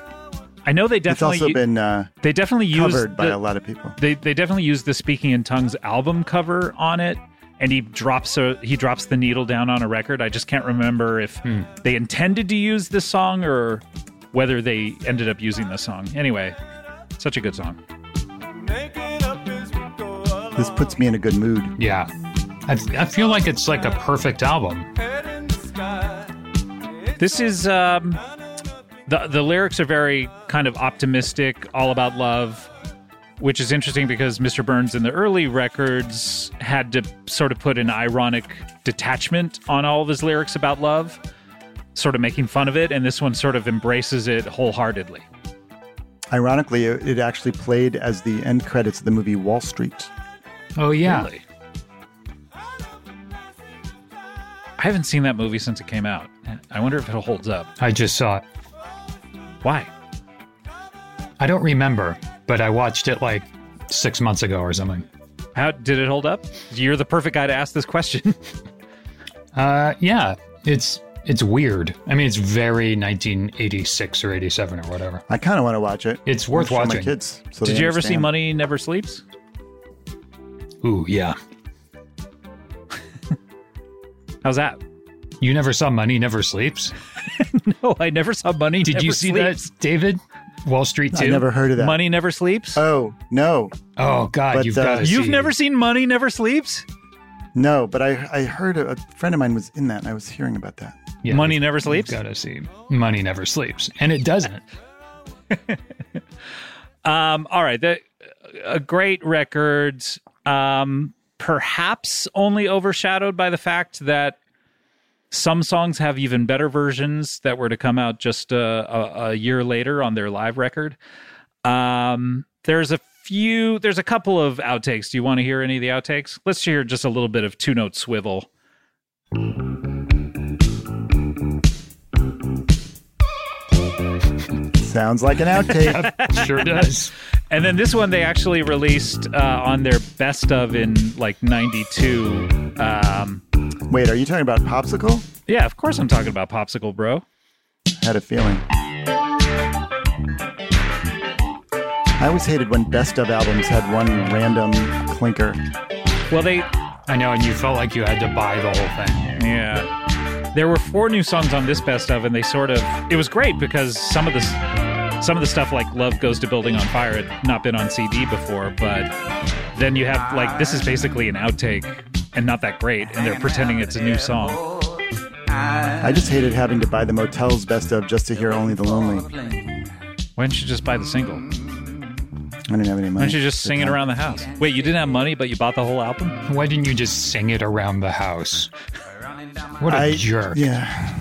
A: I know they
D: It's
A: definitely
D: also been uh,
A: they definitely used
D: covered by
A: the-
D: a lot of people.
A: they they definitely use the Speaking in Tongues album cover on it, and he drops a he drops the needle down on a record. I just can't remember if they intended to use this song or whether they ended up using this song. Anyway, such a good song.
D: This puts me in a good mood.
B: yeah, I, I feel like it's like a perfect album.
A: This is um, the the lyrics are very kind of optimistic, all about love, which is interesting because Mr. Burns in the early records had to sort of put an ironic detachment on all of his lyrics about love, sort of making fun of it, and this one sort of embraces it wholeheartedly.
D: Ironically, it it actually played as the end credits of the movie Wall Street.
B: Oh yeah,
A: Really. I haven't seen that movie since it came out. I wonder if it holds up.
B: I just saw it.
A: Why?
B: I don't remember, but I watched it like six months ago or something.
A: How did it hold up? You're the perfect guy to ask this question.
B: Uh, yeah, it's it's weird. I mean, it's very 1986 or 87 or whatever.
D: I kind of want to watch it.
B: It's worth
D: Show My
B: watching.
D: kids. so
A: Did
D: they
A: you ever see
D: understand.
A: Money Never Sleeps?
B: Ooh, yeah.
A: How's that?
B: You never saw Money Never Sleeps?
A: No, I never saw Money
B: Did you see that, David? Wall Street Two.
D: I never heard of that.
A: Money Never Sleeps?
D: Oh no,
B: Oh God,
D: But,
B: you've
D: uh,
B: got to.
A: You've Uh, never seen Money Never Sleeps?
D: no. But I I heard a, a friend of mine was in that, and I was hearing about that.
B: Yeah,
A: Money
B: you've-
A: Never
B: you've
A: Sleeps?
B: Gotta see. Money never sleeps, and it doesn't.
A: Um, all right. The, uh, a great record. Um, perhaps only overshadowed by the fact that some songs have even better versions that were to come out just uh, a, a, a year later on their live record. Um, there's a few, there's a couple of outtakes. Do you want to hear any of the outtakes? Let's hear just a little bit of two note swivel.
D: Sounds like an outtake.
B: Sure does.
A: And then this one they actually released uh, on their best of in like '92. Um,
D: Wait, are you talking about popsicle?
A: yeah, of course I'm talking about Popsicle, bro.
D: Had a feeling. I always hated when best of albums had one random clinker.
A: Well, they
B: I know, and you felt like you had to buy the whole thing.
A: yeah. There were four new songs on this best of, and they sort of it was great because some of the some of the stuff like "Love Goes to Building on Fire" had not been on CD before, but then you have like this is basically an outtake and not that great, and they're pretending it's a new song.
D: I just hated having to buy the Motels best of just to hear Only the Lonely.
A: Why don't you just buy the single? Why
D: I didn't have any money.
A: don't you just sing it around the house? Wait, you didn't have money, but you bought the whole album?
B: Why didn't you just sing it around the house? What a
D: I-
B: jerk!
D: Yeah.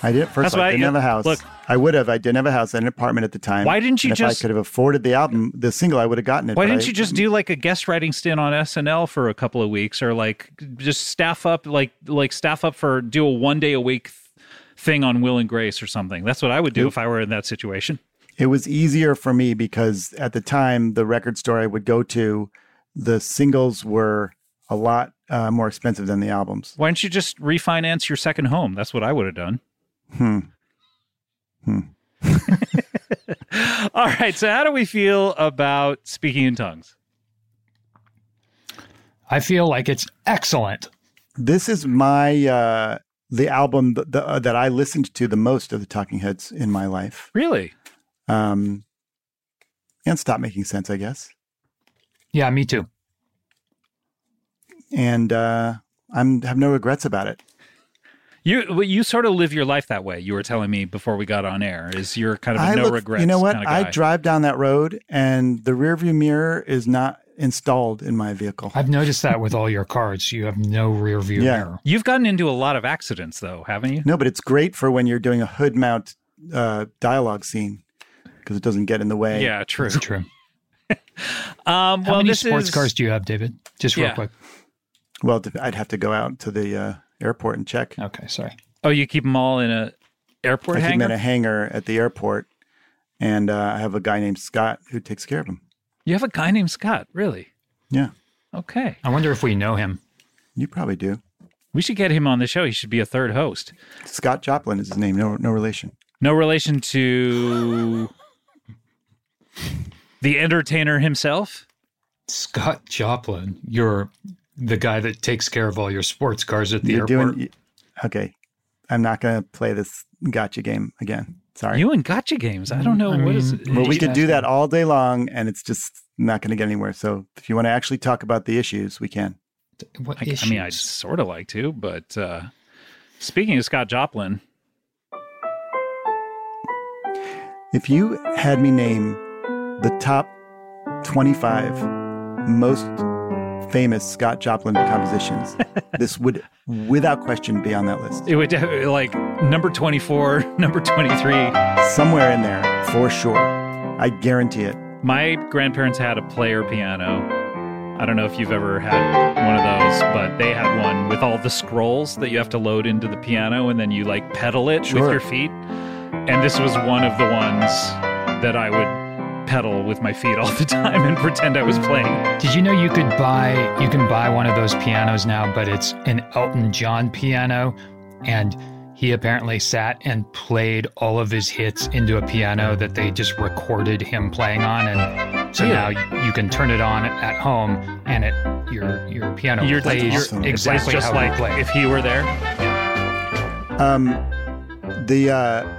D: I didn't. First
A: That's
D: of all,
A: why
D: I didn't
A: you-
D: have a house.
A: look.
D: I would have. I didn't have a house. I had an apartment at the time.
A: Why didn't you
D: And If
A: just-
D: I could have afforded the album, the single, I would have gotten it.
A: Why
D: but
A: didn't
D: I-
A: you just do like a guest writing stint on SNL for a couple of weeks, or like just staff up, like like staff up for do a one day a week th- thing on Will and Grace or something. That's what I would do if I were in that situation.
D: It was easier for me because at the time, the record store I would go to, the singles were a lot uh, more expensive than the albums.
A: Why don't you just refinance your second home? That's what I would have done.
D: Hmm.
A: All right. So, how do we feel about speaking in tongues?
B: I feel like it's excellent.
D: This is my uh, the album th- the, uh, that I listened to the most of the Talking Heads in my life.
A: Really?
D: Um, and stop making sense, I guess.
B: Yeah, me too.
D: And uh, I'm have no regrets about it.
A: You well, you sort of live your life that way. You were telling me before we got on air. Is you're kind of a no regrets.
D: You know what?
A: Kind of
D: I
A: guy.
D: drive down that road, and the rearview mirror is not installed in my vehicle.
B: I've noticed that with all your cards, you have no rear view
D: Yeah.
B: mirror.
A: You've gotten into a lot of accidents though, haven't you?
D: No, but it's great for when you're doing a hood mount uh, dialogue scene because it doesn't get in the way.
A: Yeah, true.
B: It's true.
A: Um,
B: How
A: well,
B: many
A: this
B: sports
A: is,
B: cars do you have, David? Just real
A: Yeah.
B: quick.
D: Well, I'd have to go out to the uh, airport and check.
B: Okay, sorry.
A: Oh, you keep them all in a airport
D: I keep him in
A: hangar.
D: a hangar at the airport, and uh, I have a guy named Scott who takes care of him.
A: you have a guy named Scott, really?
D: Yeah,
A: Okay.
B: I wonder if we know him.
D: you probably do.
A: We should get him on the show. He should be a third host.
D: Scott Joplin is his name. No, no relation.
A: No relation to the entertainer himself.
B: Scott Joplin, you're the guy that takes care of all your sports cars at the
D: You're
B: airport.
D: doing okay. I'm not going to play this gotcha game again. Sorry.
A: You and gotcha games. I don't know what is
B: mean,
A: it.
D: well, we
B: Just
D: could do that all day long, and it's just not going to get anywhere. So, if you want to actually talk about the issues, we can.
B: What
A: I, I mean, I'd
B: issues?
A: sort of like to, but uh, speaking of Scott Joplin,
D: If you had me name the top 25 most famous Scott Joplin compositions, this would without question be on that list.
A: it would have, like number 24, number 23.
D: Somewhere in there, for sure. I guarantee it.
A: My grandparents had a player piano. I don't know if you've ever had one of those, but they had one with all the scrolls that you have to load into the piano and then you like pedal it with
D: Sure.
A: your feet. And this was one of the ones that I would pedal with my feet all the time and pretend I was playing.
B: Did you know you could buy you can buy one of those pianos now, but it's an Elton John piano, and he apparently sat and played all of his hits into a piano that they just recorded him playing on, and so now you can turn it on at home, and it your your piano
A: You're-
B: plays
A: you're-
D: it plays
B: exactly
A: just
B: how
A: like
B: you play.
A: if he were there.
D: Um, the uh,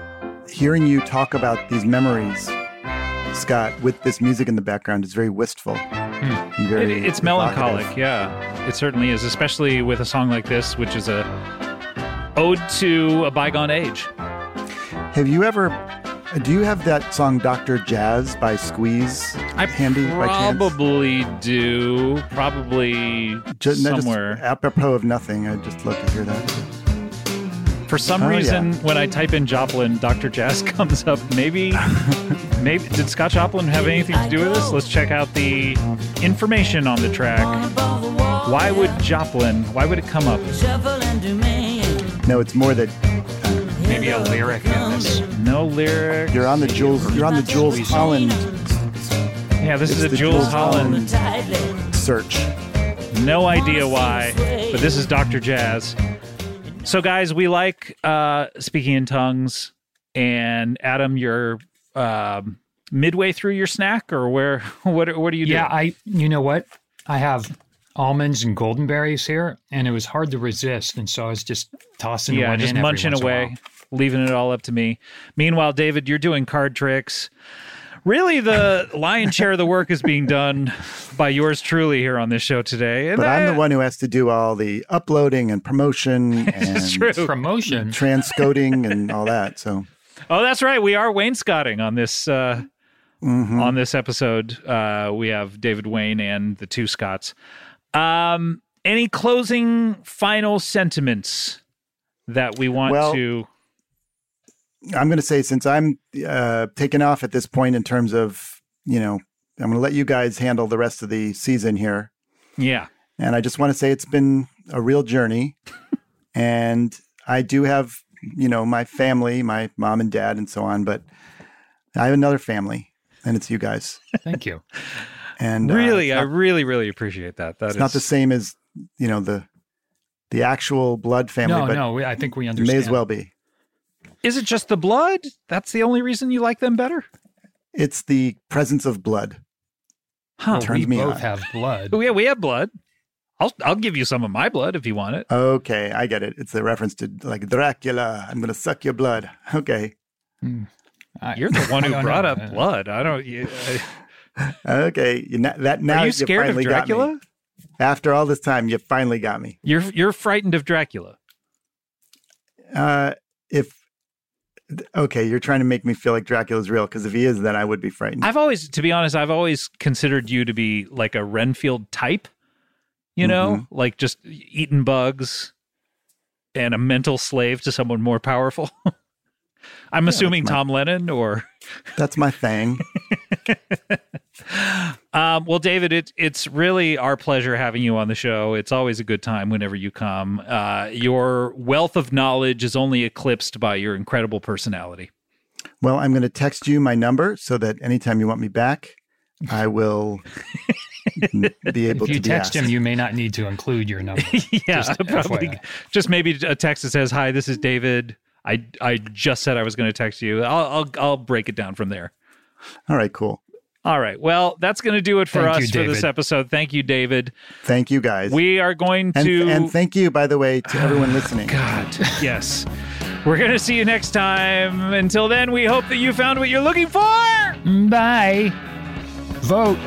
D: hearing you talk about these memories, Scott, with this music in the background is very wistful. and
A: Hmm. It,
D: very
A: it's
D: evocative.
A: melancholic, yeah. It certainly is, especially with a song like this, which is a ode to a bygone age.
D: Have you ever? Do you have that song "Doctor Jazz" by Squeeze
A: I
D: handy by chance?
A: probably do. Probably
D: Ju- no,
A: somewhere.
D: Just apropos of nothing, I'd just love to hear that.
A: For some
D: Oh, yeah.
A: reason, when I type in Joplin, Dr. Jazz comes up. Maybe, maybe did Scott Joplin have anything to do with this? Let's check out the information on the track. Why would Joplin? Why would it come up?
D: No, it's more that
B: Maybe a lyric in this.
A: No lyric.
D: you're on the Jules, you're on the Jules Holland
A: Yeah, this is a
D: the
A: Jules Holland.
D: search.
A: No idea why, but this is Dr. Jazz. So, guys, we like uh, speaking in tongues. And Adam, you're um, midway through your snack, or where? What? are- What do you do?
B: Yeah, I you know what? I have almonds and golden berries here, and it was hard to resist, and so I was just tossing
A: yeah,
B: one
A: just
B: in every
A: munching
B: once in a while.
A: away, leaving it all up to me. Meanwhile, David, you're doing card tricks. Really, the lion's share of the work is being done by yours truly here on this show today. And
D: But I'm
A: I-
D: the one who has to do all the uploading and promotion
A: It's
D: and
A: true.
B: Promotion.
D: transcoding and all that. So
A: Oh, that's right. We are wainscoting on this uh,
D: Mm-hmm.
A: on this episode. Uh, we have David Wayne and the two Scots. Um, any closing final sentiments that we want
D: Well-
A: to?
D: I'm going to say since I'm uh, taken off at this point in terms of you know I'm going to let you guys handle the rest of the season here,
A: Yeah,
D: and I just want to say it's been a real journey, and I do have you know, my family, my mom and dad, and so on. But I have another family, and it's you guys.
B: Thank you.
D: And uh,
A: really,
D: it's
A: I
D: not,
A: really, really appreciate that. That's
D: it's not the same as you know the the actual blood family,
B: no,
D: but
B: no, we, I think we
D: it may
B: understand.
D: as well be.
A: Is it just the blood? That's the only reason you like them better?
D: It's the presence of blood.
A: Huh?
D: Well,
B: Oh, We
D: Turns me
B: both
D: on.
B: have blood.
A: Oh, yeah, we have blood. I'll I'll give you some of my blood if you want it.
D: Okay, I get it. It's a reference to like Dracula. I'm gonna suck your blood. Okay,
B: I-
A: You're the one
B: I
A: who
B: don't
A: brought
B: know.
A: up blood. I don't. You, I,
D: okay. You, na- that now
A: are you scared of
D: finally got me.
A: Dracula?
D: After all this time, you finally got me.
A: You're you're frightened of Dracula.
D: Uh, if okay, you're trying to make me feel like Dracula's real because if he is, then I would be frightened.
A: I've always, to be honest, I've always considered you to be like a Renfield type. You know, like just eating bugs and a mental slave to someone more powerful. I'm assuming
D: my-
A: Tom Lennon or.
D: That's my thing.
A: Um, well, David, it, it's really our pleasure having you on the show. It's always a good time whenever you come. Uh, your wealth of knowledge is only eclipsed by your incredible personality.
D: well, I'm going to text you my number so that anytime you want me back, I will be
B: If
D: able
B: you
D: to be
B: text
D: asked.
B: him, you may not need to include your number.
A: yeah,
B: Just
A: probably.
B: FYI.
A: Just maybe a text that says, "Hi, this is David. I I just said I was going to text you. I'll, I'll I'll break it down from there."
D: all right, cool.
A: All right. Well, that's going to do it for
B: Thank you,
A: us for this
B: David.
A: episode. Thank you, David.
D: Thank you guys.
A: We are going
D: and,
A: to
D: and thank you, by the way, to everyone listening.
A: God, yes. We're going to see you next time. Until then, we hope that you found what you're looking for.
B: Bye. Vote.